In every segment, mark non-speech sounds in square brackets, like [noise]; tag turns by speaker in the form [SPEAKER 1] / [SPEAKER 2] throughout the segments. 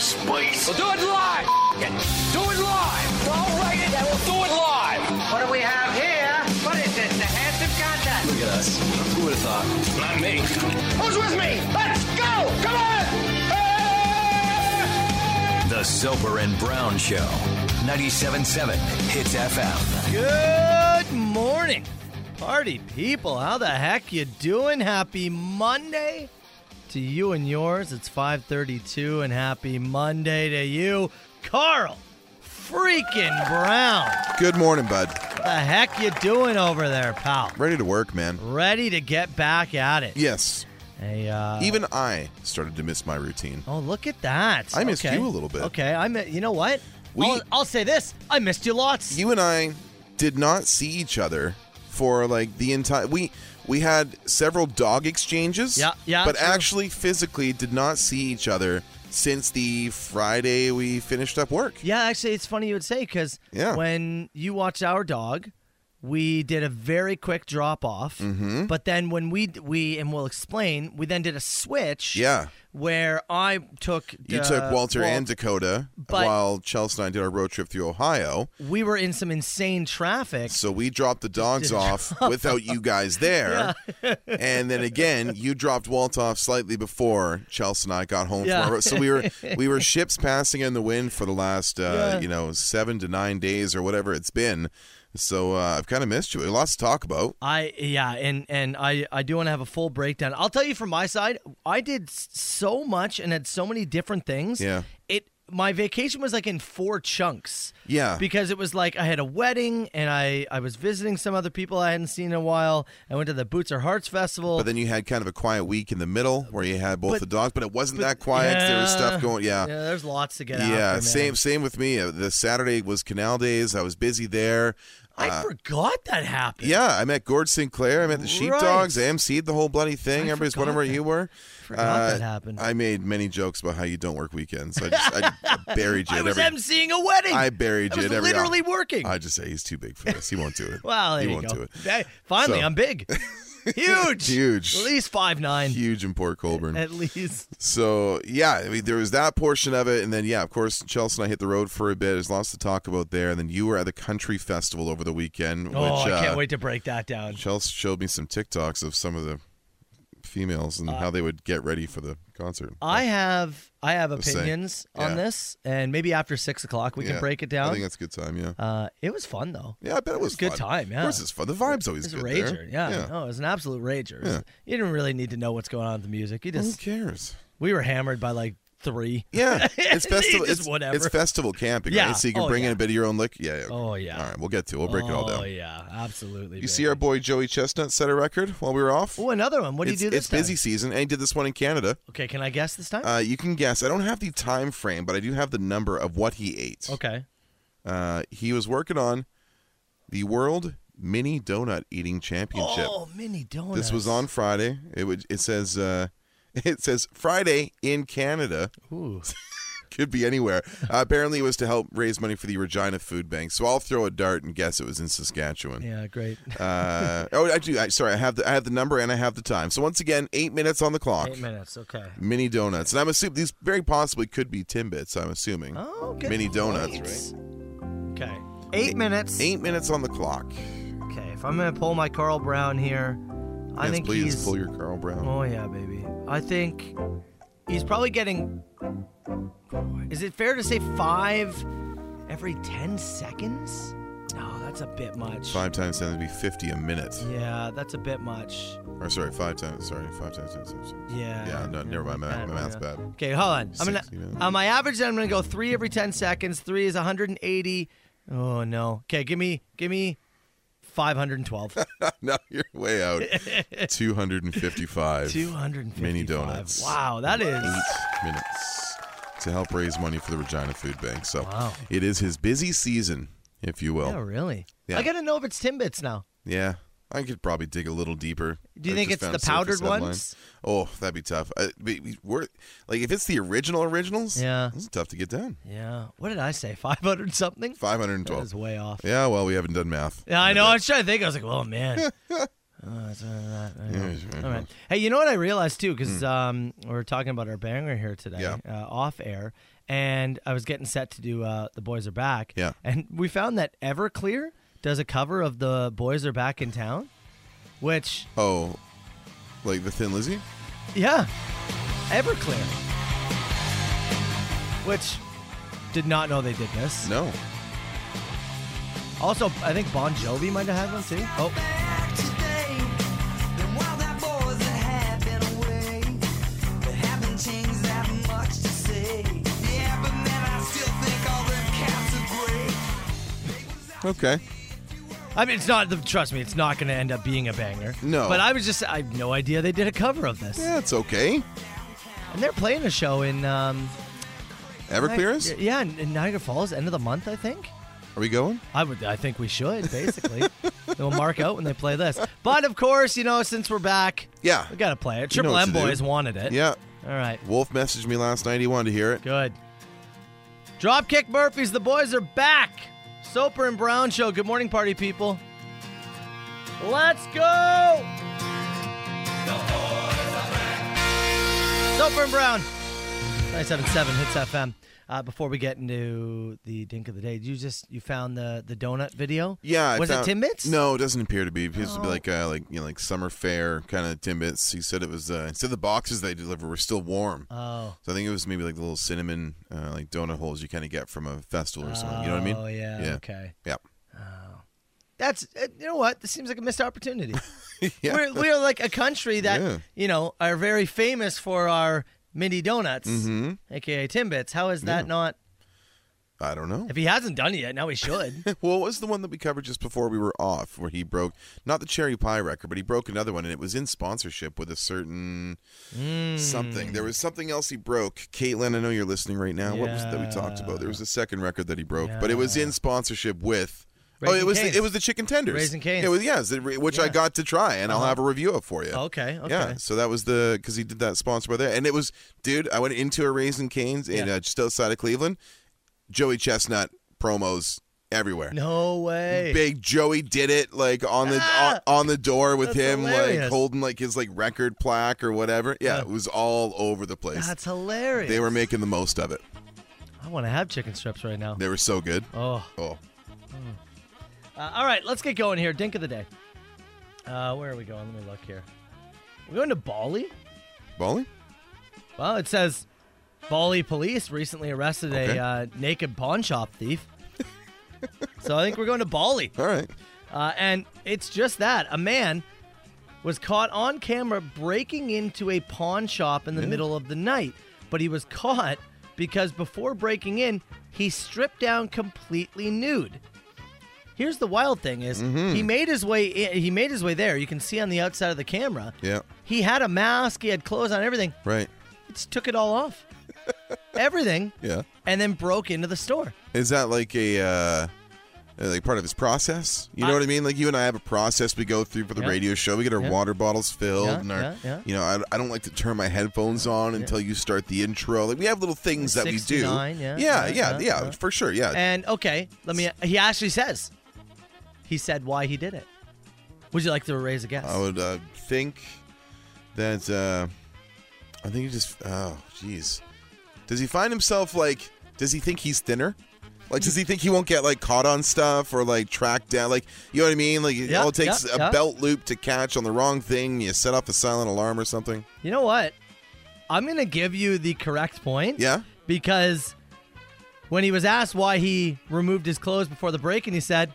[SPEAKER 1] space.
[SPEAKER 2] We'll do it live. F- it. Do it live. I'll write it and we'll do it live.
[SPEAKER 3] What do we have here? What is this? The handsome contest.
[SPEAKER 1] Look at us. Who would have thought? Not me. Who's with me? Let's go! Come on! Hey!
[SPEAKER 4] The Soper and Brown Show. 97.7 Hits FM.
[SPEAKER 5] Good morning, party people. How the heck you doing? Happy Monday to you and yours. It's 5:32 and happy Monday to you, Carl. Freaking Brown.
[SPEAKER 6] Good morning, bud.
[SPEAKER 5] The heck you doing over there, pal?
[SPEAKER 6] Ready to work, man.
[SPEAKER 5] Ready to get back at it.
[SPEAKER 6] Yes.
[SPEAKER 5] Hey, uh,
[SPEAKER 6] Even I started to miss my routine.
[SPEAKER 5] Oh, look at that.
[SPEAKER 6] I missed
[SPEAKER 5] Okay.
[SPEAKER 6] you a little bit.
[SPEAKER 5] Okay, I mi- you know what?
[SPEAKER 6] We-
[SPEAKER 5] I'll, I'll say this. I missed you lots.
[SPEAKER 6] You and I did not see each other for like the entire we we had several dog exchanges.
[SPEAKER 5] Yeah, yeah,
[SPEAKER 6] But
[SPEAKER 5] true.
[SPEAKER 6] actually physically did not see each other since the Friday we finished up work.
[SPEAKER 5] Yeah, actually, it's funny you would say because
[SPEAKER 6] Yeah.
[SPEAKER 5] when you watch our dog, we did a very quick drop off,
[SPEAKER 6] Mm-hmm.
[SPEAKER 5] but then when we we and we'll explain, we then did a switch.
[SPEAKER 6] Yeah.
[SPEAKER 5] where I took
[SPEAKER 6] You
[SPEAKER 5] the-
[SPEAKER 6] took Walter
[SPEAKER 5] Wal-
[SPEAKER 6] and Dakota
[SPEAKER 5] but-
[SPEAKER 6] while Chelsea and I did our road trip through Ohio.
[SPEAKER 5] We were in some insane traffic.
[SPEAKER 6] So we dropped the dogs off without you guys there. and then again, you dropped Walt off slightly before Chelsea and I got home
[SPEAKER 5] Yeah.
[SPEAKER 6] from our So we were we were ships passing in the wind for the last uh,
[SPEAKER 5] Yeah.
[SPEAKER 6] you know, 7 to 9 days or whatever it's been. So uh, I've kind of missed you. Lots to talk about.
[SPEAKER 5] I yeah, and and I I do want to have a full breakdown. I'll tell you from my side, I did s- so much and had so many different things.
[SPEAKER 6] Yeah.
[SPEAKER 5] It my vacation was like in four chunks.
[SPEAKER 6] Yeah.
[SPEAKER 5] Because it was like I had a wedding and I I was visiting some other people I hadn't seen in a while. I went to the Boots or Hearts festival.
[SPEAKER 6] But then you had kind of a quiet week in the middle where you had both
[SPEAKER 5] But-
[SPEAKER 6] the dogs, but it wasn't that quiet. there was stuff going.
[SPEAKER 5] yeah, there's lots to get after.
[SPEAKER 6] Yeah,
[SPEAKER 5] man.
[SPEAKER 6] same same with me. Uh, The Saturday was Canal Days. I was busy there.
[SPEAKER 5] I
[SPEAKER 6] Uh,
[SPEAKER 5] forgot that happened.
[SPEAKER 6] yeah, I met Gord Sinclair. I met the Sheepdogs. I emceed the whole bloody thing.
[SPEAKER 5] I
[SPEAKER 6] Everybody's
[SPEAKER 5] forgot
[SPEAKER 6] wondering where
[SPEAKER 5] that.
[SPEAKER 6] you were.
[SPEAKER 5] Forgot that happened.
[SPEAKER 6] uh, I made many jokes about how you don't work weekends. I just I,
[SPEAKER 5] [laughs]
[SPEAKER 6] I buried you.
[SPEAKER 5] I
[SPEAKER 6] at
[SPEAKER 5] was
[SPEAKER 6] every,
[SPEAKER 5] emceeing a wedding.
[SPEAKER 6] I buried
[SPEAKER 5] I
[SPEAKER 6] you.
[SPEAKER 5] was
[SPEAKER 6] at every
[SPEAKER 5] literally
[SPEAKER 6] op-
[SPEAKER 5] working.
[SPEAKER 6] I just say he's too big for this. He won't do it.
[SPEAKER 5] [laughs] Well, there
[SPEAKER 6] he
[SPEAKER 5] you
[SPEAKER 6] won't
[SPEAKER 5] go.
[SPEAKER 6] do it.
[SPEAKER 5] Hey, finally,
[SPEAKER 6] So-
[SPEAKER 5] I'm big,
[SPEAKER 6] [laughs]
[SPEAKER 5] huge,
[SPEAKER 6] Huge.
[SPEAKER 5] at least five nine,
[SPEAKER 6] Huge in Port Colburn.
[SPEAKER 5] at least.
[SPEAKER 6] So yeah, I mean, there was that portion of it, and then yeah, of course, Chelsea and I hit the road for a bit. There's lots to talk about there, and then you were at the country festival over the weekend. [laughs] Which,
[SPEAKER 5] oh, I
[SPEAKER 6] uh,
[SPEAKER 5] can't wait to break that down.
[SPEAKER 6] Chelsea showed me some TikToks of some of the females and how they would get ready for the concert.
[SPEAKER 5] Uh, I have I have
[SPEAKER 6] saying,
[SPEAKER 5] opinions on
[SPEAKER 6] yeah.
[SPEAKER 5] this, and maybe after six o'clock we
[SPEAKER 6] Yeah,
[SPEAKER 5] can break it
[SPEAKER 6] I
[SPEAKER 5] down.
[SPEAKER 6] think that's a good time. Yeah,
[SPEAKER 5] uh, it was fun though.
[SPEAKER 6] yeah, I bet it was
[SPEAKER 5] good
[SPEAKER 6] fun.
[SPEAKER 5] time, yeah.
[SPEAKER 6] of course it's fun. The vibe's
[SPEAKER 5] It
[SPEAKER 6] always
[SPEAKER 5] was a
[SPEAKER 6] good
[SPEAKER 5] rager,
[SPEAKER 6] there.
[SPEAKER 5] yeah. No, it was an absolute rager. It was- You didn't really need to know what's going on with the music. You [laughs]
[SPEAKER 6] Who
[SPEAKER 5] just
[SPEAKER 6] cares?
[SPEAKER 5] we were hammered by like three.
[SPEAKER 6] Yeah,
[SPEAKER 5] [laughs]
[SPEAKER 6] it's
[SPEAKER 5] Just
[SPEAKER 6] festival. it's,
[SPEAKER 5] whatever.
[SPEAKER 6] it's festival camping,
[SPEAKER 5] Yeah,
[SPEAKER 6] right? So you can
[SPEAKER 5] oh,
[SPEAKER 6] bring in
[SPEAKER 5] yeah.
[SPEAKER 6] a bit of your own liquor. Yeah. yeah, okay.
[SPEAKER 5] Oh, yeah.
[SPEAKER 6] All right, we'll get to. it. We'll break it all down.
[SPEAKER 5] Oh yeah, absolutely.
[SPEAKER 6] You see our boy Joey Chestnut set a record while we were off.
[SPEAKER 5] oh another one. What do you
[SPEAKER 6] it's,
[SPEAKER 5] do this
[SPEAKER 6] it's busy
[SPEAKER 5] time?
[SPEAKER 6] season, and he did this one in Canada.
[SPEAKER 5] Okay, can I guess this time?
[SPEAKER 6] Uh, you can guess. I don't have the time frame, but I do have the number of what he ate.
[SPEAKER 5] okay.
[SPEAKER 6] Uh, he was working on the World Mini Donut Eating Championship.
[SPEAKER 5] Oh, mini donuts.
[SPEAKER 6] this was on Friday. It would. It says. Uh, [laughs] it says Friday in Canada.
[SPEAKER 5] Ooh.
[SPEAKER 6] [laughs] Could be anywhere. Uh, apparently, it was to help raise money for the Regina Food Bank. So I'll throw a dart and guess it was in Saskatchewan. [laughs]
[SPEAKER 5] Yeah, great.
[SPEAKER 6] Uh, oh, actually, I, sorry, I have the I have the number and I have the time. So once again, eight minutes on the clock.
[SPEAKER 5] Eight minutes. Okay.
[SPEAKER 6] Mini donuts, and I'm assuming these very possibly could be Timbits. I'm assuming.
[SPEAKER 5] Oh, okay.
[SPEAKER 6] Mini donuts,
[SPEAKER 5] Okay. Eight minutes.
[SPEAKER 6] Eight minutes on the clock.
[SPEAKER 5] Okay, if I'm gonna pull my Carl Brown here, I
[SPEAKER 6] yes,
[SPEAKER 5] think
[SPEAKER 6] please
[SPEAKER 5] he's.
[SPEAKER 6] pull your Carl Brown.
[SPEAKER 5] oh yeah, baby. I think he's probably getting. Is it fair to say five every ten seconds? No, that's a bit much.
[SPEAKER 6] Five times ten would be fifty a minute.
[SPEAKER 5] Yeah, that's a bit much.
[SPEAKER 6] Or sorry, five times. Sorry, five times ten. Six, six.
[SPEAKER 5] Yeah.
[SPEAKER 6] Yeah, no, never mind. My, my math's bad.
[SPEAKER 5] Okay, hold on. I'm gonna
[SPEAKER 6] 60 minutes.
[SPEAKER 5] on my average. I'm gonna go three every ten seconds. Three is 180. Oh no. Okay, give me give me
[SPEAKER 6] [laughs]
[SPEAKER 5] 512.
[SPEAKER 6] no, you're way
[SPEAKER 5] [laughs]
[SPEAKER 6] out. Two hundred and fifty-five.
[SPEAKER 5] 255.
[SPEAKER 6] Mini donuts.
[SPEAKER 5] Wow, that is.
[SPEAKER 6] Eight minutes to help raise money for the Regina Food Bank. So
[SPEAKER 5] Wow.
[SPEAKER 6] it is his busy season, if you will.
[SPEAKER 5] Yeah, really.
[SPEAKER 6] Yeah.
[SPEAKER 5] I gotta know if it's Timbits now.
[SPEAKER 6] Yeah, I could probably dig a little deeper.
[SPEAKER 5] Do you
[SPEAKER 6] I
[SPEAKER 5] think
[SPEAKER 6] just
[SPEAKER 5] it's
[SPEAKER 6] found
[SPEAKER 5] the
[SPEAKER 6] surface
[SPEAKER 5] powdered
[SPEAKER 6] headline.
[SPEAKER 5] ones?
[SPEAKER 6] Oh, that'd be tough. I, we, we- we're, like if it's the original originals,
[SPEAKER 5] Yeah.
[SPEAKER 6] it's tough to get down.
[SPEAKER 5] Yeah. What did I say? [laughs] 500 something?
[SPEAKER 6] Five hundred and
[SPEAKER 5] That
[SPEAKER 6] twelve.
[SPEAKER 5] was way off.
[SPEAKER 6] Yeah, well, we haven't done math.
[SPEAKER 5] Yeah, I
[SPEAKER 6] in a
[SPEAKER 5] know. I
[SPEAKER 6] bit. [laughs]
[SPEAKER 5] was trying to think. I was like, well, man. Uh, so that- I know. All right. Hey, you know what I realized too, because um, we are talking about our banger here today,
[SPEAKER 6] Hmm. Yeah.
[SPEAKER 5] uh, off air, and I was getting set to do uh, "The Boys Are Back."
[SPEAKER 6] Yeah.
[SPEAKER 5] And we found that Everclear does a cover of "The Boys Are Back in Town," which
[SPEAKER 6] Oh, like the Thin Lizzy?
[SPEAKER 5] yeah, Everclear, which did not know they did this.
[SPEAKER 6] No.
[SPEAKER 5] Also, I think Bon Jovi might have had one too. Oh.
[SPEAKER 6] Okay.
[SPEAKER 5] I mean, it's not. The, trust me, it's not going to end up being a banger.
[SPEAKER 6] No.
[SPEAKER 5] But I was just. I have no idea they did a cover of this.
[SPEAKER 6] Yeah, it's okay.
[SPEAKER 5] And they're playing a show in. Um,
[SPEAKER 6] Everclear
[SPEAKER 5] Ni-
[SPEAKER 6] is?
[SPEAKER 5] Yeah, in, in Niagara Falls, end of the month, I think.
[SPEAKER 6] Are we going?
[SPEAKER 5] I would. I think we [laughs] should basically. we'll mark out when they play this. But of course, you know, since we're back,
[SPEAKER 6] Yeah.
[SPEAKER 5] we got to play it.
[SPEAKER 6] You know
[SPEAKER 5] Triple
[SPEAKER 6] what
[SPEAKER 5] M
[SPEAKER 6] to do.
[SPEAKER 5] boys wanted it.
[SPEAKER 6] Yeah.
[SPEAKER 5] All right.
[SPEAKER 6] Wolf messaged me last night. He wanted to hear it.
[SPEAKER 5] Good. Dropkick Murphys, the boys are back. Soper and Brown show. Good morning, party people. Let's go. Soper and Brown. 977 hits FM. Uh, before we get into the dink of the day, you just you found the the donut video.
[SPEAKER 6] Yeah, I
[SPEAKER 5] was
[SPEAKER 6] found-
[SPEAKER 5] it Timbits? Oh.
[SPEAKER 6] No, it doesn't appear to be. It appears to be like uh, like you know like summer fair kind of Timbits. He said it was uh, instead of the boxes they deliver were still warm.
[SPEAKER 5] Oh.
[SPEAKER 6] So I think it was maybe like the little cinnamon uh, like donut holes you kind of get from a festival or something. You know what I mean?
[SPEAKER 5] Oh yeah.
[SPEAKER 6] Yeah.
[SPEAKER 5] Okay.
[SPEAKER 6] Yeah.
[SPEAKER 5] That's uh, you know what this seems like a missed opportunity.
[SPEAKER 6] Yeah.
[SPEAKER 5] We're, we're like a country that
[SPEAKER 6] Yeah.
[SPEAKER 5] you know are very famous for our mini donuts,
[SPEAKER 6] Mm-hmm.
[SPEAKER 5] aka Timbits. How is that not?
[SPEAKER 6] I don't know.
[SPEAKER 5] If he hasn't done it yet, now
[SPEAKER 6] [laughs]
[SPEAKER 5] he should.
[SPEAKER 6] Well, what was the one that we covered just before we were off, where he broke not the cherry pie record, but he broke another one, and it was in sponsorship with a certain something.
[SPEAKER 5] Hmm.
[SPEAKER 6] There was something else he broke. Caitlin, I know you're listening right now. What was it that we talked about? There was a second record that he broke, but it was in sponsorship with. oh,
[SPEAKER 5] Raising
[SPEAKER 6] it was
[SPEAKER 5] Cane's.
[SPEAKER 6] it was the chicken tenders.
[SPEAKER 5] Raising Cane's.
[SPEAKER 6] It was yes, it- which I
[SPEAKER 5] Yeah.
[SPEAKER 6] got to try, and I'll have a review up for you.
[SPEAKER 5] okay. Okay.
[SPEAKER 6] Yeah, so that was the because he did that sponsored by there, and it was dude. I went into a Raisin Canes in
[SPEAKER 5] Yeah.
[SPEAKER 6] uh, just outside of Cleveland. Joey Chestnut promos everywhere.
[SPEAKER 5] No way.
[SPEAKER 6] Big Joey did it like on the
[SPEAKER 5] Ah!
[SPEAKER 6] on, on the door with
[SPEAKER 5] That's
[SPEAKER 6] him
[SPEAKER 5] hilarious.
[SPEAKER 6] like holding like his like record plaque or whatever. Yeah, it was all over the place.
[SPEAKER 5] That's hilarious.
[SPEAKER 6] they were making the most of it.
[SPEAKER 5] I want to have chicken strips right now.
[SPEAKER 6] They were so good.
[SPEAKER 5] Oh.
[SPEAKER 6] Oh,
[SPEAKER 5] Uh, all right, let's get going here. Dink of the day. Uh, where are we going? Let me look here. We're going to Bali.
[SPEAKER 6] bowling?
[SPEAKER 5] Well, it says Bali police recently arrested
[SPEAKER 6] Okay.
[SPEAKER 5] a uh, naked pawn shop thief. [laughs] so I think we're going to Bali.
[SPEAKER 6] All right.
[SPEAKER 5] Uh, and it's just that a man was caught on camera breaking into a pawn shop in the middle of the night, but he was caught because before breaking in, he stripped down completely nude. Here's the wild thing is
[SPEAKER 6] Mm-hmm.
[SPEAKER 5] he made his way in, he made his way there. You can see on the outside of the camera.
[SPEAKER 6] Yeah.
[SPEAKER 5] He had a mask, he had clothes on, everything.
[SPEAKER 6] Right.
[SPEAKER 5] He just took it
[SPEAKER 6] [laughs]
[SPEAKER 5] all off. everything
[SPEAKER 6] Yeah.
[SPEAKER 5] and then broke into the store.
[SPEAKER 6] Is that like a uh, like part of his process? You know
[SPEAKER 5] I-
[SPEAKER 6] what I mean? Like you and I have a process we go through for the
[SPEAKER 5] Yeah.
[SPEAKER 6] radio show. We get our
[SPEAKER 5] Yeah.
[SPEAKER 6] water bottles filled,
[SPEAKER 5] Yeah,
[SPEAKER 6] and our
[SPEAKER 5] yeah, yeah.
[SPEAKER 6] you know I, I don't like to turn my headphones on until you start the intro. Like we have little things that we do.
[SPEAKER 5] 69, yeah,
[SPEAKER 6] yeah,
[SPEAKER 5] yeah,
[SPEAKER 6] yeah,
[SPEAKER 5] yeah,
[SPEAKER 6] yeah,
[SPEAKER 5] yeah.
[SPEAKER 6] for sure. Yeah,
[SPEAKER 5] And okay, let me. He actually says, he said why he did it. Would you like to raise a guess?
[SPEAKER 6] I would uh, think that uh, I think he just oh jeez, does he find himself like? Does he think he's thinner? Like, does he think he won't get like caught on stuff or like tracked down? Like, you know what I mean? Like, it
[SPEAKER 5] Yeah,
[SPEAKER 6] all it takes
[SPEAKER 5] yeah,
[SPEAKER 6] a
[SPEAKER 5] yeah.
[SPEAKER 6] belt loop to catch on the wrong thing. You set off a silent alarm or something.
[SPEAKER 5] you know what? I'm gonna give you the correct point.
[SPEAKER 6] Yeah.
[SPEAKER 5] Because when he was asked why he removed his clothes before the break, and he said,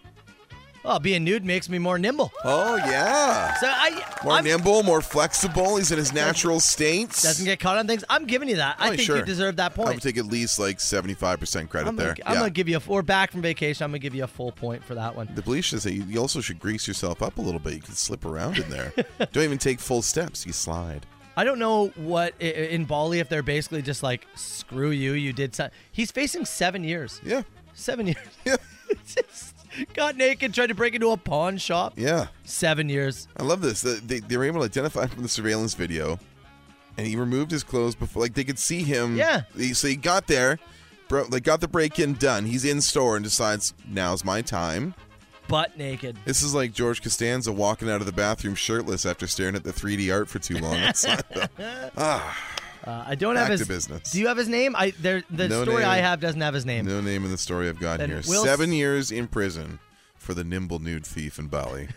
[SPEAKER 5] "Oh, being nude makes me more nimble."
[SPEAKER 6] Oh yeah.
[SPEAKER 5] So I
[SPEAKER 6] More
[SPEAKER 5] I'm-
[SPEAKER 6] nimble, more flexible. He's in his natural states.
[SPEAKER 5] doesn't get caught on things. I'm giving you that. I
[SPEAKER 6] Oh,
[SPEAKER 5] think
[SPEAKER 6] sure.
[SPEAKER 5] you deserve that
[SPEAKER 6] I
[SPEAKER 5] point.
[SPEAKER 6] would take at least like seventy-five percent credit
[SPEAKER 5] I'm,
[SPEAKER 6] there.
[SPEAKER 5] gonna, I'm
[SPEAKER 6] yeah.
[SPEAKER 5] gonna give you a. We're back from vacation. I'm gonna give you a full point for that one.
[SPEAKER 6] The bleach is that you you also should grease yourself up a little bit. You can slip around in there. Don't even take full steps. You slide.
[SPEAKER 5] I don't know what i- in Bali if they're basically just like screw you, you did something. He's facing seven years.
[SPEAKER 6] Yeah.
[SPEAKER 5] Seven years.
[SPEAKER 6] [laughs] Yeah.
[SPEAKER 5] [laughs] just got naked, tried to break into a pawn shop.
[SPEAKER 6] Yeah.
[SPEAKER 5] Seven years.
[SPEAKER 6] I love this. They, they, they were able to identify him from the surveillance video, and he removed his clothes before, like they could see him.
[SPEAKER 5] Yeah.
[SPEAKER 6] He- So he got there, bro. Like got the break in done. He's in store and decides now's my time.
[SPEAKER 5] butt naked.
[SPEAKER 6] This is like George Costanza walking out of the bathroom shirtless after staring at the 3D art for too long. It's like,
[SPEAKER 5] Uh, I don't
[SPEAKER 6] Back
[SPEAKER 5] have his
[SPEAKER 6] to business.
[SPEAKER 5] Do you have his name? I there the
[SPEAKER 6] No
[SPEAKER 5] story
[SPEAKER 6] name.
[SPEAKER 5] I have doesn't have his name.
[SPEAKER 6] no name in the story I've got
[SPEAKER 5] And
[SPEAKER 6] here.
[SPEAKER 5] Will's-
[SPEAKER 6] Seven years in prison for the nimble nude thief in Bali.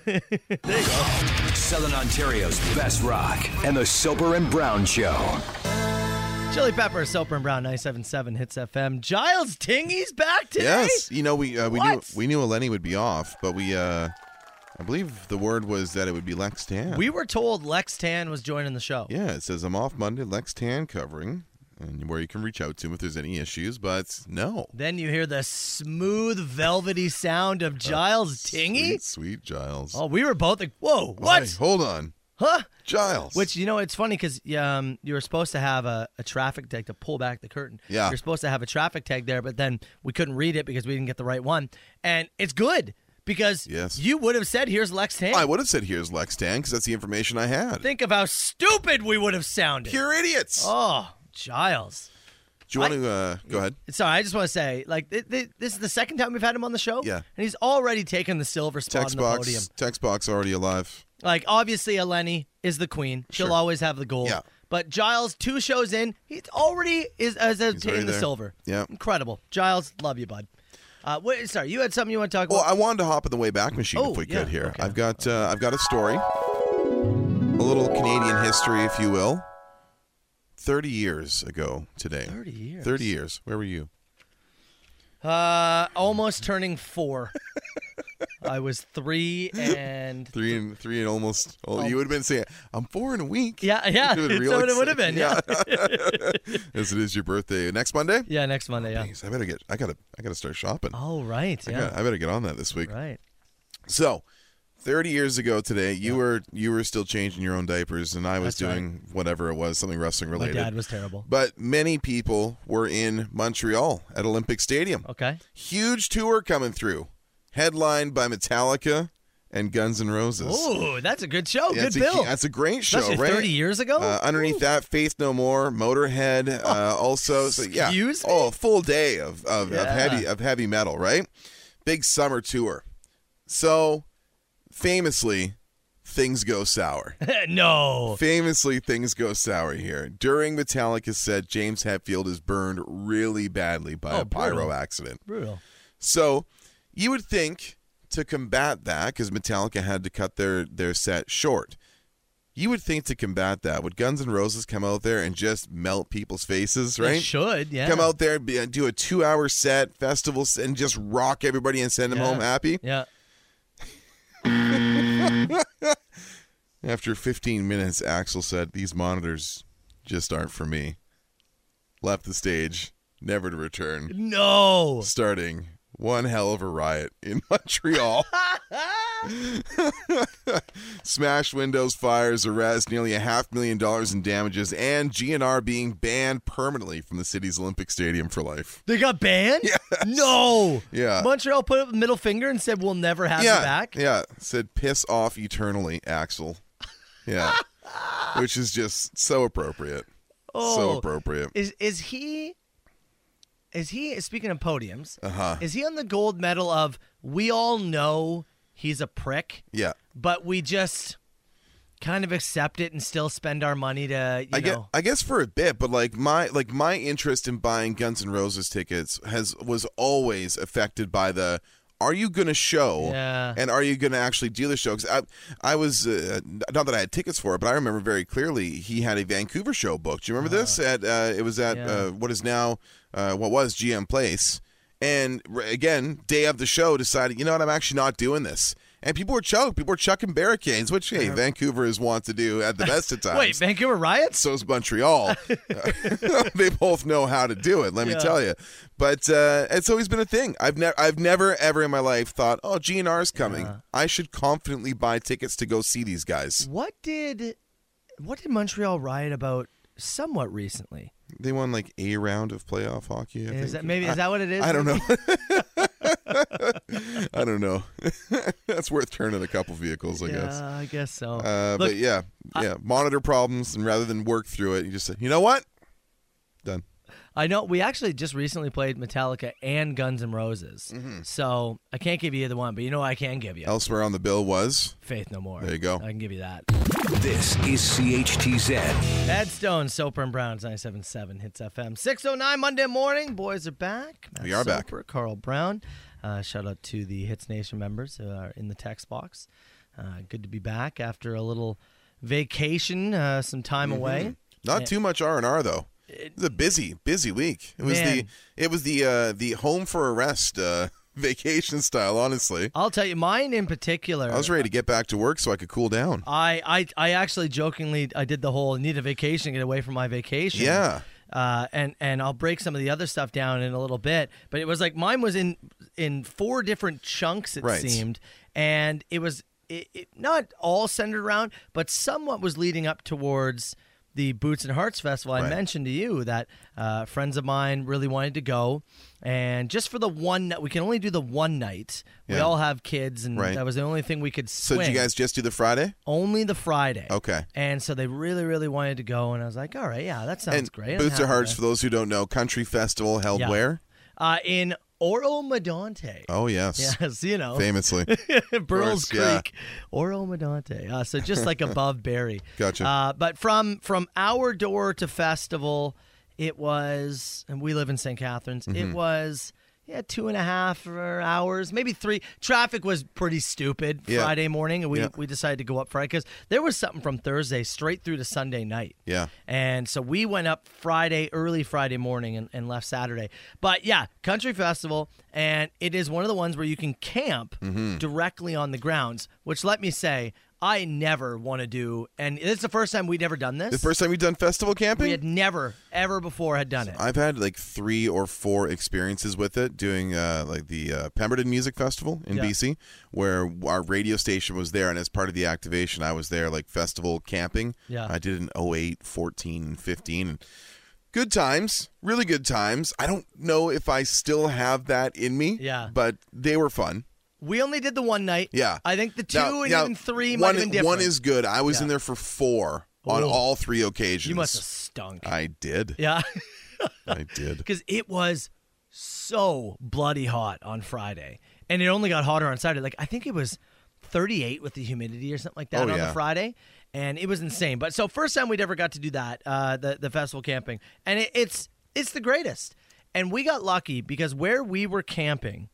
[SPEAKER 4] Southern Ontario's best rock and the Soper and Brown Show.
[SPEAKER 5] Chili Pepper, Soper and Brown, 977 Hits FM. Giles Tingy's back today.
[SPEAKER 6] yes, you know we uh, we knew
[SPEAKER 5] What?
[SPEAKER 6] we knew Eleni would be off, but we uh, I believe the word was that it would be Lex Tan.
[SPEAKER 5] We were told Lex Tan was joining the show.
[SPEAKER 6] yeah, it says I'm off Monday. Lex Tan covering, and where you can reach out to him if there's any issues. But no,
[SPEAKER 5] Then you hear the smooth, velvety sound of Giles Tingy.
[SPEAKER 6] Uh, sweet, sweet Giles.
[SPEAKER 5] Oh, we were both like, "Whoa,
[SPEAKER 6] Why?
[SPEAKER 5] what?
[SPEAKER 6] Hold on,
[SPEAKER 5] Huh?"
[SPEAKER 6] Giles.
[SPEAKER 5] Which you know, it's funny because um, you were supposed to have a, a traffic tag to pull back the curtain.
[SPEAKER 6] Yeah.
[SPEAKER 5] you're supposed to have a traffic tag there, but then we couldn't read it because we didn't get the right one. And it's good because
[SPEAKER 6] Yes.
[SPEAKER 5] you would have said, "Here's Lex Tan."
[SPEAKER 6] I would have said here's Lex Tan because that's the information I had.
[SPEAKER 5] Think of how stupid we would have sounded.
[SPEAKER 6] You're idiots.
[SPEAKER 5] Oh, Giles.
[SPEAKER 6] Do you want to uh, go ahead?
[SPEAKER 5] Sorry, I just want to say, like, th- th- this is the second time we've had him on the show.
[SPEAKER 6] Yeah.
[SPEAKER 5] And he's already taken the silver spot
[SPEAKER 6] Text
[SPEAKER 5] on the podium.
[SPEAKER 6] box. Text box already alive.
[SPEAKER 5] Like, obviously, Eleni is the queen. She'll
[SPEAKER 6] Sure.
[SPEAKER 5] always have the gold.
[SPEAKER 6] Yeah.
[SPEAKER 5] But Giles, two shows in, he already is has
[SPEAKER 6] already
[SPEAKER 5] obtained the
[SPEAKER 6] there.
[SPEAKER 5] silver.
[SPEAKER 6] Yeah.
[SPEAKER 5] Incredible. Giles, love you, bud. Uh, wait, sorry, you had something you want to talk
[SPEAKER 6] Well,
[SPEAKER 5] about?
[SPEAKER 6] I wanted to hop in the way back machine
[SPEAKER 5] Oh,
[SPEAKER 6] if we
[SPEAKER 5] yeah,
[SPEAKER 6] could here.
[SPEAKER 5] okay.
[SPEAKER 6] I've got uh, I've got a story, a little Canadian history, if you will. Thirty years ago today.
[SPEAKER 5] 30 years.
[SPEAKER 6] Thirty years. Where were you?
[SPEAKER 5] uh, almost turning four. [laughs] I was three
[SPEAKER 6] [laughs]
[SPEAKER 5] and.
[SPEAKER 6] Three and three and almost. Oh, you would have been saying, "I'm four in a week."
[SPEAKER 5] Um, Yeah, yeah.
[SPEAKER 6] You'd have been
[SPEAKER 5] [laughs] That's
[SPEAKER 6] real
[SPEAKER 5] what it would have been.
[SPEAKER 6] excited.
[SPEAKER 5] Yeah.
[SPEAKER 6] [laughs] As it is your birthday next Monday.
[SPEAKER 5] Yeah, next Monday. Yeah.
[SPEAKER 6] Jeez, I better get. I gotta. I gotta start shopping.
[SPEAKER 5] All right.
[SPEAKER 6] I,
[SPEAKER 5] Yeah.
[SPEAKER 6] gotta- I better get on that this week.
[SPEAKER 5] Right.
[SPEAKER 6] So, 30 years ago today, you were you were still changing your own diapers, and I was
[SPEAKER 5] That's right.
[SPEAKER 6] doing whatever it was, something wrestling
[SPEAKER 5] My
[SPEAKER 6] related.
[SPEAKER 5] dad was terrible.
[SPEAKER 6] But many people were in Montreal at Olympic Stadium.
[SPEAKER 5] Okay.
[SPEAKER 6] Huge tour coming through, headlined by Metallica and Guns N' Roses.
[SPEAKER 5] Oh, that's a good show.
[SPEAKER 6] That's
[SPEAKER 5] good
[SPEAKER 6] a,
[SPEAKER 5] bill.
[SPEAKER 6] That's a great show,
[SPEAKER 5] Especially
[SPEAKER 6] right?
[SPEAKER 5] 30 years ago.
[SPEAKER 6] Uh, underneath that, Faith No More, Motorhead, uh, also so yeah,
[SPEAKER 5] Oh, excuse me?
[SPEAKER 6] oh, a full day of of, of
[SPEAKER 5] Yeah.
[SPEAKER 6] heavy of heavy metal, right? Big summer tour. So, famously, things go sour.
[SPEAKER 5] [laughs] no.
[SPEAKER 6] famously, things go sour here. During Metallica's set, James Hetfield is burned really badly by
[SPEAKER 5] Oh,
[SPEAKER 6] a pyro
[SPEAKER 5] brutal.
[SPEAKER 6] accident.
[SPEAKER 5] Brutal.
[SPEAKER 6] So you would think to combat that, because Metallica had to cut their, their set short, you would think to combat that, would Guns N' Roses come out there and just melt people's faces,
[SPEAKER 5] They
[SPEAKER 6] right?
[SPEAKER 5] should, yeah.
[SPEAKER 6] Come out there, be, uh, do a two hour set, festival, s- and just rock everybody and send them
[SPEAKER 5] Yeah.
[SPEAKER 6] home happy?
[SPEAKER 5] Yeah.
[SPEAKER 6] After 15 minutes, Axel said, These monitors just aren't for me. Left the stage, never to return,
[SPEAKER 5] No.
[SPEAKER 6] starting one hell of a riot in [laughs] Montreal. Smash windows, fires, arrest, nearly a half million dollars in damages, and GNR being banned permanently from the city's Olympic Stadium for life.
[SPEAKER 5] They got banned? No.
[SPEAKER 6] Yeah.
[SPEAKER 5] Montreal put up the middle finger and said, We'll never have
[SPEAKER 6] yeah,
[SPEAKER 5] you back.
[SPEAKER 6] yeah. Said piss off eternally, Axel.
[SPEAKER 5] [laughs]
[SPEAKER 6] Yeah, which is just so appropriate.
[SPEAKER 5] Oh.
[SPEAKER 6] So appropriate.
[SPEAKER 5] Is is he is he speaking of podiums, uh-huh. is he on the gold medal of we all know he's a prick,
[SPEAKER 6] Yeah,
[SPEAKER 5] but we just kind of accept it and still spend our money to you
[SPEAKER 6] I
[SPEAKER 5] know
[SPEAKER 6] guess, I guess for a bit, but like my like my interest in buying Guns N' Roses tickets has was always affected by the are you going to show
[SPEAKER 5] Yeah.
[SPEAKER 6] and are you going to actually do the show? 'Cause I I was uh, not that I had tickets for it, but I remember very clearly he had a Vancouver show booked. Do you remember this? At uh, it was at
[SPEAKER 5] Ah. yeah.
[SPEAKER 6] uh, what is now uh, what was GM Place, and r- again day of the show decided you know what I'm actually not doing this. And people were choked. People were chucking barricades, which hey, Vancouver is wont to do at the best of times
[SPEAKER 5] [laughs] Wait, Vancouver riots?
[SPEAKER 6] so's
[SPEAKER 5] [laughs]
[SPEAKER 6] Montreal. [laughs] they both know how to do it. Let me tell you. But uh, it's always been a thing. I've never, I've never ever in my life thought, oh, GNR's coming. I should confidently buy tickets to go see these guys.
[SPEAKER 5] What did what did Montreal riot about somewhat recently?
[SPEAKER 6] They won like a round of playoff hockey. I
[SPEAKER 5] Is
[SPEAKER 6] think.
[SPEAKER 5] that maybe is that what it is?
[SPEAKER 6] I don't know. [laughs] I don't know. [laughs] That's worth turning a couple vehicles, I
[SPEAKER 5] Yeah,
[SPEAKER 6] guess.
[SPEAKER 5] I guess so.
[SPEAKER 6] Uh,
[SPEAKER 5] Look,
[SPEAKER 6] but yeah, yeah. Monitor problems, and rather than work through it, you just say, you know what? Done.
[SPEAKER 5] I know we actually just recently played Metallica and Guns N' Roses,
[SPEAKER 6] Mm-hmm.
[SPEAKER 5] so I can't give you either one. But you know what I can give you?
[SPEAKER 6] Elsewhere on the bill was
[SPEAKER 5] Faith No More.
[SPEAKER 6] Oh, There you go.
[SPEAKER 5] I can give you that.
[SPEAKER 4] This is CHTZ.
[SPEAKER 5] Ed Stone, Soper and Brown's 977 Hits FM. 609 Monday morning. Boys are back. Matt
[SPEAKER 6] We are back.
[SPEAKER 5] Soper, Carl Brown. Uh, shout out to the Hits Nation members who are in the text box. Uh, good to be back after a little vacation, uh, some time
[SPEAKER 6] Mm-hmm.
[SPEAKER 5] away.
[SPEAKER 6] not too much R and R though. It was a busy, busy week. It was the
[SPEAKER 5] Man.
[SPEAKER 6] it was the uh, the home for arrest uh, [laughs] vacation style. Honestly,
[SPEAKER 5] I'll tell you, mine in particular.
[SPEAKER 6] I was ready to get back to work so I could cool down.
[SPEAKER 5] I, I, I actually jokingly I did the whole need a vacation get away from my vacation.
[SPEAKER 6] Yeah.
[SPEAKER 5] Uh, and and I'll break some of the other stuff down in a little bit, but it was like mine was in in four different chunks it
[SPEAKER 6] Right.
[SPEAKER 5] seemed, and it was it, it, not all centered around, but somewhat was leading up towards the Boots and Hearts Festival. I
[SPEAKER 6] Right.
[SPEAKER 5] mentioned to you that uh, friends of mine really wanted to go, and just for the one night, we can only do the one night. We
[SPEAKER 6] Yeah.
[SPEAKER 5] all have kids, and
[SPEAKER 6] Right.
[SPEAKER 5] that was the only thing we could.
[SPEAKER 6] So
[SPEAKER 5] Swing
[SPEAKER 6] did you guys just do the Friday?
[SPEAKER 5] only the Friday.
[SPEAKER 6] Okay.
[SPEAKER 5] And so they really, really wanted to go, and I was like, all right, yeah, that sounds
[SPEAKER 6] and
[SPEAKER 5] great. I'm
[SPEAKER 6] Boots
[SPEAKER 5] happy
[SPEAKER 6] or Hearts,
[SPEAKER 5] with
[SPEAKER 6] for those who don't know, country festival held
[SPEAKER 5] Yeah.
[SPEAKER 6] where?
[SPEAKER 5] that. uh, in Oro Medonte.
[SPEAKER 6] Oh yes,
[SPEAKER 5] [laughs] Yes, you know, [laughs]
[SPEAKER 6] famously.
[SPEAKER 5] Burles
[SPEAKER 6] course, yeah.
[SPEAKER 5] Creek, Oro Medonte. Uh, so just
[SPEAKER 6] [laughs]
[SPEAKER 5] like above Barry.
[SPEAKER 6] Gotcha.
[SPEAKER 5] Uh, but from from our door to festival, it was, and we live in St. Catharines.
[SPEAKER 6] Mm-hmm.
[SPEAKER 5] It was. Yeah, two and a half or hours, maybe three. Traffic was pretty stupid
[SPEAKER 6] Yeah.
[SPEAKER 5] Friday morning, and we,
[SPEAKER 6] Yeah.
[SPEAKER 5] we decided to go up Friday because there was something from Thursday straight through to Sunday night.
[SPEAKER 6] Yeah.
[SPEAKER 5] And so we went up Friday, early Friday morning, and, and left Saturday. But yeah, country festival, and it is one of the ones where you can camp
[SPEAKER 6] Mm-hmm.
[SPEAKER 5] directly on the grounds. Which let me say, I never want to do, and it's the first time we'd ever done this.
[SPEAKER 6] the first time you've done festival camping?
[SPEAKER 5] we had never ever before had done it.
[SPEAKER 6] I've had like three or four experiences with it doing uh, like the uh, Pemberton Music Festival in
[SPEAKER 5] Yeah.
[SPEAKER 6] BC, where our radio station was there, and as part of the activation, I was there like festival camping.
[SPEAKER 5] Yeah.
[SPEAKER 6] I did oh it in 08, 14, and 15. and Good times, really good times. I don't know if I still have that in me.
[SPEAKER 5] Yeah.
[SPEAKER 6] but they were fun.
[SPEAKER 5] we only did the one night.
[SPEAKER 6] Yeah.
[SPEAKER 5] I think the two
[SPEAKER 6] Now-
[SPEAKER 5] and
[SPEAKER 6] now,
[SPEAKER 5] even three
[SPEAKER 6] one,
[SPEAKER 5] might have been different.
[SPEAKER 6] One is good. I was
[SPEAKER 5] Yeah.
[SPEAKER 6] in there for four on
[SPEAKER 5] Ooh.
[SPEAKER 6] all three occasions.
[SPEAKER 5] you must have stunk.
[SPEAKER 6] I did.
[SPEAKER 5] yeah.
[SPEAKER 6] I
[SPEAKER 5] [laughs]
[SPEAKER 6] did.
[SPEAKER 5] because it was so bloody hot on Friday, and it only got hotter on Saturday. Like I think it was 38 with the humidity or something like that
[SPEAKER 6] Oh,
[SPEAKER 5] on
[SPEAKER 6] yeah.
[SPEAKER 5] the Friday, and it was insane. But so first time we'd ever got to do that, uh, the the festival camping, and it, it's it's the greatest. And we got lucky because where we were camping,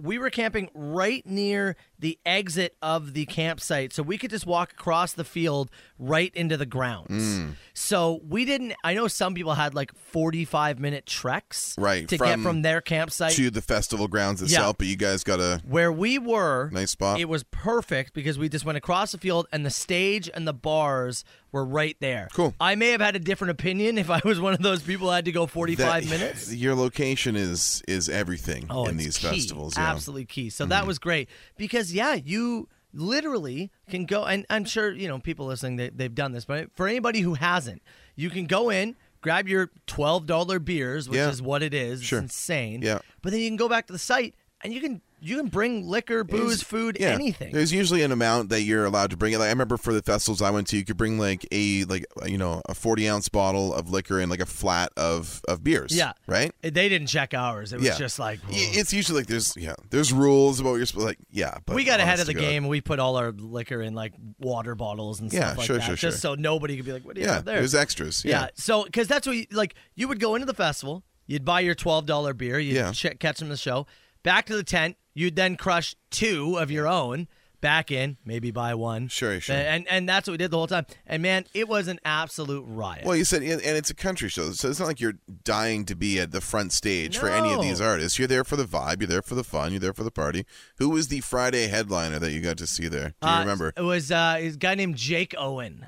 [SPEAKER 5] we were camping right near the exit of the campsite, so we could just walk across the field right into the grounds.
[SPEAKER 6] Mm.
[SPEAKER 5] So we didn't. I know some people had like forty-five minute treks,
[SPEAKER 6] Right,
[SPEAKER 5] to get
[SPEAKER 6] from-
[SPEAKER 5] from their campsite
[SPEAKER 6] to the festival grounds itself, but you guys got to
[SPEAKER 5] where we were.
[SPEAKER 6] Nice spot.
[SPEAKER 5] It was perfect because we just went across the field, and the stage and the bars were right there.
[SPEAKER 6] Cool.
[SPEAKER 5] I may have had a different opinion if I was one of those people who had to go forty-five
[SPEAKER 6] that- [laughs]
[SPEAKER 5] minutes.
[SPEAKER 6] Your location is is everything
[SPEAKER 5] Oh,
[SPEAKER 6] in
[SPEAKER 5] it's
[SPEAKER 6] these
[SPEAKER 5] key.
[SPEAKER 6] festivals. Yeah. Mm-hmm.
[SPEAKER 5] Absolutely key. So that was great because yeah, you literally can go and I'm sure, you know, people listening they, they've done this, but for anybody who hasn't, you can go in, grab your $12 beers, which
[SPEAKER 6] Yeah.
[SPEAKER 5] is what it is.
[SPEAKER 6] Sure.
[SPEAKER 5] It's insane.
[SPEAKER 6] Yeah.
[SPEAKER 5] But then you can go back to the site and you can you can bring liquor, booze,
[SPEAKER 6] There's-
[SPEAKER 5] food,
[SPEAKER 6] yeah.
[SPEAKER 5] anything.
[SPEAKER 6] There's usually an amount that you're allowed to bring. Like I remember for the festivals I went to, you could bring like a like you know a 40 ounce bottle of liquor and like a flat of of beers.
[SPEAKER 5] yeah.
[SPEAKER 6] Right.
[SPEAKER 5] They didn't check ours. It was
[SPEAKER 6] Yeah.
[SPEAKER 5] just like
[SPEAKER 6] Y- It's usually like there's yeah there's rules about what you're supposed like yeah. But
[SPEAKER 5] we got ahead
[SPEAKER 6] honest
[SPEAKER 5] of the
[SPEAKER 6] to God.
[SPEAKER 5] game. We put all our liquor in like water bottles and
[SPEAKER 6] Yeah,
[SPEAKER 5] stuff like
[SPEAKER 6] sure,
[SPEAKER 5] that,
[SPEAKER 6] sure,
[SPEAKER 5] just
[SPEAKER 6] sure.
[SPEAKER 5] so nobody could be like, "What do you
[SPEAKER 6] Yeah,
[SPEAKER 5] have there?"
[SPEAKER 6] there's extras.
[SPEAKER 5] Yeah.
[SPEAKER 6] Yeah.
[SPEAKER 5] So, because that's what, you, like, you would go into the festival, you'd buy your twelve dollar beer, you'd
[SPEAKER 6] Yeah.
[SPEAKER 5] che- catch them in the show, back to the tent, you'd then crush two of your own, back in, maybe buy one.
[SPEAKER 6] Sure, sure.
[SPEAKER 5] And and that's what we did the whole time. And man, it was an absolute riot.
[SPEAKER 6] Well, you said, and and it's a country show, so it's not like you're dying to be at the front stage for any of
[SPEAKER 5] No.
[SPEAKER 6] these artists. You're there for the vibe, you're there for the fun, you're there for the party. Who was the Friday headliner that you got to see there? Do you
[SPEAKER 5] Uh,
[SPEAKER 6] remember?
[SPEAKER 5] It was uh, a guy named Jake Owen.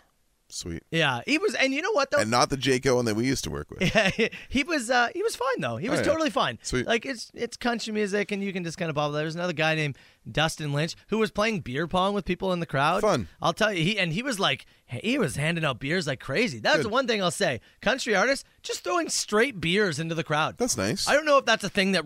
[SPEAKER 6] Sweet,
[SPEAKER 5] Yeah, he was, and you know what though?
[SPEAKER 6] and not the Jake Owen that we used to work with.
[SPEAKER 5] [laughs] he was uh, he was fine though. He was
[SPEAKER 6] Oh, yeah.
[SPEAKER 5] totally fine.
[SPEAKER 6] Sweet.
[SPEAKER 5] Like it's it's country music and you can just kind of bobble. There's another guy named Dustin Lynch who was playing beer pong with people in the crowd.
[SPEAKER 6] Fun.
[SPEAKER 5] I'll tell you. He and he was like he was handing out beers like crazy. That's
[SPEAKER 6] Good.
[SPEAKER 5] the one thing I'll say. Country artists just throwing straight beers into the crowd.
[SPEAKER 6] That's nice.
[SPEAKER 5] I don't know if that's a thing that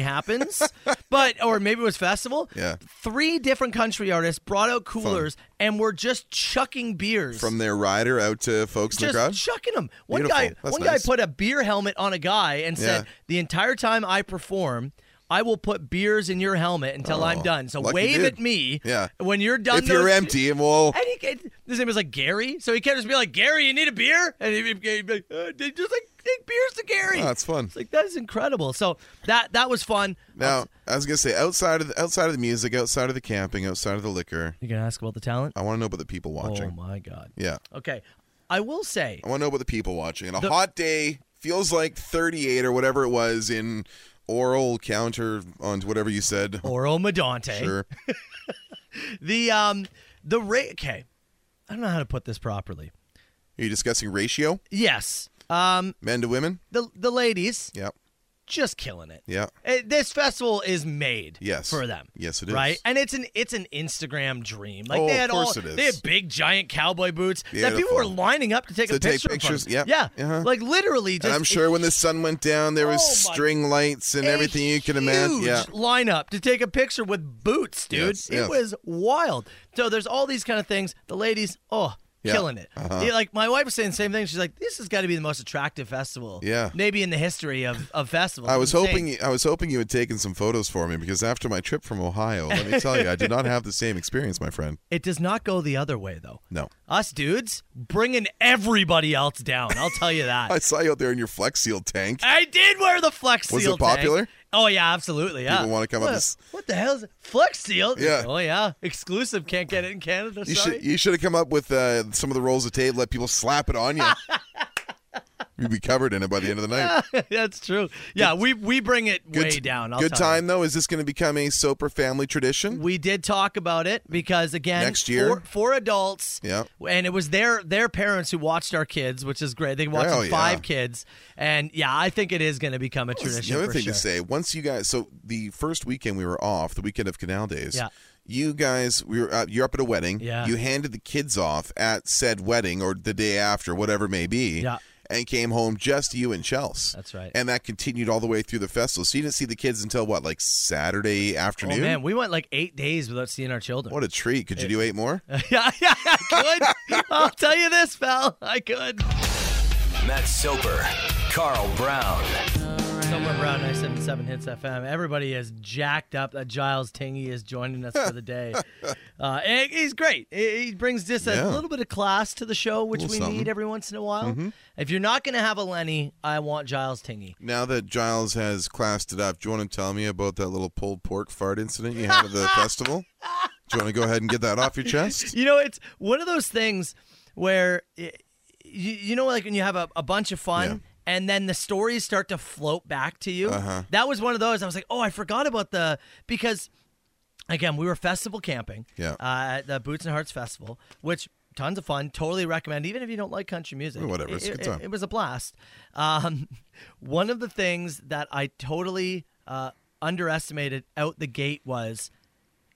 [SPEAKER 6] [laughs]
[SPEAKER 5] happens, but or maybe it was festival.
[SPEAKER 6] Yeah.
[SPEAKER 5] Three different country artists brought out coolers and were just chucking beers
[SPEAKER 6] From their a rider out to folks in the crowd?
[SPEAKER 5] Just chucking them. One guy,
[SPEAKER 6] Beautiful. That's
[SPEAKER 5] one
[SPEAKER 6] nice.
[SPEAKER 5] guy put a beer helmet on a guy and said,
[SPEAKER 6] Yeah.
[SPEAKER 5] "The entire time I perform, I will put beers in your helmet until I'm done. So
[SPEAKER 6] Oh, lucky
[SPEAKER 5] wave
[SPEAKER 6] dude.
[SPEAKER 5] at me
[SPEAKER 6] Yeah.
[SPEAKER 5] when you're done."
[SPEAKER 6] if you're
[SPEAKER 5] those-
[SPEAKER 6] empty, and we'll
[SPEAKER 5] And he, could- his name was like Gary, so he can't just be like Gary. You need a beer, and he'd be, he'd be like, uh, they just like take beers to Gary.
[SPEAKER 6] Oh, that's fun.
[SPEAKER 5] It's like that is incredible. So that that was fun.
[SPEAKER 6] now. I was gonna say outside of the, outside of the music, outside of the camping, outside of the liquor.
[SPEAKER 5] you can ask about the talent.
[SPEAKER 6] I want to know about the people
[SPEAKER 5] Oh
[SPEAKER 6] watching.
[SPEAKER 5] my god.
[SPEAKER 6] Yeah,
[SPEAKER 5] Okay, I will say
[SPEAKER 6] I want to know about the people watching. And a
[SPEAKER 5] The-
[SPEAKER 6] hot day feels like 38 or whatever it was in oral counter on whatever you said.
[SPEAKER 5] Oro Medante.
[SPEAKER 6] Sure.
[SPEAKER 5] The um the rate. Okay, I don't know how to put this properly.
[SPEAKER 6] Are you discussing ratio,
[SPEAKER 5] Yes. Um
[SPEAKER 6] men to women?
[SPEAKER 5] the the ladies
[SPEAKER 6] Yeah,
[SPEAKER 5] just killing it.
[SPEAKER 6] yeah.
[SPEAKER 5] Eh, This festival is made
[SPEAKER 6] Yes.
[SPEAKER 5] for them.
[SPEAKER 6] Yes, it is.
[SPEAKER 5] Right? And it's an it's an Instagram dream. Like
[SPEAKER 6] Oh,
[SPEAKER 5] they
[SPEAKER 6] of
[SPEAKER 5] had
[SPEAKER 6] course
[SPEAKER 5] all
[SPEAKER 6] it is.
[SPEAKER 5] they had big giant cowboy boots that people
[SPEAKER 6] Beautiful.
[SPEAKER 5] were lining up to take
[SPEAKER 6] To
[SPEAKER 5] a
[SPEAKER 6] take
[SPEAKER 5] picture of
[SPEAKER 6] pictures, yep.
[SPEAKER 5] them. Yeah.
[SPEAKER 6] Uh-huh.
[SPEAKER 5] Like literally just
[SPEAKER 6] And I'm sure when the sun went down, there was
[SPEAKER 5] Oh, my-
[SPEAKER 6] string lights and
[SPEAKER 5] a
[SPEAKER 6] everything you can imagine.
[SPEAKER 5] huge
[SPEAKER 6] Yeah.
[SPEAKER 5] lineup to take a picture with boots, dude.
[SPEAKER 6] Yes,
[SPEAKER 5] it
[SPEAKER 6] yes.
[SPEAKER 5] was wild. So there's all these kind of things. The ladies, oh,
[SPEAKER 6] Yeah, Uh-huh.
[SPEAKER 5] killing it. Yeah, like my wife was saying the same thing. She's like, "This has got to be the most attractive festival,
[SPEAKER 6] Yeah.
[SPEAKER 5] maybe in the history of of festivals."
[SPEAKER 6] I was
[SPEAKER 5] Insane.
[SPEAKER 6] hoping you- I was hoping you had taken some photos for me because after my trip from Ohio, let me tell you, I did not have the same experience, my friend.
[SPEAKER 5] it does not go the other way though.
[SPEAKER 6] No.
[SPEAKER 5] Us dudes bringing everybody else down. I'll tell you
[SPEAKER 6] [laughs]
[SPEAKER 5] that.
[SPEAKER 6] I saw you out there in your Flex Seal tank.
[SPEAKER 5] I did wear the flex seal.
[SPEAKER 6] Was it
[SPEAKER 5] tank.
[SPEAKER 6] popular?
[SPEAKER 5] Oh yeah, absolutely. Yeah.
[SPEAKER 6] People wanna come up
[SPEAKER 5] what,
[SPEAKER 6] and s-
[SPEAKER 5] What the hell is it? flex seal?
[SPEAKER 6] Yeah.
[SPEAKER 5] Oh yeah, exclusive. Can't get it in Canada.
[SPEAKER 6] You
[SPEAKER 5] sorry.
[SPEAKER 6] should you should have come up with uh, some of the rolls of tape, let people slap it on you.
[SPEAKER 5] [laughs]
[SPEAKER 6] You'd be covered in it by the end of the night.
[SPEAKER 5] [laughs] That's true. Yeah, we we bring it way
[SPEAKER 6] t-
[SPEAKER 5] down. I'll
[SPEAKER 6] good
[SPEAKER 5] tell you.
[SPEAKER 6] time though. Is this going to become a Soper family tradition?
[SPEAKER 5] We did talk about it because again,
[SPEAKER 6] Next year?
[SPEAKER 5] for, for adults,
[SPEAKER 6] Yeah.
[SPEAKER 5] and it was their their parents who watched our kids, which is great. They watched
[SPEAKER 6] Hell
[SPEAKER 5] our five
[SPEAKER 6] yeah.
[SPEAKER 5] kids, and yeah, I think it is going to become a
[SPEAKER 6] That's
[SPEAKER 5] tradition.
[SPEAKER 6] The other
[SPEAKER 5] for
[SPEAKER 6] thing
[SPEAKER 5] sure.
[SPEAKER 6] to say, once you guys, so the first weekend we were off, the weekend of Canal Days.
[SPEAKER 5] Yeah.
[SPEAKER 6] You guys, we were uh, you're up at a wedding.
[SPEAKER 5] Yeah.
[SPEAKER 6] You handed the kids off at said wedding or the day after, whatever it may be.
[SPEAKER 5] Yeah.
[SPEAKER 6] And came home just you and Chelsea.
[SPEAKER 5] That's right.
[SPEAKER 6] And that continued all the way through the festival. So you didn't see the kids until what, like Saturday
[SPEAKER 5] Oh
[SPEAKER 6] afternoon?
[SPEAKER 5] man, we went like eight days without seeing our children.
[SPEAKER 6] What a treat. Could you do eight
[SPEAKER 5] [laughs]
[SPEAKER 6] more?
[SPEAKER 5] yeah, yeah, I could. I'll tell you this, pal, I could.
[SPEAKER 4] Matt Soper, Carl Brown,
[SPEAKER 5] Somewhere Brown 977 Hits FM. Everybody is jacked up that Giles Tingy is joining us for
[SPEAKER 6] [laughs]
[SPEAKER 5] the day. Uh, and he's great. He he brings just a
[SPEAKER 6] Yeah.
[SPEAKER 5] little bit of class to the show, which we
[SPEAKER 6] Little something. Mm-hmm.
[SPEAKER 5] need every once in a while. If you're not going to have a Lenny, I want Giles Tingy.
[SPEAKER 6] Now that Giles has classed it up, do you want to tell me about that little pulled pork fart incident you had at
[SPEAKER 5] [laughs]
[SPEAKER 6] the festival? Do you want to go ahead and get that off your chest?
[SPEAKER 5] You know, it's one of those things where, y you, you know, like when you have a, a bunch of fun.
[SPEAKER 6] Yeah. Uh-huh.
[SPEAKER 5] And then the stories start to float back to you. That was one of those. I was like, oh, I forgot about the because again, we were festival camping
[SPEAKER 6] Yeah.
[SPEAKER 5] uh, at the Boots and Hearts Festival, which tons of fun. Totally recommend, even if you don't like country music.
[SPEAKER 6] Oh, whatever, it's a
[SPEAKER 5] It,
[SPEAKER 6] good
[SPEAKER 5] it-
[SPEAKER 6] time.
[SPEAKER 5] it was a blast. Um, [laughs] one of the things that I totally uh, underestimated out the gate was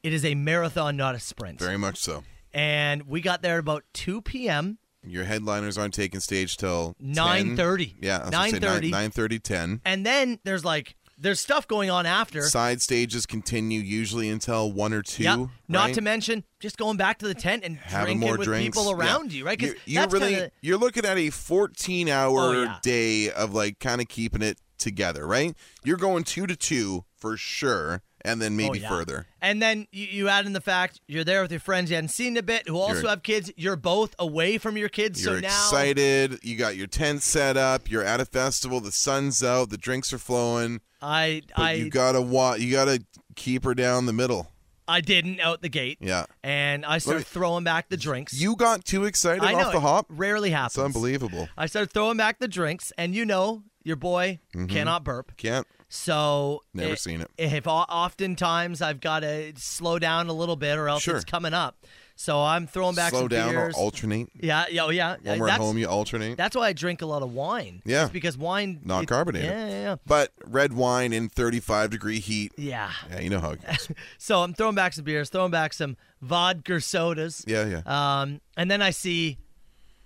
[SPEAKER 5] it is a marathon, not a sprint.
[SPEAKER 6] Very much so.
[SPEAKER 5] and we got there about 2 p.m.
[SPEAKER 6] Your headliners aren't taking stage till 10.
[SPEAKER 5] 9:30.
[SPEAKER 6] Yeah, that's what I'm saying,
[SPEAKER 5] 9:30.
[SPEAKER 6] 9 9:30, 10.
[SPEAKER 5] And then there's like, there's stuff going on after.
[SPEAKER 6] Side stages continue usually until 1 or 2.
[SPEAKER 5] Yeah. Not
[SPEAKER 6] right?
[SPEAKER 5] to mention just going back to the tent and
[SPEAKER 6] having
[SPEAKER 5] drinking
[SPEAKER 6] more
[SPEAKER 5] with
[SPEAKER 6] drinks.
[SPEAKER 5] people
[SPEAKER 6] Yeah.
[SPEAKER 5] around you, right?
[SPEAKER 6] You're,
[SPEAKER 5] Because
[SPEAKER 6] you're
[SPEAKER 5] that's
[SPEAKER 6] really
[SPEAKER 5] kinda,
[SPEAKER 6] you're looking at a 14 hour
[SPEAKER 5] Oh, yeah.
[SPEAKER 6] day of like kind of keeping it together, right? You're going two to two for sure, and then
[SPEAKER 5] Oh,
[SPEAKER 6] maybe
[SPEAKER 5] yeah.
[SPEAKER 6] further.
[SPEAKER 5] And then you, you add in the fact you're there with your friends you hadn't seen in a bit, who also
[SPEAKER 6] You're-
[SPEAKER 5] have kids. You're both away from your kids,
[SPEAKER 6] You're
[SPEAKER 5] so now
[SPEAKER 6] excited. You got your tent set up. You're at a festival. The sun's out. The drinks are flowing.
[SPEAKER 5] I
[SPEAKER 6] But
[SPEAKER 5] I
[SPEAKER 6] you gotta wa- You gotta keep her down the middle.
[SPEAKER 5] I didn't out the gate.
[SPEAKER 6] Yeah.
[SPEAKER 5] and I started
[SPEAKER 6] me-
[SPEAKER 5] throwing back the drinks.
[SPEAKER 6] You got too excited
[SPEAKER 5] I know
[SPEAKER 6] off the
[SPEAKER 5] it
[SPEAKER 6] hop.
[SPEAKER 5] rarely happens.
[SPEAKER 6] It's unbelievable.
[SPEAKER 5] I started throwing back the drinks, and you know your boy
[SPEAKER 6] Mm-hmm.
[SPEAKER 5] cannot burp.
[SPEAKER 6] Can't.
[SPEAKER 5] So
[SPEAKER 6] Never seen it.
[SPEAKER 5] If o- oftentimes I've got to slow down a little bit, or else
[SPEAKER 6] Sure.
[SPEAKER 5] it's coming up. So I'm throwing back
[SPEAKER 6] Slow
[SPEAKER 5] some
[SPEAKER 6] down
[SPEAKER 5] beers.
[SPEAKER 6] or alternate.
[SPEAKER 5] yeah, yeah, oh, yeah.
[SPEAKER 6] When we're at
[SPEAKER 5] That's-
[SPEAKER 6] home, you alternate.
[SPEAKER 5] That's why I drink a lot of wine.
[SPEAKER 6] Yeah.
[SPEAKER 5] It's because wine
[SPEAKER 6] Non carbonated.
[SPEAKER 5] It, yeah, yeah, yeah.
[SPEAKER 6] But red wine in 35 degree heat.
[SPEAKER 5] Yeah.
[SPEAKER 6] Yeah, you know how it
[SPEAKER 5] [laughs]
[SPEAKER 6] goes.
[SPEAKER 5] So I'm throwing back some beers, throwing back some vodka sodas.
[SPEAKER 6] Yeah, yeah.
[SPEAKER 5] Uh, Um, and then I see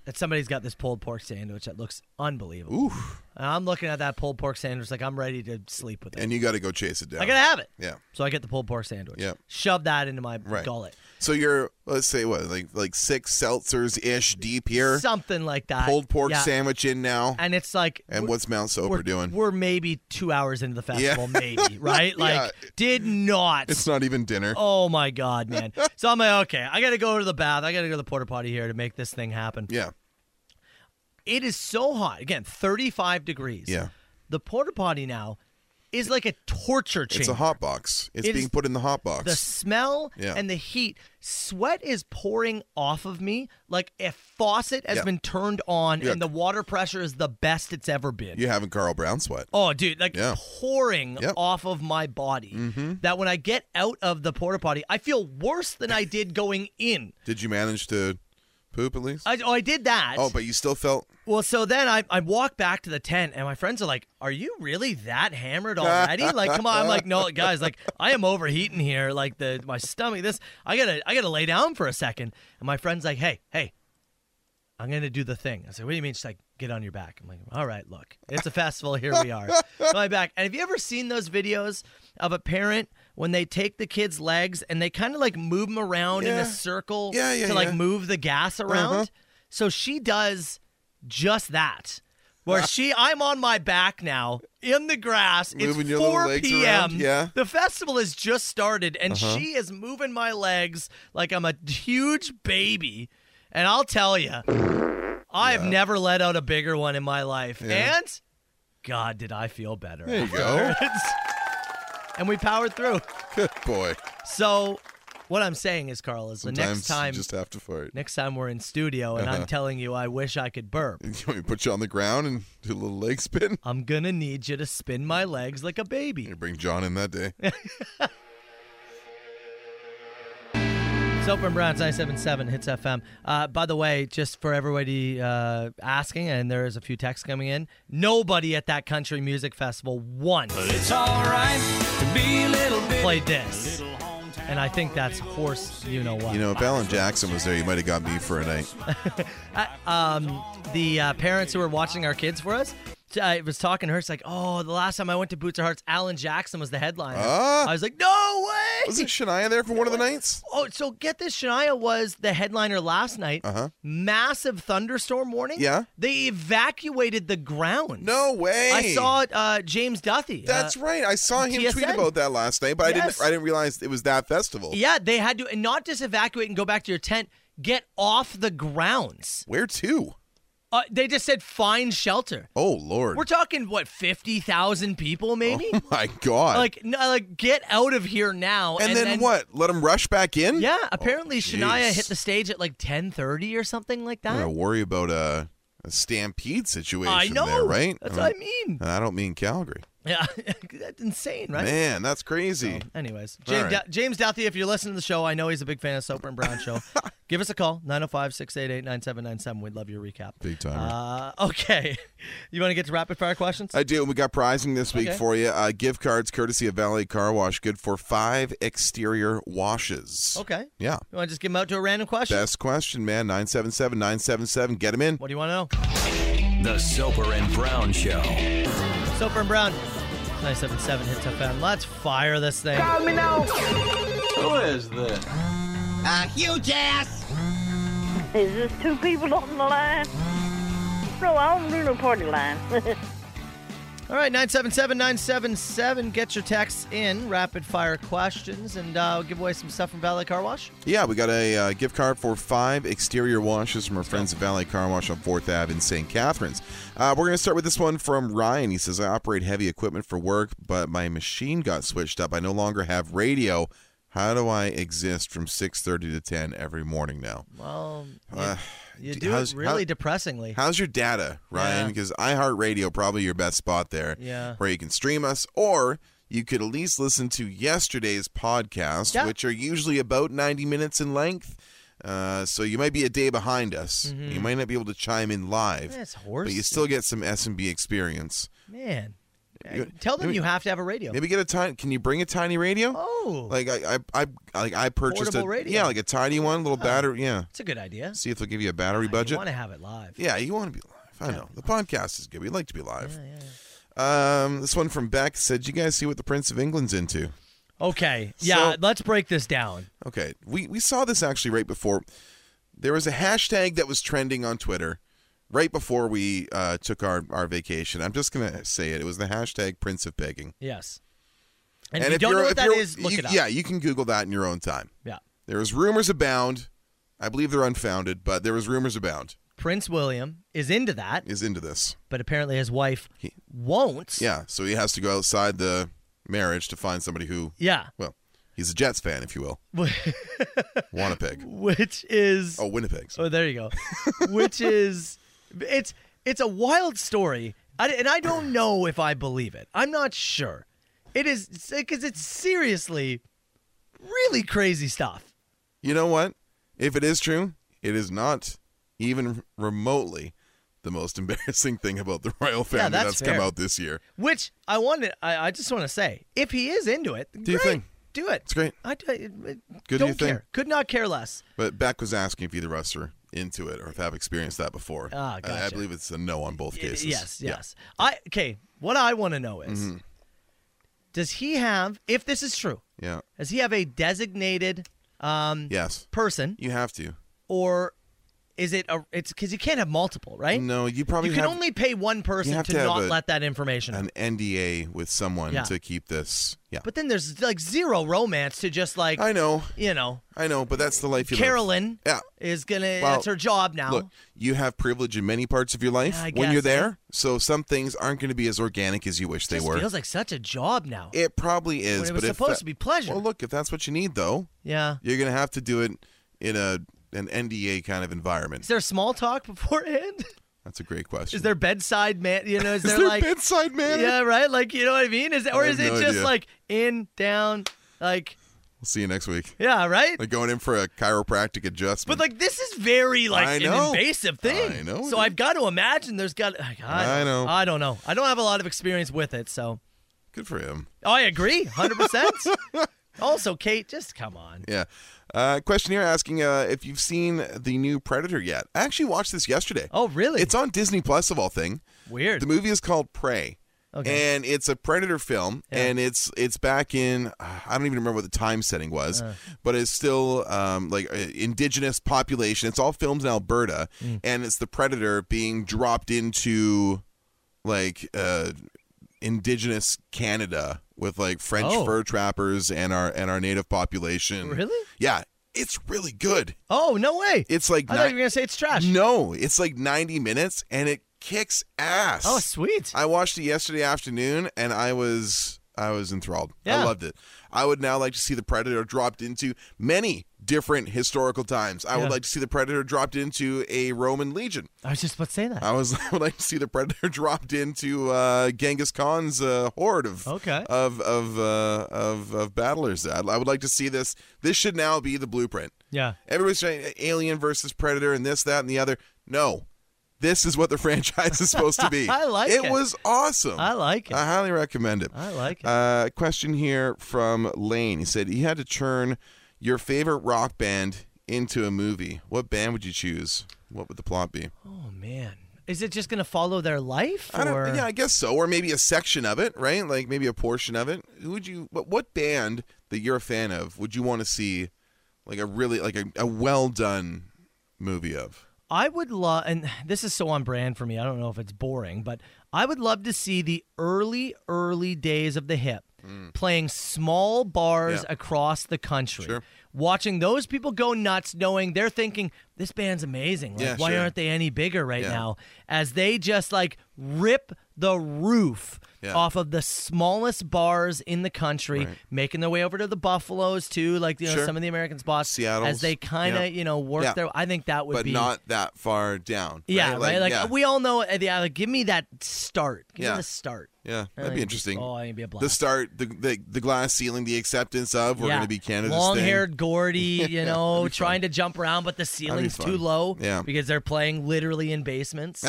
[SPEAKER 5] that somebody's got this pulled pork sandwich that looks unbelievable.
[SPEAKER 6] Oof.
[SPEAKER 5] And I'm looking at that pulled pork sandwich like I'm ready to sleep with it.
[SPEAKER 6] and you got to go chase it down.
[SPEAKER 5] I gotta have it.
[SPEAKER 6] yeah.
[SPEAKER 5] So I get the pulled pork sandwich.
[SPEAKER 6] Yep.
[SPEAKER 5] Shove that into my
[SPEAKER 6] Right.
[SPEAKER 5] gullet.
[SPEAKER 6] So you're let's say what like like six seltzers ish deep here.
[SPEAKER 5] Something like that.
[SPEAKER 6] Pulled pork
[SPEAKER 5] uh, Yeah.
[SPEAKER 6] sandwich in now.
[SPEAKER 5] And it's like
[SPEAKER 6] And what's Mount Soper
[SPEAKER 5] we're
[SPEAKER 6] doing?
[SPEAKER 5] We're maybe two hours into the
[SPEAKER 6] [laughs]
[SPEAKER 5] festival, maybe right? Like,
[SPEAKER 6] Yeah.
[SPEAKER 5] did not.
[SPEAKER 6] It's not even dinner.
[SPEAKER 5] Oh my
[SPEAKER 6] [laughs]
[SPEAKER 5] god, man! so I'm like, okay, I gotta go to the bath. I gotta go to the porta potty here to make this thing happen.
[SPEAKER 6] Yeah.
[SPEAKER 5] It is so hot. Again, 35 degrees.
[SPEAKER 6] Yeah.
[SPEAKER 5] The porta potty now is like a torture chamber.
[SPEAKER 6] It's a hot box. It's
[SPEAKER 5] It is
[SPEAKER 6] being put in the hot box.
[SPEAKER 5] The smell
[SPEAKER 6] Yeah.
[SPEAKER 5] and the heat. Sweat is pouring off of me like a faucet has
[SPEAKER 6] Yeah.
[SPEAKER 5] been turned on
[SPEAKER 6] Yeah.
[SPEAKER 5] and the water pressure is the best it's ever been.
[SPEAKER 6] You're having Carl Brown sweat.
[SPEAKER 5] Oh, dude, like
[SPEAKER 6] Yeah.
[SPEAKER 5] pouring
[SPEAKER 6] Yep. Mm-hmm.
[SPEAKER 5] off of my body. That when I get out of the porta potty, I feel worse than I did going in.
[SPEAKER 6] Did you manage to poop at least?
[SPEAKER 5] I, oh, I did that.
[SPEAKER 6] oh, but you still felt
[SPEAKER 5] Well, so then I, I walk back to the tent, and my friends are like, "Are you really that hammered already? Like, come on!" I'm
[SPEAKER 6] [laughs]
[SPEAKER 5] like, "No, guys, like I am overheating here. Like the my stomach. This I gotta I gotta lay down for a second. And my friend's like, "Hey, hey, I'm gonna do the thing." I said, "What do you mean?" She's like, "Get on your back." I'm like, "All right, look, it's a festival. Here we are." on my back. And have you ever seen those videos of a parent? When they take the kid's legs and they kind of like move them around in
[SPEAKER 6] Yeah.
[SPEAKER 5] a circle
[SPEAKER 6] Yeah, yeah,
[SPEAKER 5] to like
[SPEAKER 6] yeah. Uh-huh.
[SPEAKER 5] move the gas around. So she does just that. Where she, I'm on my back now in the grass.
[SPEAKER 6] Moving
[SPEAKER 5] it's
[SPEAKER 6] your little
[SPEAKER 5] 4
[SPEAKER 6] legs
[SPEAKER 5] p.m.
[SPEAKER 6] around, yeah. Uh-huh.
[SPEAKER 5] The festival has just started, and she is moving my legs like I'm a huge baby. And I'll tell you, I have never let out a bigger one in my life. And God, did I feel better.
[SPEAKER 6] There you go.
[SPEAKER 5] [laughs] and we powered through.
[SPEAKER 6] Good boy.
[SPEAKER 5] So, what I'm saying is, Carl, is the
[SPEAKER 6] Sometimes
[SPEAKER 5] next time,
[SPEAKER 6] you just Uh-huh. have to fart.
[SPEAKER 5] next time we're in studio, and I'm telling you, I wish I could burp.
[SPEAKER 6] [laughs] You want me to put you on the ground and do a little leg spin?
[SPEAKER 5] I'm gonna need you to spin my legs like a baby.
[SPEAKER 6] You bring John in that day.
[SPEAKER 5] Soap and Brown's 977 Hits FM. Uh, by the way, just for everybody uh, asking, and there is a few texts coming in, nobody at that country music festival once
[SPEAKER 2] It's alright to be a little bit.
[SPEAKER 5] played this. And I think that's horse, you know what.
[SPEAKER 6] You know, if Alan Jackson was there, you might have got me for a night.
[SPEAKER 5] the uh, parents who were watching our kids for us, t- I was talking to her. It's like, oh, the last time I went to Boots of Hearts, Alan Jackson was the headliner.
[SPEAKER 6] Ah.
[SPEAKER 5] I was like, no way.
[SPEAKER 6] Wasn't Shania there for one of the nights?
[SPEAKER 5] Oh, so get this. Shania was the headliner last night.
[SPEAKER 6] Uh-huh.
[SPEAKER 5] Massive thunderstorm warning.
[SPEAKER 6] Yeah.
[SPEAKER 5] They evacuated the ground.
[SPEAKER 6] No way.
[SPEAKER 5] I saw uh, James Duthie.
[SPEAKER 6] That's
[SPEAKER 5] uh,
[SPEAKER 6] right. I saw him tweet
[SPEAKER 5] TSN.
[SPEAKER 6] about that last night, but
[SPEAKER 5] Yes.
[SPEAKER 6] I didn't. I didn't realize it was that festival.
[SPEAKER 5] Yeah, they had to, and not just evacuate and go back to your tent, get off the grounds.
[SPEAKER 6] Where to?
[SPEAKER 5] Uh, they just said find shelter.
[SPEAKER 6] Oh Lord.
[SPEAKER 5] We're talking, what, 50,000 people maybe?
[SPEAKER 6] Oh My God.
[SPEAKER 5] like, no, like, get out of here now.
[SPEAKER 6] and, then, what? Let him rush back in?
[SPEAKER 5] Yeah, apparently Shania
[SPEAKER 6] jeez.
[SPEAKER 5] hit the stage at like 10.30 or something like
[SPEAKER 6] I'm
[SPEAKER 5] that.
[SPEAKER 6] gonna worry about a, a stampede situation.
[SPEAKER 5] I know.
[SPEAKER 6] There, right? Uh-huh.
[SPEAKER 5] That's
[SPEAKER 6] I
[SPEAKER 5] what I
[SPEAKER 6] mean,
[SPEAKER 5] mean.
[SPEAKER 6] and I don't mean Calgary.
[SPEAKER 5] Yeah, [laughs] that's insane, right?
[SPEAKER 6] Man, that's crazy.
[SPEAKER 5] Anyways, James,
[SPEAKER 6] right.
[SPEAKER 5] Dou- James Douthie, if you're listening to the show, I know he's a big fan of Soper and
[SPEAKER 6] [laughs]
[SPEAKER 5] Brown Show. Give us a call, 905 688 9797. We'd love your recap.
[SPEAKER 6] Big timer.
[SPEAKER 5] Uh, okay. [laughs] You want to get to rapid fire questions?
[SPEAKER 6] I do, and we got prizing this week
[SPEAKER 5] Okay.
[SPEAKER 6] for you. Uh, gift cards courtesy of Valet Car Wash, good for five exterior washes.
[SPEAKER 5] okay.
[SPEAKER 6] Yeah.
[SPEAKER 5] You want to just give them out to a random question?
[SPEAKER 6] Best question, man. 977 977. Get them in.
[SPEAKER 5] What do you want to
[SPEAKER 4] The Soper and Brown Show.
[SPEAKER 5] know? Soper and Brown, 977 Hits FM. Let's fire this thing.
[SPEAKER 7] Is this two people on the line? No, I don't do no party
[SPEAKER 8] [laughs]
[SPEAKER 7] line.
[SPEAKER 5] All right, 977 977. Get your texts in, rapid fire questions, and uh, we'll give away some stuff from Valet Car Wash.
[SPEAKER 6] Yeah, we got a uh, gift card for five exterior washes from our friends at Valley Car Wash on 4th Ave in St. Catharines. Uh, we're going to start with this one from Ryan. He says, I operate heavy equipment for work, but my machine got switched up. I no longer have radio. How do I exist from 6.30 to 10 every morning now?
[SPEAKER 5] Well, you, you
[SPEAKER 6] Uh, d-
[SPEAKER 5] do
[SPEAKER 6] how's-
[SPEAKER 5] it really
[SPEAKER 6] how-
[SPEAKER 5] depressingly.
[SPEAKER 6] How's your data, Ryan?
[SPEAKER 5] Yeah.
[SPEAKER 6] Because iHeartRadio probably your best spot there,
[SPEAKER 5] Yeah.
[SPEAKER 6] where you can stream us, or you could at least listen to yesterday's podcast,
[SPEAKER 5] Yeah.
[SPEAKER 6] which are usually about ninety minutes in length. Uh, so you might be a day behind us.
[SPEAKER 5] Mm-hmm.
[SPEAKER 6] You might not be able to chime in live,
[SPEAKER 5] That's horse.
[SPEAKER 6] but you still get some S and B experience.
[SPEAKER 5] Man.
[SPEAKER 6] You-
[SPEAKER 5] Tell them
[SPEAKER 6] maybe-
[SPEAKER 5] you have to have a radio.
[SPEAKER 6] Maybe get a tiny. Can you bring a tiny radio?
[SPEAKER 5] Oh,
[SPEAKER 6] Like I, I, I, like I purchased a
[SPEAKER 5] Portable radio.
[SPEAKER 6] yeah, like a tiny one, little battery. Yeah,
[SPEAKER 5] that's a good idea.
[SPEAKER 6] see if they'll give you a battery
[SPEAKER 5] You
[SPEAKER 6] budget.
[SPEAKER 5] want to have it live.
[SPEAKER 6] Yeah, you want to be live. I know. The podcast is good. We like to be live. Um, this one from Beck said, "You guys see what the Prince of England's into?"
[SPEAKER 5] Okay. Yeah.
[SPEAKER 6] So-
[SPEAKER 5] let's break this down.
[SPEAKER 6] Okay, we we saw this actually right before. There was a hashtag that was trending on Twitter right before we uh, took our our vacation. I'm just gonna say it. It was the hashtag Prince of Begging.
[SPEAKER 5] Yes. And, if you don't know what that
[SPEAKER 6] you're-
[SPEAKER 5] is, look
[SPEAKER 6] you-
[SPEAKER 5] it up.
[SPEAKER 6] Yeah, you can Google that in your own time.
[SPEAKER 5] Yeah.
[SPEAKER 6] There was rumors abound. I believe they're unfounded, but there was rumors abound.
[SPEAKER 5] Prince William is into that,
[SPEAKER 6] Is into this.
[SPEAKER 5] but apparently his wife won't.
[SPEAKER 6] Yeah, so he has to go outside the marriage to find somebody who,
[SPEAKER 5] Yeah. [laughs]
[SPEAKER 6] well, he's a Jets fan, if you will.
[SPEAKER 5] [laughs]
[SPEAKER 6] Winnipeg.
[SPEAKER 5] Which is
[SPEAKER 6] Oh, Winnipeg.
[SPEAKER 5] Oh,
[SPEAKER 6] [laughs]
[SPEAKER 5] there you go. Which is it's it's a wild story, I, and I don't know if I believe it. I'm not sure. It is because it's seriously really crazy stuff.
[SPEAKER 6] You know what? If it is true, it is not even remotely the most [laughs] embarrassing thing about the royal family
[SPEAKER 5] that's
[SPEAKER 6] that's,
[SPEAKER 5] fair.
[SPEAKER 6] come out this year.
[SPEAKER 5] Which I wanted. I, I just want to say, if he is into it,
[SPEAKER 6] your
[SPEAKER 5] great,
[SPEAKER 6] thing.
[SPEAKER 5] do it.
[SPEAKER 6] It's great.
[SPEAKER 5] I, I- I
[SPEAKER 6] do
[SPEAKER 5] don't
[SPEAKER 6] your thing.
[SPEAKER 5] care. Could not care less.
[SPEAKER 6] But Beck was asking if either of us are into it or if I've experienced that before. Uh,
[SPEAKER 5] Ah,
[SPEAKER 6] I- I,
[SPEAKER 5] gotcha.
[SPEAKER 6] believe it's a no on both cases.
[SPEAKER 5] Yes,
[SPEAKER 6] Yeah. Mm-hmm.
[SPEAKER 5] yes. I okay. What I want to know is, does he have? If this is true,
[SPEAKER 6] Yeah.
[SPEAKER 5] does he have a designated um,
[SPEAKER 6] Yes.
[SPEAKER 5] person?
[SPEAKER 6] You have to.
[SPEAKER 5] or is it a? It's because you can't have multiple, right?
[SPEAKER 6] No, you probably
[SPEAKER 5] you can
[SPEAKER 6] have
[SPEAKER 5] only pay one person
[SPEAKER 6] have
[SPEAKER 5] to,
[SPEAKER 6] to have
[SPEAKER 5] not
[SPEAKER 6] a-
[SPEAKER 5] let that information. out.
[SPEAKER 6] an NDA with someone
[SPEAKER 5] Yeah.
[SPEAKER 6] to keep this. Yeah.
[SPEAKER 5] But then there's like zero romance to just like
[SPEAKER 6] I know.
[SPEAKER 5] you know
[SPEAKER 6] I know, but that's the life you live.
[SPEAKER 5] Carolyn
[SPEAKER 6] Yeah.
[SPEAKER 5] is gonna
[SPEAKER 6] Well,
[SPEAKER 5] that's her job now.
[SPEAKER 6] Look, you have privilege in many parts of your life
[SPEAKER 5] I
[SPEAKER 6] when
[SPEAKER 5] guess, eh?
[SPEAKER 6] you're there, so some things aren't going to be as organic as you wish they
[SPEAKER 5] Just
[SPEAKER 6] were.
[SPEAKER 5] feels like such a job now.
[SPEAKER 6] It probably is,
[SPEAKER 5] When it
[SPEAKER 6] but
[SPEAKER 5] was
[SPEAKER 6] if
[SPEAKER 5] supposed
[SPEAKER 6] that-
[SPEAKER 5] to be pleasure.
[SPEAKER 6] Well, look, if that's what you need, though,
[SPEAKER 5] yeah.
[SPEAKER 6] you're gonna have to do it in a an NDA kind of
[SPEAKER 5] Is
[SPEAKER 6] environment.
[SPEAKER 5] there small talk [laughs] beforehand?
[SPEAKER 6] That's a great question.
[SPEAKER 5] Is there bedside man? You know, is,
[SPEAKER 6] [laughs] Is
[SPEAKER 5] there,
[SPEAKER 6] there
[SPEAKER 5] like
[SPEAKER 6] bedside manner?
[SPEAKER 5] yeah, right? Like you know what I mean? Is or
[SPEAKER 6] have
[SPEAKER 5] is it
[SPEAKER 6] no
[SPEAKER 5] just
[SPEAKER 6] idea.
[SPEAKER 5] like in down like
[SPEAKER 6] We'll see you next week.
[SPEAKER 5] yeah, right?
[SPEAKER 6] Like going in for a chiropractic adjustment.
[SPEAKER 5] But like this is very like
[SPEAKER 6] I
[SPEAKER 5] an
[SPEAKER 6] know.
[SPEAKER 5] invasive thing.
[SPEAKER 6] I know
[SPEAKER 5] So
[SPEAKER 6] it
[SPEAKER 5] I've got to imagine there's got. I,
[SPEAKER 6] I know.
[SPEAKER 5] I don't know. I don't have a lot of experience with it, so Oh,
[SPEAKER 6] good for him.
[SPEAKER 5] I agree,
[SPEAKER 6] [laughs]
[SPEAKER 5] hundred percent. Also, Kate, just come on.
[SPEAKER 6] Yeah. Uh, question here asking uh, if you've seen the new Predator yet. I actually watched this yesterday.
[SPEAKER 5] Oh, really?
[SPEAKER 6] It's on Disney Plus of all thing.
[SPEAKER 5] weird.
[SPEAKER 6] The movie is called Prey.
[SPEAKER 5] Okay.
[SPEAKER 6] And it's a predator film,
[SPEAKER 5] Yeah.
[SPEAKER 6] and it's it's back in uh, I don't even remember what the time setting was,
[SPEAKER 5] Uh.
[SPEAKER 6] but it's still um, like uh, indigenous population. It's all filmed in Alberta,
[SPEAKER 5] Mm.
[SPEAKER 6] and it's the predator being dropped into like uh, indigenous Canada with like French
[SPEAKER 5] Oh.
[SPEAKER 6] fur trappers and our and our native population.
[SPEAKER 5] Really?
[SPEAKER 6] Yeah, it's really good.
[SPEAKER 5] oh no way!
[SPEAKER 6] It's like
[SPEAKER 5] I
[SPEAKER 6] ni-
[SPEAKER 5] thought you were gonna say it's trash.
[SPEAKER 6] no, it's like 90 minutes and it kicks ass.
[SPEAKER 5] Oh sweet.
[SPEAKER 6] I watched it yesterday afternoon and I was I was enthralled.
[SPEAKER 5] Yeah.
[SPEAKER 6] I loved it. I would now like to see the Predator dropped into many different historical times. I
[SPEAKER 5] Yeah.
[SPEAKER 6] would like to see the Predator dropped into a Roman legion.
[SPEAKER 5] I was just about to say that.
[SPEAKER 6] I was [laughs] I would like to see the Predator [laughs] dropped into uh, Genghis Khan's uh, horde of
[SPEAKER 5] Okay.
[SPEAKER 6] of of, uh, of of battlers. I, I would like to see this. This should now be the blueprint.
[SPEAKER 5] yeah.
[SPEAKER 6] Everybody's saying Alien versus Predator and this, that, and the other. No, this is what the [laughs] franchise is supposed to be.
[SPEAKER 5] [laughs] I like it.
[SPEAKER 6] It was awesome.
[SPEAKER 5] I like it.
[SPEAKER 6] I highly recommend it.
[SPEAKER 5] I like it.
[SPEAKER 6] Uh, question here from Lane. He said he had to turn your favorite rock band into a movie. What band would you choose? What would the plot be?
[SPEAKER 5] oh man, is it just gonna follow their life? Or
[SPEAKER 6] I don't, yeah, I guess so. Or maybe a section of it, right? Like maybe a portion of it. Who would you? What, what band that you're a fan of would you want to see? Like a really like a, a well done movie of.
[SPEAKER 5] I would love, and [sighs] this is so on brand for me. I don't know if it's boring, but I would love to see the early, early days of the hip playing small bars
[SPEAKER 6] Mm. Yeah.
[SPEAKER 5] across the country.
[SPEAKER 6] Sure.
[SPEAKER 5] Watching those people go nuts, knowing they're thinking, this band's amazing. Like,
[SPEAKER 6] Yeah,
[SPEAKER 5] why
[SPEAKER 6] sure.
[SPEAKER 5] aren't they any bigger right
[SPEAKER 6] Yeah.
[SPEAKER 5] now? As they just like rip the roof
[SPEAKER 6] Yeah.
[SPEAKER 5] off of the smallest bars in the country, making their way over to the Buffaloes, too, like you know,
[SPEAKER 6] Sure.
[SPEAKER 5] some of the American spots. As
[SPEAKER 6] Seattle's.
[SPEAKER 5] they kind of,
[SPEAKER 6] Yeah.
[SPEAKER 5] you know, work
[SPEAKER 6] Yeah.
[SPEAKER 5] their I think that would
[SPEAKER 6] but
[SPEAKER 5] be
[SPEAKER 6] not that far down.
[SPEAKER 5] yeah,
[SPEAKER 6] right.
[SPEAKER 5] right. Like,
[SPEAKER 6] yeah,
[SPEAKER 5] we all know. uh, Yeah, like, give me that start. Give
[SPEAKER 6] Yeah.
[SPEAKER 5] me the start.
[SPEAKER 6] yeah, that'd
[SPEAKER 5] Like,
[SPEAKER 6] be interesting.
[SPEAKER 5] Oh, I need to be a blast.
[SPEAKER 6] the start, the, the the glass ceiling, the acceptance of we're
[SPEAKER 5] Yeah.
[SPEAKER 6] gonna be Canada's thing.
[SPEAKER 5] Long-haired
[SPEAKER 6] [laughs]
[SPEAKER 5] Gordy, you know, trying to jump around, but the ceiling's too
[SPEAKER 6] fun.
[SPEAKER 5] low.
[SPEAKER 6] Yeah.
[SPEAKER 5] because they're playing literally in
[SPEAKER 6] [laughs]
[SPEAKER 5] basements.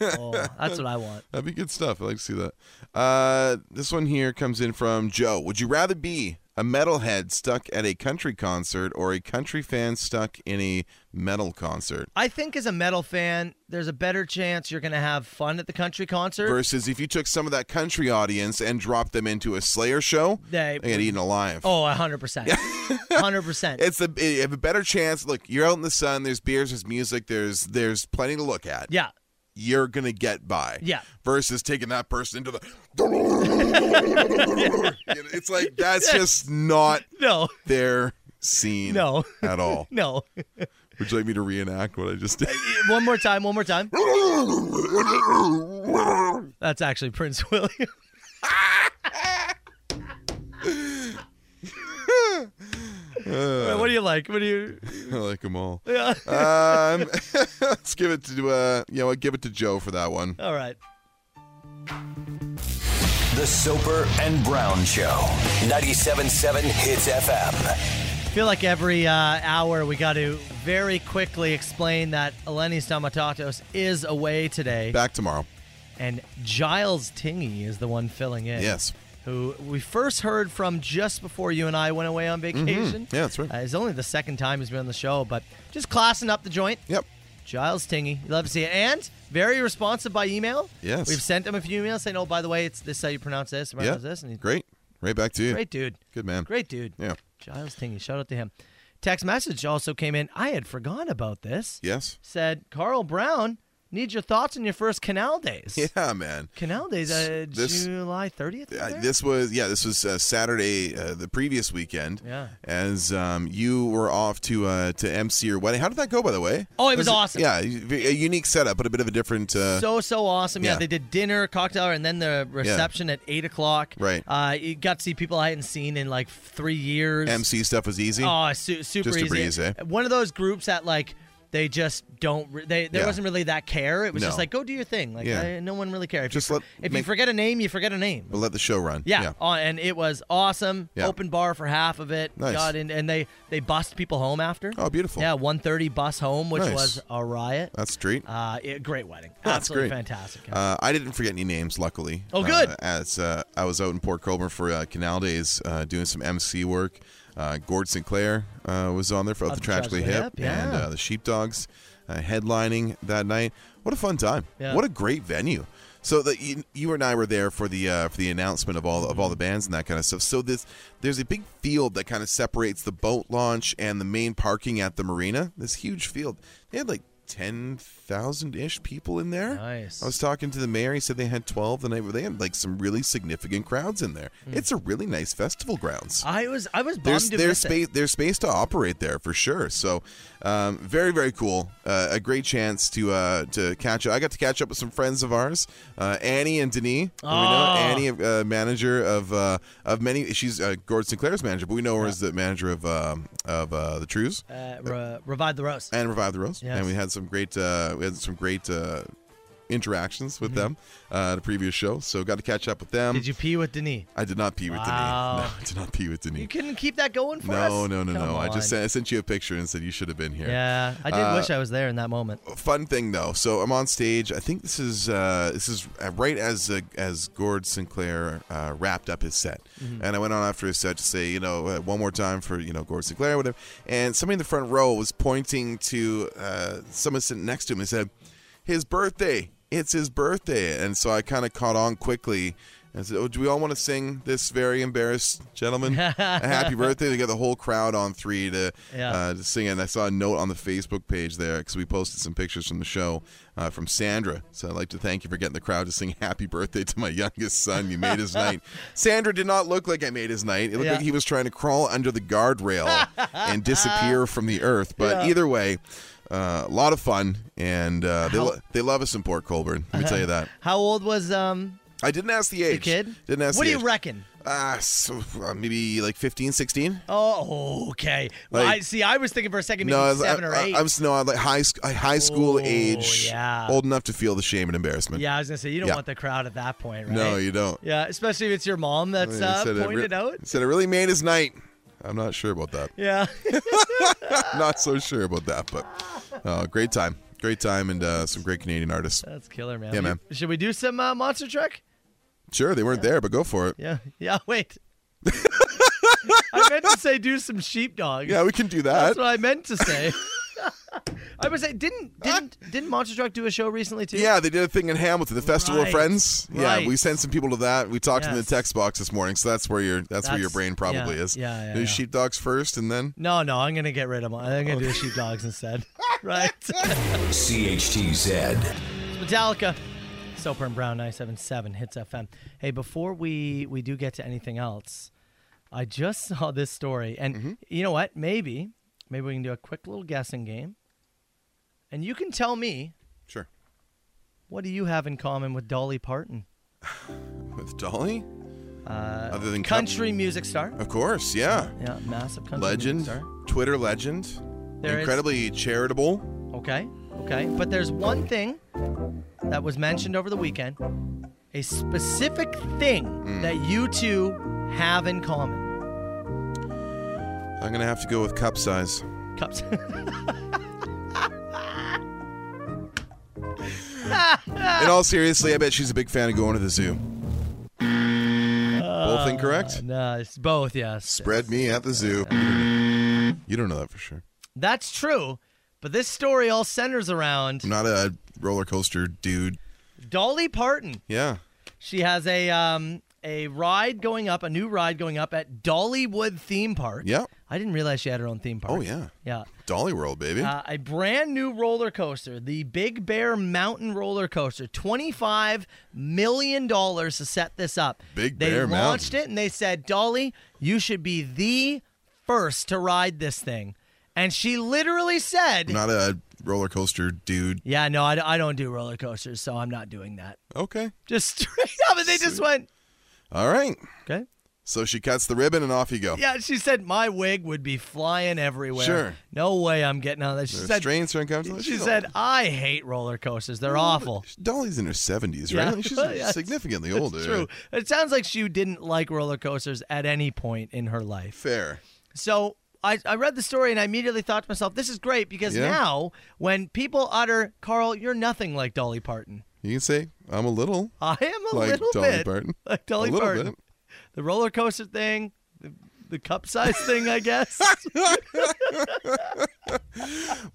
[SPEAKER 5] oh, that's what I want.
[SPEAKER 6] That'd be good stuff. I like to see that. Uh, this one here comes in from Joe. Would you rather be a metalhead stuck at a country concert or a country fan stuck in a metal concert.
[SPEAKER 5] I think as a metal fan, there's a better chance you're going to have fun at the country concert.
[SPEAKER 6] Versus if you took some of that country audience and dropped them into a Slayer show,
[SPEAKER 5] They-
[SPEAKER 6] get eaten alive.
[SPEAKER 5] oh,
[SPEAKER 6] [laughs]
[SPEAKER 5] 100%. 100%.
[SPEAKER 6] It's the you have a better chance. Look, you're out in the sun. There's beers. There's music. There's there's plenty to look at.
[SPEAKER 5] yeah.
[SPEAKER 6] you're gonna get by.
[SPEAKER 5] Yeah.
[SPEAKER 6] Versus taking that person
[SPEAKER 5] [laughs]
[SPEAKER 6] into the. [laughs] it's like that's just not
[SPEAKER 5] No, [laughs]
[SPEAKER 6] their scene.
[SPEAKER 5] No.
[SPEAKER 6] [laughs] At all.
[SPEAKER 5] no.
[SPEAKER 6] Would you like me to reenact what I just
[SPEAKER 5] [laughs]
[SPEAKER 6] did?
[SPEAKER 5] one more time, one more time. That's actually Prince [laughs] William. what do you like? What do you. [laughs]
[SPEAKER 6] I like them all.
[SPEAKER 5] Yeah.
[SPEAKER 6] Um, [laughs] let's give it to uh, you know, what, give it to Joe for that one.
[SPEAKER 5] All right.
[SPEAKER 4] The Soper and Brown Show. 97.7 Hits FM.
[SPEAKER 5] feel like every uh, hour we got to very quickly explain that Eleni Stamatatos is away today,
[SPEAKER 6] Back tomorrow.
[SPEAKER 5] and Giles Tingy is the one filling in.
[SPEAKER 6] Yes.
[SPEAKER 5] Who we first heard from just before you and I went away on vacation.
[SPEAKER 6] Mm-hmm. Yeah, that's right.
[SPEAKER 5] Uh, it's only the second time he's been on the show, but just classing up the joint.
[SPEAKER 6] Yep.
[SPEAKER 5] Giles Tingy. You love to see it. And very responsive by email.
[SPEAKER 6] Yes.
[SPEAKER 5] We've sent him a few emails saying, oh, by the way, it's this how you pronounce this,
[SPEAKER 6] Yeah.
[SPEAKER 5] pronounce this. And he's
[SPEAKER 6] Great. Right back to you.
[SPEAKER 5] great dude.
[SPEAKER 6] Good man.
[SPEAKER 5] Great dude.
[SPEAKER 6] Yeah.
[SPEAKER 5] Giles Tingy. Shout out to him. Text message also came in. I had forgotten about this.
[SPEAKER 6] Yes. [laughs]
[SPEAKER 5] Said Carl Brown need your thoughts on your first Canal Days.
[SPEAKER 6] Yeah, man.
[SPEAKER 5] Canal Days, uh,
[SPEAKER 6] This-
[SPEAKER 5] July thirtieth.
[SPEAKER 6] Uh, this was yeah. This was uh, Saturday, uh, the previous weekend.
[SPEAKER 5] Yeah.
[SPEAKER 6] As um, you were off to uh, to MC your wedding. How did that go, by the way?
[SPEAKER 5] Oh, it was awesome.
[SPEAKER 6] Yeah, a unique setup, but a bit of a different. Uh,
[SPEAKER 5] so so awesome. Yeah.
[SPEAKER 6] yeah.
[SPEAKER 5] they did dinner, cocktail, hour, and then the reception at eight o'clock.
[SPEAKER 6] Right.
[SPEAKER 5] Uh, you got to see people I hadn't seen in like three years.
[SPEAKER 6] MC stuff was easy.
[SPEAKER 5] Oh, su- super
[SPEAKER 6] Just a
[SPEAKER 5] easy.
[SPEAKER 6] breeze, eh?
[SPEAKER 5] One of those groups that like they just don't. Re- they there
[SPEAKER 6] Yeah.
[SPEAKER 5] wasn't really that care. It was
[SPEAKER 6] No.
[SPEAKER 5] just like go do your thing. Like
[SPEAKER 6] Yeah.
[SPEAKER 5] I- no one really cared. If,
[SPEAKER 6] Just
[SPEAKER 5] you,
[SPEAKER 6] let-
[SPEAKER 5] if you
[SPEAKER 6] make-
[SPEAKER 5] forget a name, you forget a name.
[SPEAKER 6] But let the show run.
[SPEAKER 5] Yeah, Oh, and it was awesome.
[SPEAKER 6] Yeah.
[SPEAKER 5] Open bar for half of it.
[SPEAKER 6] Nice.
[SPEAKER 5] Got in, and they they bussed people home after.
[SPEAKER 6] Oh, beautiful.
[SPEAKER 5] Yeah, one thirty bus home, which
[SPEAKER 6] Nice.
[SPEAKER 5] was a riot.
[SPEAKER 6] That's street.
[SPEAKER 5] Uh, it, great wedding.
[SPEAKER 6] That's
[SPEAKER 5] Absolutely
[SPEAKER 6] great.
[SPEAKER 5] fantastic.
[SPEAKER 6] Uh, I didn't forget any names, luckily.
[SPEAKER 5] Oh, good.
[SPEAKER 6] Uh, as uh, I was out in Port Colborne for uh, Canal Days, uh, doing some MC work. Uh, Gord Sinclair uh, was on there for
[SPEAKER 5] Of
[SPEAKER 6] the Tragically Hip,
[SPEAKER 5] yeah.
[SPEAKER 6] and uh, the Sheepdogs uh, headlining that night. What a fun time!
[SPEAKER 5] Yeah.
[SPEAKER 6] What a great venue. So that you, you and I were there for the uh, for the announcement of all of all the bands and that kind of stuff. So this there's a big field that kind of separates the boat launch and the main parking at the marina. This huge field. They had like ten thousand ish people in there.
[SPEAKER 5] Nice.
[SPEAKER 6] I was talking to the mayor. He said they had 12 the night. They had like some really significant crowds in there. It's a really nice festival grounds.
[SPEAKER 5] I was I was Hmm. bummed
[SPEAKER 6] There's
[SPEAKER 5] to
[SPEAKER 6] there's
[SPEAKER 5] miss it.
[SPEAKER 6] space there's space to operate there for sure. So, um, very very cool. Uh, a great chance to uh, to catch up. I got to catch up with some friends of ours, uh, Annie and Denise. who We know
[SPEAKER 5] Ah.
[SPEAKER 6] Annie, uh, manager of uh, of many. She's uh, Gord Sinclair's manager, but we know her as the manager of um, of uh, the Trues
[SPEAKER 5] Uh, re- revive the roast.
[SPEAKER 6] and revive the rose.
[SPEAKER 5] Yes.
[SPEAKER 6] And we had some great uh, we had some great uh, interactions with them uh, at a previous show. So got to catch up with them.
[SPEAKER 5] Mm-hmm. Did you pee with Denis?
[SPEAKER 6] I did not pee with
[SPEAKER 5] Wow.
[SPEAKER 6] Denis. [laughs] No, I did not pee with Denis.
[SPEAKER 5] You couldn't keep that going for us.
[SPEAKER 6] no, no, no,
[SPEAKER 5] Come
[SPEAKER 6] no. I just
[SPEAKER 5] on.
[SPEAKER 6] sent, I sent you a picture and said you should have been here.
[SPEAKER 5] Yeah, I
[SPEAKER 6] Uh,
[SPEAKER 5] did wish I was there in that moment.
[SPEAKER 6] Fun thing though. So I'm on stage. I think this is uh, this is uh, right as uh, as Gord Sinclair uh, wrapped up his set, and I went on after his set to say you know uh, one more time for you know Gord Sinclair or whatever. And somebody in the front row was pointing to uh, someone sitting next to him and said, "His birthday! It's his birthday!" And so I kind of caught on quickly. And said, "Oh, do we all want to sing this very embarrassed gentleman a happy birthday?" They got the whole crowd on three to
[SPEAKER 5] Yeah.
[SPEAKER 6] uh, to sing. And I saw a note on the Facebook page there because we posted some pictures from the show uh, from Sandra. So I'd like to thank you for getting the crowd to sing [laughs] "Happy Birthday" to my youngest son. You made his
[SPEAKER 5] [laughs]
[SPEAKER 6] night. Sandra did not look like I made his night. It looked
[SPEAKER 5] Yeah.
[SPEAKER 6] like he was trying to crawl under the guardrail
[SPEAKER 5] [laughs]
[SPEAKER 6] and disappear from the earth. But either way. Uh, a lot of fun, and uh, they, lo- they love us in Port Colborne. Let me tell you that.
[SPEAKER 5] How old was um
[SPEAKER 6] I didn't ask the age.
[SPEAKER 5] Uh-huh. the kid?
[SPEAKER 6] Didn't ask
[SPEAKER 5] What
[SPEAKER 6] the
[SPEAKER 5] do
[SPEAKER 6] age.
[SPEAKER 5] you reckon?
[SPEAKER 6] Ah, so, uh, maybe like 15, 16?
[SPEAKER 5] Oh, okay. Well,
[SPEAKER 6] Like-
[SPEAKER 5] I see. I was thinking for a second, maybe
[SPEAKER 6] No, I was-
[SPEAKER 5] seven
[SPEAKER 6] I,
[SPEAKER 5] or
[SPEAKER 6] I-
[SPEAKER 5] eight.
[SPEAKER 6] I was no, I like high sc- I- high school
[SPEAKER 5] Oh,
[SPEAKER 6] age,
[SPEAKER 5] yeah.
[SPEAKER 6] old enough to feel the shame and embarrassment.
[SPEAKER 5] yeah, I was gonna say you don't
[SPEAKER 6] Yeah.
[SPEAKER 5] want the crowd at that point, right?
[SPEAKER 6] No, you don't.
[SPEAKER 5] Yeah, especially if it's your mom that's
[SPEAKER 6] I
[SPEAKER 5] uh,
[SPEAKER 6] said it
[SPEAKER 5] pointed
[SPEAKER 6] re- [laughs]
[SPEAKER 5] out.
[SPEAKER 6] Said it really made his night. I'm not sure about that.
[SPEAKER 5] Yeah. [laughs]
[SPEAKER 6] not so sure about that, but uh, great time, great time, and uh, some great Canadian artists.
[SPEAKER 5] That's killer, man.
[SPEAKER 6] Yeah, man.
[SPEAKER 5] Should we do some uh, monster truck? [laughs]
[SPEAKER 6] [laughs] Sure, they weren't there, but go for it.
[SPEAKER 5] Yeah. Yeah. Wait. I meant to say do some sheepdogs.
[SPEAKER 6] Yeah, we can do that.
[SPEAKER 5] That's what I meant
[SPEAKER 6] [laughs]
[SPEAKER 5] to say. [laughs] I was say didn't didn't didn't Monster Truck do a show recently too?
[SPEAKER 6] Yeah, they did a thing in Hamilton, the Festival
[SPEAKER 5] Right.
[SPEAKER 6] of Friends.
[SPEAKER 5] Right.
[SPEAKER 6] Yeah, we sent some people to that. We talked to them in the
[SPEAKER 5] Yes.
[SPEAKER 6] text box this morning, so that's where your that's, where your
[SPEAKER 5] That's-
[SPEAKER 6] brain probably
[SPEAKER 5] yeah,
[SPEAKER 6] is.
[SPEAKER 5] yeah, yeah,
[SPEAKER 6] Do
[SPEAKER 5] yeah.
[SPEAKER 6] sheepdogs first, and then
[SPEAKER 5] No, no, I'm gonna get rid of them. I'm gonna do sheepdogs instead. right.
[SPEAKER 4] CHTZ.
[SPEAKER 5] Metallica. Soper and Brown 977 Hits FM. Hey, before we we do get to anything else, I just [laughs] saw this story and you know what? Maybe maybe we can do a quick little guessing game. And you can tell me
[SPEAKER 6] sure
[SPEAKER 5] what do you have in common with Dolly Parton?
[SPEAKER 6] with Dolly. Uh, Other than Cap-
[SPEAKER 5] Country music star.
[SPEAKER 6] of course, yeah,
[SPEAKER 5] Yeah, massive country
[SPEAKER 6] legend,
[SPEAKER 5] music star.
[SPEAKER 6] Twitter legend,
[SPEAKER 5] There is-
[SPEAKER 6] incredibly charitable.
[SPEAKER 5] Okay, okay. But there's one thing that was mentioned over the weekend a specific thing
[SPEAKER 6] Mm.
[SPEAKER 5] that you two have in common.
[SPEAKER 6] I'm gonna have to go with cup size.
[SPEAKER 5] Cups. [laughs] Ah.
[SPEAKER 6] In all seriously, I bet she's a big fan of going to the zoo.
[SPEAKER 5] Uh,
[SPEAKER 6] Both incorrect.
[SPEAKER 5] no, it's both, yes.
[SPEAKER 6] Spread me at the zoo. You don't know that for sure.
[SPEAKER 5] That's true. But this story all centers around
[SPEAKER 6] I'm not a roller coaster dude.
[SPEAKER 5] Dolly Parton.
[SPEAKER 6] Yeah.
[SPEAKER 5] She has a um a ride going up, a new ride going up at Dollywood Theme Park.
[SPEAKER 6] Yep.
[SPEAKER 5] I didn't realize she had her own theme park.
[SPEAKER 6] Oh yeah.
[SPEAKER 5] Yeah.
[SPEAKER 6] Dolly World, baby.
[SPEAKER 5] Uh, a brand new roller coaster, the Big Bear Mountain roller coaster, twenty-five million dollars to set this up.
[SPEAKER 6] Big
[SPEAKER 5] they
[SPEAKER 6] Bear
[SPEAKER 5] launched
[SPEAKER 6] Mountain.
[SPEAKER 5] it and they said, "Dolly, you should be the first to ride this thing," and she literally said,
[SPEAKER 6] I'm not a roller coaster dude.
[SPEAKER 5] "Yeah, no, I, d- I don't do roller coasters, so I'm not doing that." [laughs]
[SPEAKER 6] Okay.
[SPEAKER 5] Just straight up, and they just went,
[SPEAKER 6] All right.
[SPEAKER 5] "Okay."
[SPEAKER 6] So she cuts the ribbon and off you go.
[SPEAKER 5] Yeah, she said my wig would be flying everywhere.
[SPEAKER 6] Sure.
[SPEAKER 5] No way I'm getting on that. She
[SPEAKER 6] The
[SPEAKER 5] said.
[SPEAKER 6] restraints are uncomfortable.
[SPEAKER 5] she
[SPEAKER 6] She's
[SPEAKER 5] said,
[SPEAKER 6] old.
[SPEAKER 5] "I hate roller coasters. They're awful."
[SPEAKER 6] Dolly's in her 70s,
[SPEAKER 5] Yeah.
[SPEAKER 6] right? Like, She's
[SPEAKER 5] [laughs] Yeah, it's-
[SPEAKER 6] significantly
[SPEAKER 5] That's
[SPEAKER 6] older.
[SPEAKER 5] true. It sounds like she didn't like roller coasters at any point in her life.
[SPEAKER 6] Fair.
[SPEAKER 5] So I, I read the story and I immediately thought to myself, this is great because
[SPEAKER 6] Yeah.
[SPEAKER 5] now when people utter, Carl, you're nothing like Dolly Parton. [laughs]
[SPEAKER 6] You can say, I'm a little
[SPEAKER 5] I am a
[SPEAKER 6] like
[SPEAKER 5] little
[SPEAKER 6] Dolly
[SPEAKER 5] bit
[SPEAKER 6] Parton.
[SPEAKER 5] [laughs] like Dolly
[SPEAKER 6] a little
[SPEAKER 5] Parton.
[SPEAKER 6] bit.
[SPEAKER 5] The roller coaster thing, the, the cup size thing,
[SPEAKER 6] [laughs]
[SPEAKER 5] I guess.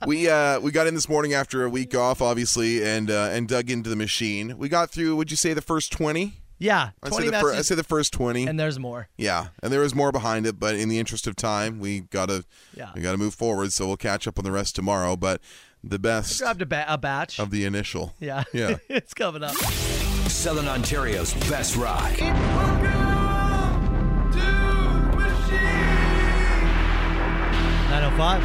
[SPEAKER 6] We uh, we got in this morning after a week off, obviously, and uh, and dug into the machine. We got through. Would you say the first twenty?
[SPEAKER 5] Yeah,
[SPEAKER 6] I say
[SPEAKER 5] twenty
[SPEAKER 6] the fir- I
[SPEAKER 5] messages,
[SPEAKER 6] say the first twenty.
[SPEAKER 5] and there's more.
[SPEAKER 6] Yeah, and there was more behind it, but in the interest of time, we gotta
[SPEAKER 5] Yeah.
[SPEAKER 6] we gotta move forward. So we'll catch up on the rest tomorrow. But the best
[SPEAKER 5] Grabbed a, ba- a batch.
[SPEAKER 6] of the initial.
[SPEAKER 5] yeah,
[SPEAKER 6] yeah.
[SPEAKER 5] [laughs] it's coming up.
[SPEAKER 4] Southern Ontario's best rock.
[SPEAKER 5] Nine oh five.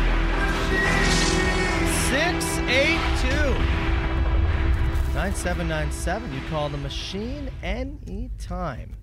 [SPEAKER 5] Six eight two. Nine seven nine seven. You call the machine anytime.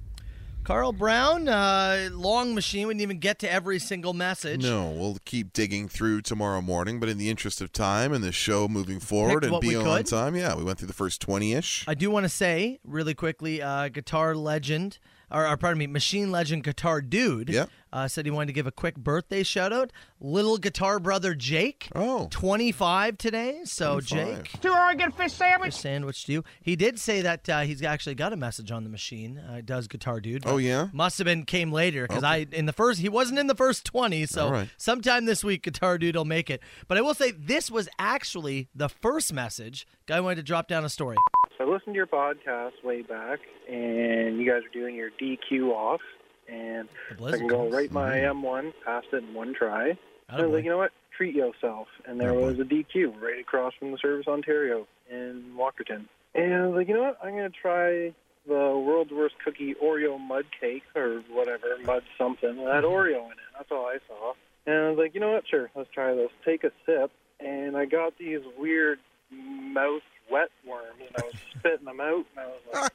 [SPEAKER 5] Carl Brown, uh, long machine. We didn't even get to every single message.
[SPEAKER 6] No, we'll keep digging through tomorrow morning. But in the interest of time and the show moving
[SPEAKER 5] Picked
[SPEAKER 6] forward and
[SPEAKER 5] what we
[SPEAKER 6] being on
[SPEAKER 5] could.
[SPEAKER 6] time, yeah, we went through the first twenty-ish.
[SPEAKER 5] I do want to say really quickly, uh, guitar legend, or, or pardon me, machine legend, guitar dude.
[SPEAKER 6] Yep.
[SPEAKER 5] Uh, said he wanted to give a quick birthday shout out. Little guitar brother Jake.
[SPEAKER 6] Oh.
[SPEAKER 5] 25 today. So
[SPEAKER 6] 25.
[SPEAKER 5] Jake,
[SPEAKER 3] Two Oregon fish sandwich.
[SPEAKER 5] sandwich to you. He did say that uh, he's actually got a message on the machine. Uh, it does guitar dude. but
[SPEAKER 6] Oh, yeah?
[SPEAKER 5] Must have been came later because I in the first he wasn't in the first twenty. So
[SPEAKER 6] All right.
[SPEAKER 5] sometime this week, guitar dude will make it. But I will say this was actually the first message. Guy wanted to drop down a story.
[SPEAKER 9] So I listened to your podcast way back, and you guys are doing your DQ off, and
[SPEAKER 5] The
[SPEAKER 9] I can go
[SPEAKER 5] Blizzards.
[SPEAKER 9] right my M1, passed it in one try. And I was
[SPEAKER 5] Attaboy.
[SPEAKER 9] like, you know what? Treat yourself. And there was a DQ right across from the Service Ontario in Walkerton. And I was like, you know what? I'm going to try the world's worst cookie Oreo mud cake or whatever, mud something. It had Oreo in it. That's all I saw. And I was like, you know what? Sure, let's try this. Take a sip. And I got these weird mouth wet worms, and I was spitting them out. And I was like,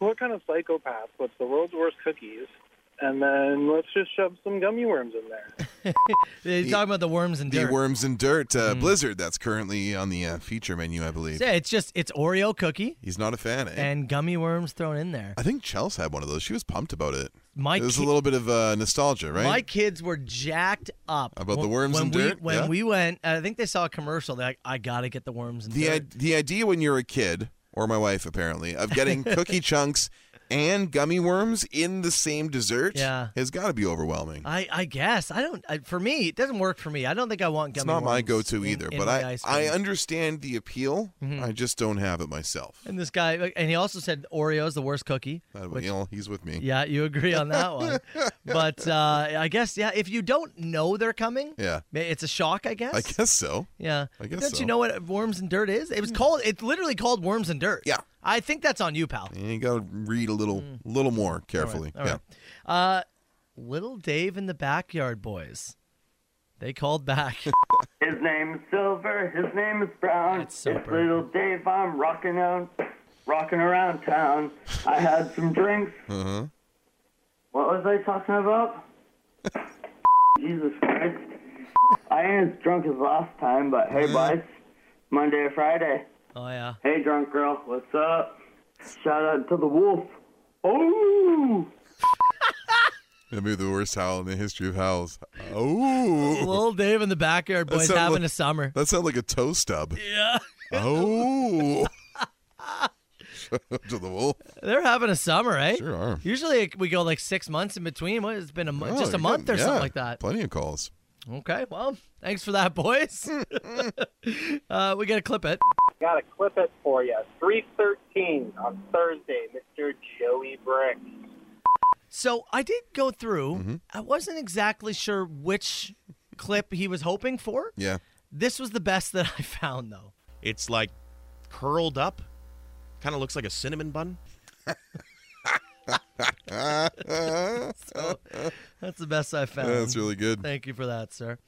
[SPEAKER 9] what kind of psychopath puts the world's worst cookies? And then let's just shove some gummy worms in there.
[SPEAKER 5] He's talking about the worms and
[SPEAKER 6] The
[SPEAKER 5] dirt. Mm.
[SPEAKER 6] worms and dirt uh, blizzard that's currently on the uh, feature menu, I believe.
[SPEAKER 5] Yeah, it's just it's Oreo cookie
[SPEAKER 6] He's not a fan. Eh?
[SPEAKER 5] and gummy worms thrown in there.
[SPEAKER 6] I think Chelsea had one of those. She was pumped about it.
[SPEAKER 5] My
[SPEAKER 6] it was
[SPEAKER 5] ki-
[SPEAKER 6] a little bit of uh, nostalgia, right?
[SPEAKER 5] My kids were jacked up
[SPEAKER 6] About
[SPEAKER 5] when-
[SPEAKER 6] the worms
[SPEAKER 5] when
[SPEAKER 6] and
[SPEAKER 5] we,
[SPEAKER 6] dirt?
[SPEAKER 5] When
[SPEAKER 6] Yeah.
[SPEAKER 5] we went, I think they saw a commercial. They're like, "I gotta get the worms and
[SPEAKER 6] the
[SPEAKER 5] dirt." [laughs]
[SPEAKER 6] I- the idea when you're a kid, or my wife apparently, of getting cookie chunks and gummy worms in the same dessert
[SPEAKER 5] Yeah.
[SPEAKER 6] has got to be overwhelming.
[SPEAKER 5] I, I guess I don't. I, for me, it doesn't work for me. I don't think I want gummy.
[SPEAKER 6] it's not my
[SPEAKER 5] worms
[SPEAKER 6] go-to
[SPEAKER 5] in-
[SPEAKER 6] either,
[SPEAKER 5] in
[SPEAKER 6] but
[SPEAKER 5] my
[SPEAKER 6] I
[SPEAKER 5] ice
[SPEAKER 6] I
[SPEAKER 5] cream. Mm-hmm.
[SPEAKER 6] understand the appeal. I just don't have it myself.
[SPEAKER 5] And this guy, like, and he also said Oreos the worst cookie.
[SPEAKER 6] That-
[SPEAKER 5] which-
[SPEAKER 6] you know, he's with me.
[SPEAKER 5] yeah, you agree on that
[SPEAKER 6] [laughs]
[SPEAKER 5] one. but uh, I guess yeah, if you don't know they're coming,
[SPEAKER 6] Yeah.
[SPEAKER 5] ma- it's a shock. I guess.
[SPEAKER 6] I guess so.
[SPEAKER 5] Yeah.
[SPEAKER 6] I guess
[SPEAKER 5] Don't
[SPEAKER 6] so.
[SPEAKER 5] you know what worms and dirt is? It was called. It's literally called worms and dirt.
[SPEAKER 6] Yeah.
[SPEAKER 5] I think that's on you, pal.
[SPEAKER 6] And you got to read a little little more carefully.
[SPEAKER 5] Mm. All
[SPEAKER 6] yeah.
[SPEAKER 5] right. Uh, Little Dave and the Backyard Boys. They called back.
[SPEAKER 10] His name's Silver, his name is Brown.
[SPEAKER 5] That's so
[SPEAKER 10] it's
[SPEAKER 5] perfect.
[SPEAKER 10] little Dave, I'm rocking out, rocking around town. I had some drinks.
[SPEAKER 6] Uh-huh.
[SPEAKER 10] What was I talking about? [laughs] Jesus Christ. I ain't as drunk as last time, but hey, boys. Monday or Friday.
[SPEAKER 5] oh yeah.
[SPEAKER 10] Hey, drunk girl, what's up? Shout out to the wolf. Oh!
[SPEAKER 6] That may be the worst howl in the history of howls. Oh,
[SPEAKER 5] Little Dave and the Backyard Boys
[SPEAKER 6] sounds
[SPEAKER 5] having
[SPEAKER 6] like- [laughs]
[SPEAKER 5] a summer.
[SPEAKER 6] that sounded like a toe stub.
[SPEAKER 5] Yeah.
[SPEAKER 6] Oh. [laughs] Shout out to the wolf.
[SPEAKER 5] They're having a summer, right?
[SPEAKER 6] Sure are.
[SPEAKER 5] Usually like, we go like six months in between. What it's been a mo-
[SPEAKER 6] Oh,
[SPEAKER 5] just a
[SPEAKER 6] you're
[SPEAKER 5] month
[SPEAKER 6] getting-
[SPEAKER 5] or
[SPEAKER 6] yeah,
[SPEAKER 5] something like that.
[SPEAKER 6] Plenty of calls.
[SPEAKER 5] Okay, well, thanks for
[SPEAKER 6] [laughs]
[SPEAKER 5] that, boys. [laughs] uh, we gotta clip it.
[SPEAKER 11] Got a clip it for you. 313 on Thursday, Mr. Joey Brick.
[SPEAKER 5] So I did go through.
[SPEAKER 6] Mm-hmm.
[SPEAKER 5] I wasn't exactly sure which clip he was hoping for.
[SPEAKER 6] Yeah.
[SPEAKER 5] This was the best that I found, though.
[SPEAKER 2] It's like curled up, kind of looks like a cinnamon
[SPEAKER 6] [laughs]
[SPEAKER 2] bun.
[SPEAKER 5] [laughs] So that's the best I found.
[SPEAKER 6] That's really good.
[SPEAKER 5] Thank you for that, sir.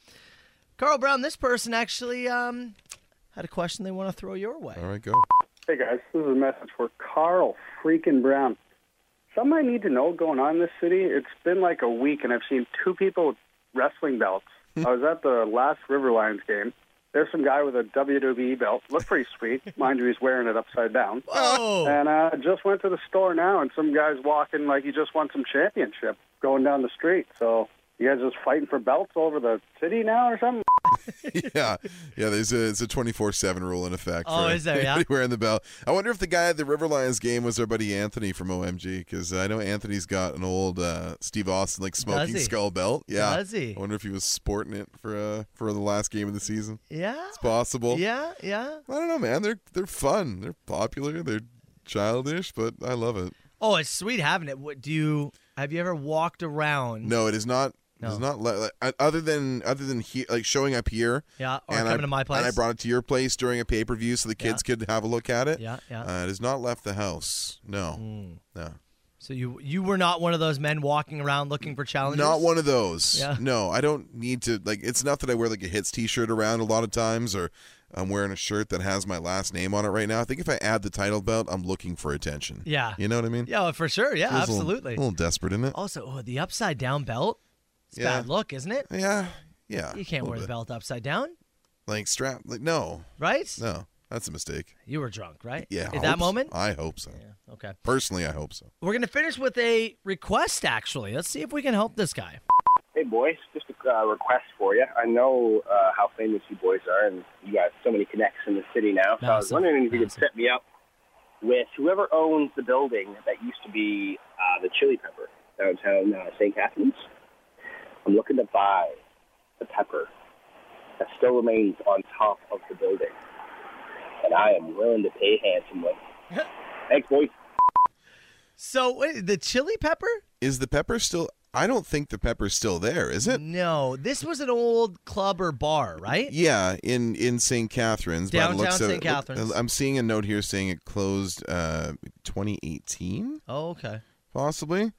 [SPEAKER 5] Carl Brown, this person actually um, had a question they want to throw your way.
[SPEAKER 6] All right, go.
[SPEAKER 11] Hey guys, this is a message for Carl freaking Brown. Something I need to know going on in this city. It's been like a week, and I've seen two people with wrestling belts. I was at the last River Lions game. There's some guy with a WWE belt. Looked pretty sweet, mind you. He's wearing it upside down.
[SPEAKER 5] Oh,
[SPEAKER 11] And I uh, just went to the store now, and some guy's walking like he just won some championship going down the street. So you guys just fighting for belts all over the city now or something?
[SPEAKER 6] yeah, yeah. There's a it's a 24 seven rule in effect.
[SPEAKER 5] Oh,
[SPEAKER 6] for
[SPEAKER 5] is there, yeah?
[SPEAKER 6] anybody Wearing the belt. I wonder if the guy at the River Lions game was our buddy Anthony from OMG because I know Anthony's got an old uh, Steve Austin like smoking
[SPEAKER 5] he?
[SPEAKER 6] skull belt. Yeah,
[SPEAKER 5] Does he?
[SPEAKER 6] I wonder if he was sporting it for uh, for the last game of the season.
[SPEAKER 5] yeah,
[SPEAKER 6] It's possible.
[SPEAKER 5] yeah, yeah.
[SPEAKER 6] I don't know, man. They're they're fun. They're popular. They're childish, but I love it.
[SPEAKER 5] Oh, it's sweet having it. What do you have? You ever walked around?
[SPEAKER 6] No, it is not.
[SPEAKER 5] No.
[SPEAKER 6] It's not li- like, uh, other than other than he, like showing up here.
[SPEAKER 5] Yeah, or
[SPEAKER 6] and
[SPEAKER 5] coming
[SPEAKER 6] I,
[SPEAKER 5] to my place.
[SPEAKER 6] And I brought it to your place during a pay per view so the kids could have a look at it.
[SPEAKER 5] Yeah, yeah. Mm.
[SPEAKER 6] Uh, it has not left the house. No, no,
[SPEAKER 5] so you you were not one of those men walking around looking for challenges.
[SPEAKER 6] not one of those.
[SPEAKER 5] Yeah.
[SPEAKER 6] No, I don't need to. Like, it's not that I wear like a hits t shirt around a lot of times, or I'm wearing a shirt that has my last name on it right now. I think if I add the title belt, I'm looking for attention.
[SPEAKER 5] Yeah.
[SPEAKER 6] you know what I mean.
[SPEAKER 5] Yeah, oh, for sure. Yeah,
[SPEAKER 6] Feels a little-
[SPEAKER 5] absolutely.
[SPEAKER 6] A little, desperate, isn't it?
[SPEAKER 5] Also, oh, the upside down belt. It's
[SPEAKER 6] Yeah.
[SPEAKER 5] bad look, isn't it?
[SPEAKER 6] Yeah, yeah.
[SPEAKER 5] You can't
[SPEAKER 6] a little
[SPEAKER 5] wear the
[SPEAKER 6] bit.
[SPEAKER 5] belt upside down,
[SPEAKER 6] Like strap. Like no,
[SPEAKER 5] right?
[SPEAKER 6] no, that's a mistake.
[SPEAKER 5] You were drunk, right?
[SPEAKER 6] Yeah. I
[SPEAKER 5] At
[SPEAKER 6] hope
[SPEAKER 5] that
[SPEAKER 6] so.
[SPEAKER 5] moment?
[SPEAKER 6] I hope so.
[SPEAKER 5] Okay.
[SPEAKER 6] Personally, I hope so.
[SPEAKER 5] We're going to finish with a request, actually. Let's see if we can help this guy.
[SPEAKER 11] Hey boys, just a uh, request for you. I know uh, how famous you boys are, and you got so many connects in the city now. So I was
[SPEAKER 5] Massive,
[SPEAKER 11] wondering if you could
[SPEAKER 5] massive.
[SPEAKER 11] set me up with whoever owns the building that used to be uh, the Chili Pepper downtown uh, St. Catharines. I'm looking to buy the pepper that still remains on top of the building, and I am willing to pay handsomely. Thanks, boys.
[SPEAKER 5] So, wait, the chili
[SPEAKER 6] [laughs]
[SPEAKER 5] pepper?
[SPEAKER 6] Is the pepper still? I don't think the pepper's still there, is
[SPEAKER 5] Mm.
[SPEAKER 6] it?
[SPEAKER 5] No, this was an old club or bar, right?
[SPEAKER 6] Yeah, in in St. Catharines.
[SPEAKER 5] Downtown
[SPEAKER 6] by the looks of it.
[SPEAKER 5] St. Catharines.
[SPEAKER 6] I'm seeing a note here saying it closed uh, 2018,
[SPEAKER 5] Oh, okay.
[SPEAKER 6] possibly.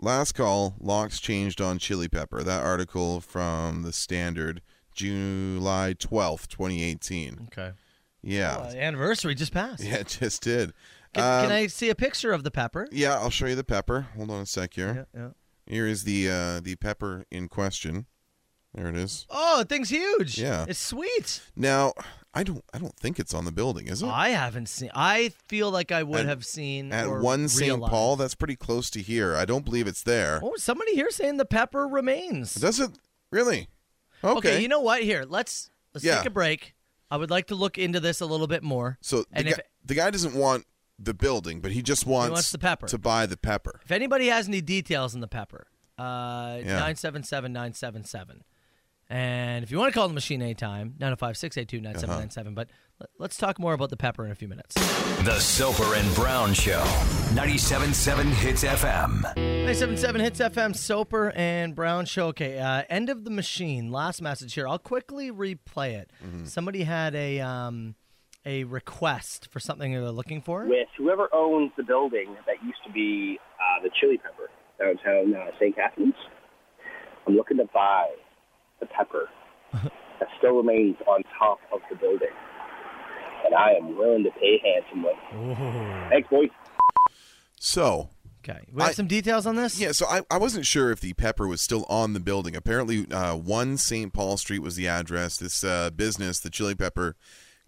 [SPEAKER 6] Last call, locks changed on chili pepper. That article from the Standard, July 12th, 2018.
[SPEAKER 5] Okay.
[SPEAKER 6] Yeah,
[SPEAKER 5] Well, anniversary just
[SPEAKER 6] [laughs]
[SPEAKER 5] passed.
[SPEAKER 6] yeah, it just did.
[SPEAKER 5] Can,
[SPEAKER 6] Um,
[SPEAKER 5] can I see a picture of the pepper?
[SPEAKER 6] Yeah, I'll show you the pepper. Hold on a sec here.
[SPEAKER 5] Yeah, yeah.
[SPEAKER 6] Here is the uh, the pepper in question. There it is.
[SPEAKER 5] Oh, the thing's huge.
[SPEAKER 6] Yeah.
[SPEAKER 5] It's sweet.
[SPEAKER 6] Now, I don't I don't think it's on the building, is it?
[SPEAKER 5] I haven't seen. I feel like I would
[SPEAKER 6] At-
[SPEAKER 5] have seen
[SPEAKER 6] At
[SPEAKER 5] or
[SPEAKER 6] one St.
[SPEAKER 5] realized.
[SPEAKER 6] Paul, that's pretty close to here. I don't believe it's there.
[SPEAKER 5] Oh, somebody here saying the pepper remains.
[SPEAKER 6] Does it really? Okay.
[SPEAKER 5] you know what? Here, let's let's
[SPEAKER 6] Yeah.
[SPEAKER 5] take a break. I would like to look into this a little bit more.
[SPEAKER 6] so the
[SPEAKER 5] and
[SPEAKER 6] guy,
[SPEAKER 5] if-
[SPEAKER 6] the guy doesn't want the building, but he just wants,
[SPEAKER 5] wants the pepper.
[SPEAKER 6] to buy the pepper.
[SPEAKER 5] If anybody has any details on the pepper, uh,
[SPEAKER 6] Yeah.
[SPEAKER 5] nine seven seven nine seven seven. And if you want to call the machine anytime, 905 682 9797. But let- let's talk more about the pepper in a few minutes.
[SPEAKER 4] The Soper and Brown Show. 97.7 Hits FM.
[SPEAKER 5] 977 Hits FM, Soper and Brown Show. Okay, uh, end of the machine. Last message here. I'll quickly replay it.
[SPEAKER 6] Mm-hmm.
[SPEAKER 5] Somebody had a um, a request for something they were looking for.
[SPEAKER 11] with whoever owns the building that used to be uh, the Chili Pepper downtown uh, St. Catharines. I'm looking to buy the pepper that still remains on top of the building, and I am willing to pay handsomely. Thanks, boys.
[SPEAKER 6] So,
[SPEAKER 5] okay, we have some details on this.
[SPEAKER 6] Yeah, so I, I wasn't sure if the pepper was still on the building. Apparently, uh, one St. Paul Street was the address. This uh, business, the Chili Pepper,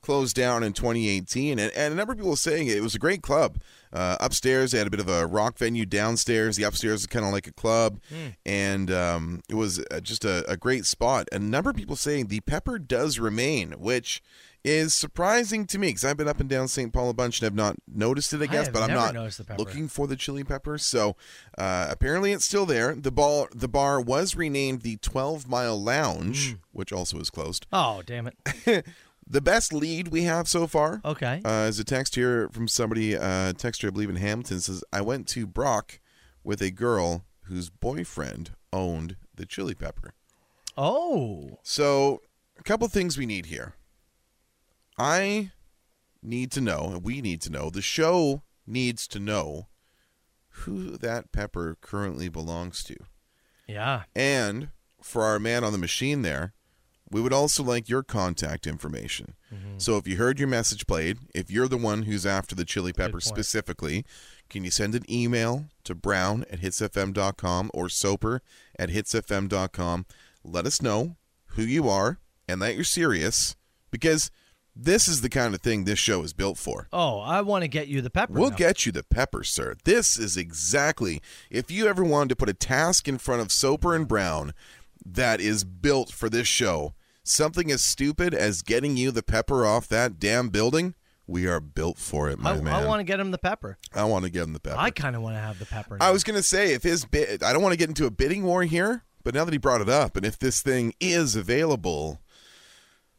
[SPEAKER 6] closed down in 2018, and, and a number of people were saying it was a great club. Uh, upstairs, they had a bit of a rock venue. Downstairs, the upstairs was kind of like a club,
[SPEAKER 5] Hmm.
[SPEAKER 6] and um, it was uh, just a, a great spot. A number of people saying the pepper does remain, which is surprising to me because I've been up and down St. Paul a bunch and have not noticed it. I
[SPEAKER 5] I
[SPEAKER 6] guess,
[SPEAKER 5] have
[SPEAKER 6] but I'm
[SPEAKER 5] never
[SPEAKER 6] not
[SPEAKER 5] noticed the pepper.
[SPEAKER 6] looking for the chili pepper. So uh, apparently, it's still there. The bar, the bar was renamed the Twelve Mile
[SPEAKER 5] Hmm.
[SPEAKER 6] Lounge, which also is closed.
[SPEAKER 5] Oh, damn it.
[SPEAKER 6] The best lead we have so far.
[SPEAKER 5] Okay.
[SPEAKER 6] Uh, is a text here from somebody, uh, texter I believe in Hamilton says, "I went to Brock with a girl whose boyfriend owned the chili pepper."
[SPEAKER 5] Oh.
[SPEAKER 6] So, a couple things we need here. I need to know, and we need to know, the show needs to know who that pepper currently belongs to.
[SPEAKER 5] Yeah.
[SPEAKER 6] And for our man on the machine there, we would also like your contact information. So if you heard your message played, if you're the one who's after the chili pepper specifically, can you send an email to brown at hitsfm.com or soper at hitsfm.com? Let us know who you are and that you're serious because this is the kind of thing this show is built for.
[SPEAKER 5] Oh, I want to get you the pepper.
[SPEAKER 6] We'll
[SPEAKER 5] now.
[SPEAKER 6] get you the pepper, sir. This is exactly if you ever wanted to put a task in front of Soper and Brown that is built for this show. Something as stupid as getting you the pepper off that damn building. We are built for it, my
[SPEAKER 5] I,
[SPEAKER 6] man.
[SPEAKER 5] I want to get him the pepper.
[SPEAKER 6] I want to give him the pepper.
[SPEAKER 5] I kind of want to have the pepper.
[SPEAKER 6] I was gonna say if his bid, I don't want to get into a bidding war here, but now that he brought it up, and if this thing is available,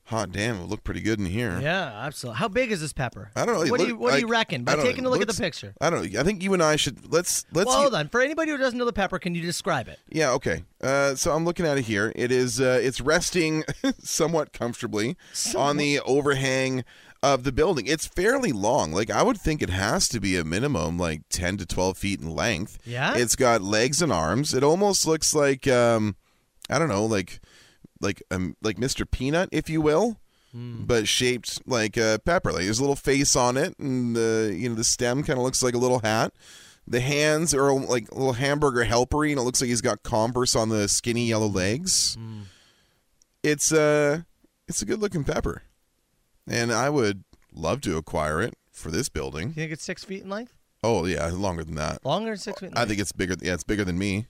[SPEAKER 6] hot damn, it would look pretty good in here.
[SPEAKER 5] Yeah, absolutely. How big is this pepper?
[SPEAKER 6] I don't know. it
[SPEAKER 5] What do
[SPEAKER 6] look-
[SPEAKER 5] you What do
[SPEAKER 6] I-
[SPEAKER 5] you reckon?
[SPEAKER 6] I
[SPEAKER 5] By
[SPEAKER 6] don't know,
[SPEAKER 5] taking
[SPEAKER 6] it
[SPEAKER 5] a look at
[SPEAKER 6] looks-
[SPEAKER 5] the picture.
[SPEAKER 6] I don't. know. I think you and I should let's let's.
[SPEAKER 5] well,
[SPEAKER 6] u-
[SPEAKER 5] hold on. For anybody who doesn't know the pepper, can you describe it?
[SPEAKER 6] Yeah, okay. Uh, so I'm looking at it here. It is uh, it's resting [laughs] somewhat comfortably on the overhang of the building. It's fairly long. Like I would think it has to be a minimum like 10 to 12 feet in length.
[SPEAKER 5] Yeah?
[SPEAKER 6] It's got legs and arms. It almost looks like um, I don't know, like like um, like Mr. Peanut, if you will. But shaped like a pepper, like there's a little face on it, and the you know the stem kind of looks like a little hat. The hands are like a little hamburger helpery, and it looks like he's got Converse on the skinny yellow legs. It's uh it's a good looking pepper, and I would love to acquire it for this building.
[SPEAKER 5] You think it's six feet in length?
[SPEAKER 6] Oh yeah, longer than that.
[SPEAKER 5] Longer than six feet? In
[SPEAKER 6] I
[SPEAKER 5] length?
[SPEAKER 6] think it's bigger. Yeah, it's bigger than me.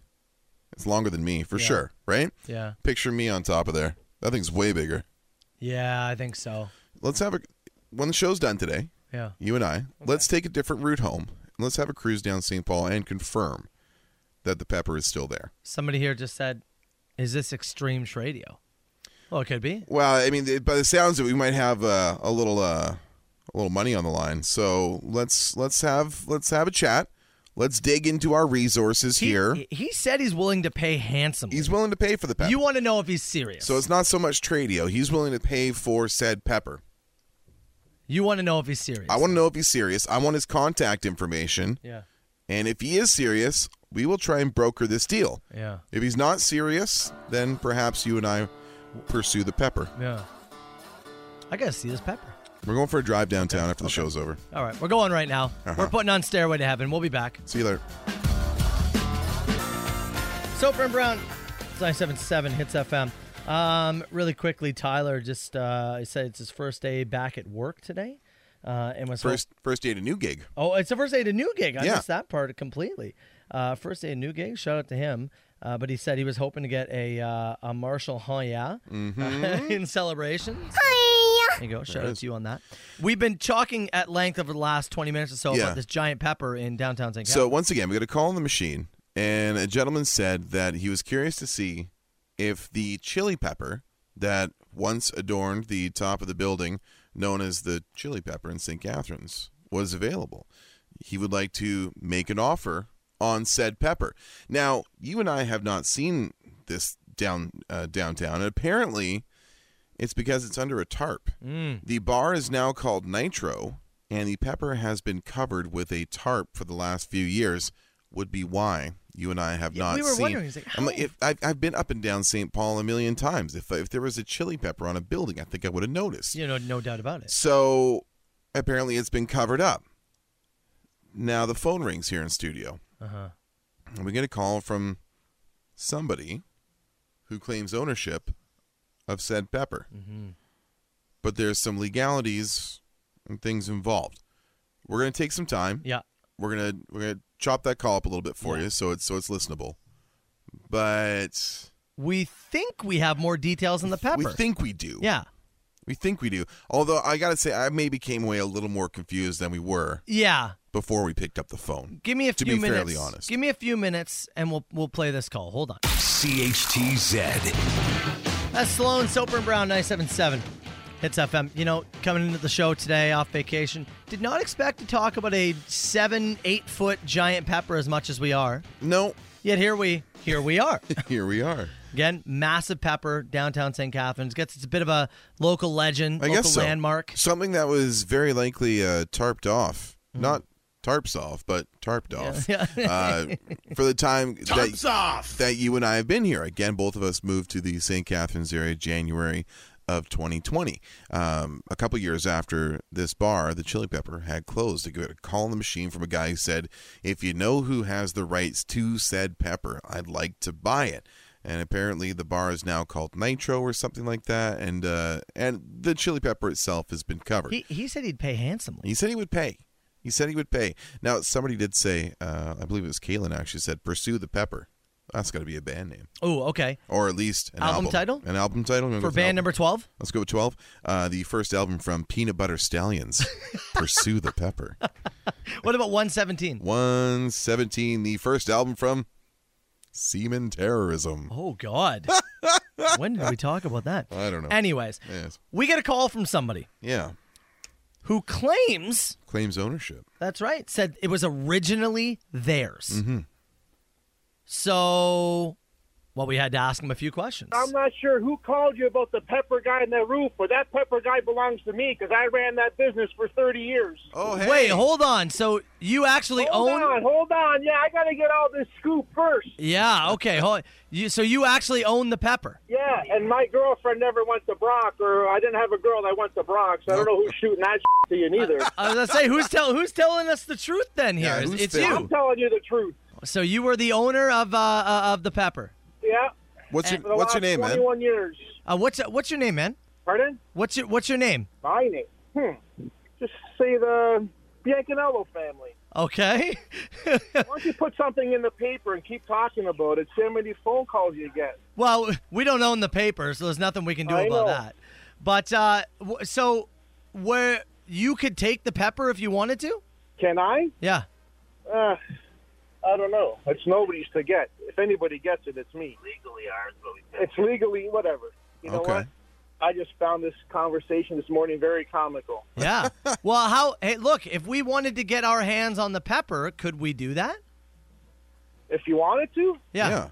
[SPEAKER 6] It's longer than me for
[SPEAKER 5] Yeah.
[SPEAKER 6] sure, right?
[SPEAKER 5] Yeah.
[SPEAKER 6] Picture me on top of there. That thing's way bigger.
[SPEAKER 5] Yeah, I think so.
[SPEAKER 6] Let's have a when the show's done today.
[SPEAKER 5] Yeah.
[SPEAKER 6] you and I, let's take a different route home and let's have a cruise down St. Paul and confirm that the pepper is still there.
[SPEAKER 5] Somebody here just said, "Is this Extreme Radio?" Well, it could be.
[SPEAKER 6] Well, I mean, by the sounds of it, we might have uh, a little uh, a little money on the line. So let's let's have let's have a chat. Let's dig into our resources here.
[SPEAKER 5] He, he said he's willing to pay handsomely.
[SPEAKER 6] He's willing to pay for the pepper,
[SPEAKER 5] You want to know if he's serious.
[SPEAKER 6] so it's not so much tradio. He's willing to pay for said pepper.
[SPEAKER 5] you want to know if he's serious.
[SPEAKER 6] I want to know if he's serious. I want his contact information,
[SPEAKER 5] yeah.
[SPEAKER 6] and if he is serious, we will try and broker this deal.
[SPEAKER 5] Yeah.
[SPEAKER 6] If he's not serious, then perhaps you and I pursue the pepper.
[SPEAKER 5] Yeah. I gotta see this pepper.
[SPEAKER 6] We're going for a drive downtown after the show's over.
[SPEAKER 5] All right, we're going right now.
[SPEAKER 6] Uh-huh.
[SPEAKER 5] We're putting on Stairway to Heaven. We'll be back.
[SPEAKER 6] See you later.
[SPEAKER 5] Soper and Brown, it's 977 Hits FM. Um, really quickly, Tyler just uh, he said it's his first day back at work today. Uh, and was
[SPEAKER 6] First first day at a new gig.
[SPEAKER 5] Oh, it's the first day at a new gig. I
[SPEAKER 6] Yeah.
[SPEAKER 5] missed that part completely. Uh, first day at a new gig. Shout out to him. Uh, but he said he was [laughs] hoping to get a uh, a Marshall Hoya uh, in celebrations. There you go. Shout
[SPEAKER 6] Mm-hmm. There it
[SPEAKER 5] out
[SPEAKER 6] is.
[SPEAKER 5] to you on that. We've been talking at length over the last 20 minutes or so
[SPEAKER 6] Yeah.
[SPEAKER 5] about this giant pepper in downtown St.
[SPEAKER 6] So once again, we got a call on the machine, and a gentleman said that he was curious to see if the chili pepper that once adorned the top of the building, known as the chili pepper in St. Catharines, was available. He would like to make an offer on said pepper. Now, you and I have not seen this down uh, downtown, and apparently, it's because it's under a tarp.
[SPEAKER 5] Mm.
[SPEAKER 6] The bar is now called Nitro, and the pepper has been covered with a tarp for the last few years. Would be why you and I have
[SPEAKER 5] Yeah,
[SPEAKER 6] not
[SPEAKER 5] we were
[SPEAKER 6] seen.
[SPEAKER 5] wondering, it's like,
[SPEAKER 6] I'm like, if I've, I've been up and down St. Paul a million times. If if there was a chili pepper on a building, I think I would have noticed.
[SPEAKER 5] You know, no doubt about it.
[SPEAKER 6] So apparently, it's been covered up. Now the phone rings here in studio.
[SPEAKER 5] Uh-huh.
[SPEAKER 6] And we get a call from somebody who claims ownership of said pepper.
[SPEAKER 5] Mm-hmm.
[SPEAKER 6] But there's some legalities and things involved. We're gonna take some time.
[SPEAKER 5] Yeah.
[SPEAKER 6] We're gonna we're gonna chop that call up a little bit for you so it's so it's listenable. But
[SPEAKER 5] We think we have more details on the pepper.
[SPEAKER 6] we think we do.
[SPEAKER 5] Yeah.
[SPEAKER 6] We think we do. Although I gotta say I maybe came away a little more confused than we were
[SPEAKER 5] Yeah.
[SPEAKER 6] before we picked up the phone.
[SPEAKER 5] Give me a
[SPEAKER 6] to
[SPEAKER 5] few
[SPEAKER 6] be
[SPEAKER 5] minutes.
[SPEAKER 6] fairly honest.
[SPEAKER 5] Give me a few minutes and we'll we'll play this call. Hold on.
[SPEAKER 4] CHTZ.
[SPEAKER 5] That's Sloan, Soper and Brown, 977. Hits FM. You know, coming into the show today off vacation, did not expect to talk about a seven, eight foot giant pepper as much as we are.
[SPEAKER 6] No. [laughs]
[SPEAKER 5] Yet here we here we are.
[SPEAKER 6] Here we are.
[SPEAKER 5] Again, massive pepper downtown St. Catharines. Gets it's a bit of a local legend,
[SPEAKER 6] I
[SPEAKER 5] local
[SPEAKER 6] guess so.
[SPEAKER 5] landmark.
[SPEAKER 6] Something that was very likely uh, tarped off, not tarps off, but tarped off
[SPEAKER 5] Mm. Yeah.
[SPEAKER 6] uh, for the
[SPEAKER 5] [laughs]
[SPEAKER 6] time
[SPEAKER 1] Tarps
[SPEAKER 6] that,
[SPEAKER 1] off!
[SPEAKER 6] that you and I have been here. Again, both of us moved to the St. Catharines area January of 2020, um, a couple years after this bar, the Chili Pepper, had closed. I got a call on the machine from a guy who said, "If you know who has the rights to said pepper, I'd like to buy it." and apparently the bar is now called Nitro or something like that, and uh, and the chili pepper itself has been covered. He,
[SPEAKER 5] He, he said he'd pay handsomely.
[SPEAKER 6] said he would pay. He said he would pay. Now somebody did say, uh, I believe it was Kaylin actually said, "Pursue the pepper." That's got to be a band name,
[SPEAKER 5] Oh, okay.
[SPEAKER 6] or at least an
[SPEAKER 5] Album
[SPEAKER 6] album,
[SPEAKER 5] title?
[SPEAKER 6] An album title
[SPEAKER 5] For band number 12?
[SPEAKER 6] Let's go with twelve. Uh, the first album from Peanut Butter
[SPEAKER 5] [laughs]
[SPEAKER 6] Stallions, "Pursue the Pepper."
[SPEAKER 5] What about 117?
[SPEAKER 6] One seventeen. The first album from Semen Terrorism. [laughs]
[SPEAKER 5] Oh, God. when did we talk about that?
[SPEAKER 6] I don't know.
[SPEAKER 5] Anyways,
[SPEAKER 6] Yes.
[SPEAKER 5] we get a call from somebody
[SPEAKER 6] Yeah,
[SPEAKER 5] who claims
[SPEAKER 6] claims ownership.
[SPEAKER 5] that's right, said it was originally theirs.
[SPEAKER 6] Mm-hmm.
[SPEAKER 5] So, well, we had to ask him a few questions.
[SPEAKER 12] I'm not sure who called you about the pepper guy in that roof, but that pepper guy belongs to me because I ran that business for 30 years.
[SPEAKER 6] Oh,
[SPEAKER 5] Wait, hold on. So you actually
[SPEAKER 12] hold
[SPEAKER 5] own?
[SPEAKER 12] on, hold on. Yeah, I got to get all this scoop first.
[SPEAKER 5] Yeah. Okay. Hold. You, so you actually own the pepper?
[SPEAKER 12] Yeah, and my girlfriend never went to Brock, or I didn't have a girl that went to Brock, so I don't know who's shooting that [laughs] shit to
[SPEAKER 6] [laughs]
[SPEAKER 12] you neither.
[SPEAKER 5] I was gonna say who's tell who's telling us the truth then here?
[SPEAKER 6] Yeah,
[SPEAKER 5] It's-
[SPEAKER 6] who's
[SPEAKER 5] it's
[SPEAKER 6] telling-
[SPEAKER 12] I'm
[SPEAKER 5] you.
[SPEAKER 12] telling you the truth.
[SPEAKER 5] So you were the owner of uh, uh of the pepper.
[SPEAKER 12] Yeah.
[SPEAKER 6] What's your
[SPEAKER 12] For the
[SPEAKER 6] What's your
[SPEAKER 12] last
[SPEAKER 6] name, man?
[SPEAKER 12] 21 years.
[SPEAKER 5] Uh, what's what's your name, man?
[SPEAKER 12] Pardon?
[SPEAKER 5] What's your what's your name?
[SPEAKER 12] My name. Hmm. Just say the Bianconello family.
[SPEAKER 5] Okay. [laughs]
[SPEAKER 12] Why don't you put something in the paper and keep talking about it? See how many phone calls you get.
[SPEAKER 5] well, we don't own the paper, so there's nothing we can do
[SPEAKER 12] I
[SPEAKER 5] about
[SPEAKER 12] know.
[SPEAKER 5] that. But uh, w- so where you could take the pepper if you wanted to?
[SPEAKER 12] Can I?
[SPEAKER 5] Yeah.
[SPEAKER 12] Uh, I don't know. It's nobody's to get. If anybody gets it, it's me.
[SPEAKER 11] Legally ours, but we
[SPEAKER 12] It's legally whatever. You know
[SPEAKER 6] Okay.
[SPEAKER 12] what? I just found this conversation this morning very comical. [laughs]
[SPEAKER 5] Yeah. well, how? Hey, look, if we wanted to get our hands on the pepper, could we do that?
[SPEAKER 12] If you wanted to,
[SPEAKER 5] Yeah.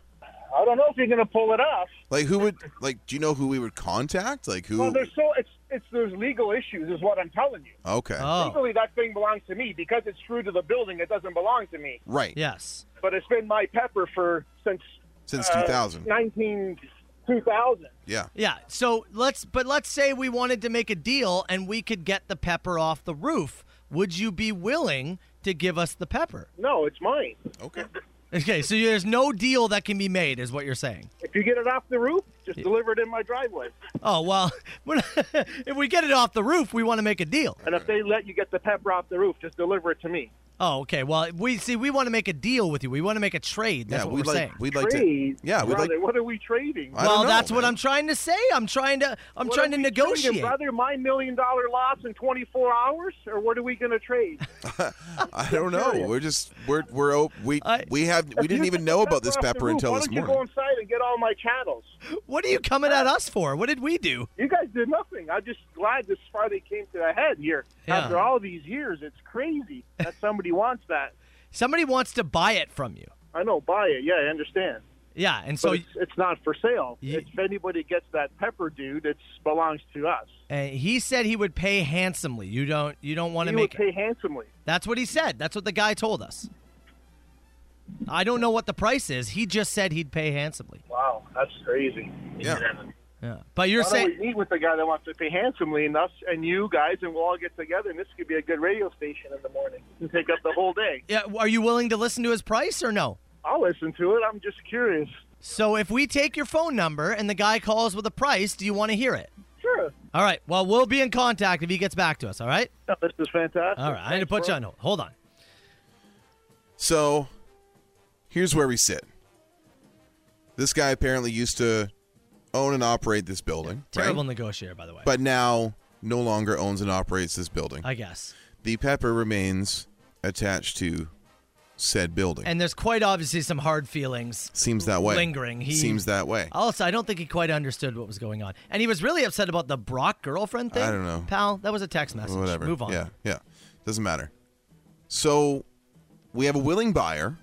[SPEAKER 12] I don't know if you're going to pull it off.
[SPEAKER 6] Like who would like? Do you know who we would contact? Like who?
[SPEAKER 12] Well, there's so it's it's there's legal issues, is what I'm telling you.
[SPEAKER 6] okay.
[SPEAKER 5] Oh,
[SPEAKER 12] Legally, that thing belongs to me because it's true to the building. It doesn't belong to me,
[SPEAKER 6] right.
[SPEAKER 5] yes.
[SPEAKER 12] but it's been my pepper for since
[SPEAKER 6] Since
[SPEAKER 12] uh,
[SPEAKER 6] 2000.
[SPEAKER 12] 19 2000.
[SPEAKER 6] Yeah.
[SPEAKER 5] Yeah. So let's, but let's say we wanted to make a deal and we could get the pepper off the roof. Would you be willing to give us the pepper?
[SPEAKER 12] No, it's mine.
[SPEAKER 6] Okay.
[SPEAKER 5] Okay. So there's no deal that can be made, is what you're saying.
[SPEAKER 12] If you get it off the roof, Just deliver it in my driveway.
[SPEAKER 5] Oh well, [laughs] we're not- if we get it off the roof, we want to make a deal.
[SPEAKER 12] And if they let you get the pepper off the roof, just deliver it to me.
[SPEAKER 5] Oh, okay. Well, we see we want to make a deal with you. We want to make a trade. That's
[SPEAKER 6] yeah,
[SPEAKER 5] what
[SPEAKER 6] we'd
[SPEAKER 5] we're
[SPEAKER 6] like.
[SPEAKER 5] saying.
[SPEAKER 6] We'd like
[SPEAKER 12] Trade?
[SPEAKER 6] to. Yeah, we'd like.
[SPEAKER 12] brother, what are we trading?
[SPEAKER 6] I don't
[SPEAKER 5] well,
[SPEAKER 6] know,
[SPEAKER 5] that's what
[SPEAKER 6] man.
[SPEAKER 5] I'm trying to say. I'm trying to I'm
[SPEAKER 12] What
[SPEAKER 5] trying
[SPEAKER 12] are
[SPEAKER 5] to
[SPEAKER 12] we
[SPEAKER 5] negotiate.
[SPEAKER 12] Trading, brother, my million dollar loss in 24 hours, or what are we going to trade?
[SPEAKER 6] I don't know. We're just we're we're op- we we have [laughs] we
[SPEAKER 12] If
[SPEAKER 6] didn't
[SPEAKER 12] you
[SPEAKER 6] even
[SPEAKER 12] get
[SPEAKER 6] know
[SPEAKER 12] the
[SPEAKER 6] about this
[SPEAKER 12] off the
[SPEAKER 6] pepper
[SPEAKER 12] roof,
[SPEAKER 6] until
[SPEAKER 12] why
[SPEAKER 6] this
[SPEAKER 12] don't you
[SPEAKER 6] morning.
[SPEAKER 12] go inside and get all my chattels.
[SPEAKER 5] What are you coming at us for? What did we do?
[SPEAKER 12] You guys did nothing. I'm just glad this finally came to a head here.
[SPEAKER 5] Yeah.
[SPEAKER 12] After all these years, it's crazy that somebody wants that.
[SPEAKER 5] Somebody wants to buy it from you.
[SPEAKER 12] I know, buy it. Yeah, I understand.
[SPEAKER 5] Yeah, and so
[SPEAKER 12] but it's, it's not for sale. if anybody gets that pepper, dude, it belongs to us.
[SPEAKER 5] and he said he would pay handsomely. You don't you don't want to
[SPEAKER 12] He
[SPEAKER 5] make
[SPEAKER 12] would pay
[SPEAKER 5] it.
[SPEAKER 12] handsomely.
[SPEAKER 5] That's what he said. That's what the guy told us. I don't know what the price is. He just said he'd pay handsomely.
[SPEAKER 12] Wow, that's crazy.
[SPEAKER 6] Yeah.
[SPEAKER 5] Yeah. But you're
[SPEAKER 12] Why
[SPEAKER 5] saying
[SPEAKER 12] don't we meet with the guy that wants to pay handsomely, and us and you guys, and we'll all get together, and this could be a good radio station in the morning and take up the whole day.
[SPEAKER 5] Yeah, are you willing to listen to his price or no?
[SPEAKER 12] I'll listen to it. I'm just curious.
[SPEAKER 5] So if we take your phone number and the guy calls with a price, do you want to hear it?
[SPEAKER 12] Sure.
[SPEAKER 5] All right. Well, we'll be in contact if he gets back to us. All right.
[SPEAKER 12] No, this is fantastic.
[SPEAKER 5] All right. I need to put you on hold. Hold on.
[SPEAKER 6] So, here's where we sit. This guy apparently used to own and operate this building,
[SPEAKER 5] Terrible
[SPEAKER 6] right?
[SPEAKER 5] negotiator, by the way.
[SPEAKER 6] but now no longer owns and operates this building.
[SPEAKER 5] I guess.
[SPEAKER 6] The pepper remains attached to said building.
[SPEAKER 5] And there's quite obviously some hard feelings.
[SPEAKER 6] Seems that way.
[SPEAKER 5] Lingering. He
[SPEAKER 6] Seems that way.
[SPEAKER 5] Also, I don't think he quite understood what was going on, and he was really upset about the Brock girlfriend thing.
[SPEAKER 6] I don't know.
[SPEAKER 5] pal. That was a text message.
[SPEAKER 6] Whatever.
[SPEAKER 5] Move on.
[SPEAKER 6] Yeah, yeah. Doesn't matter. So we have a willing buyer.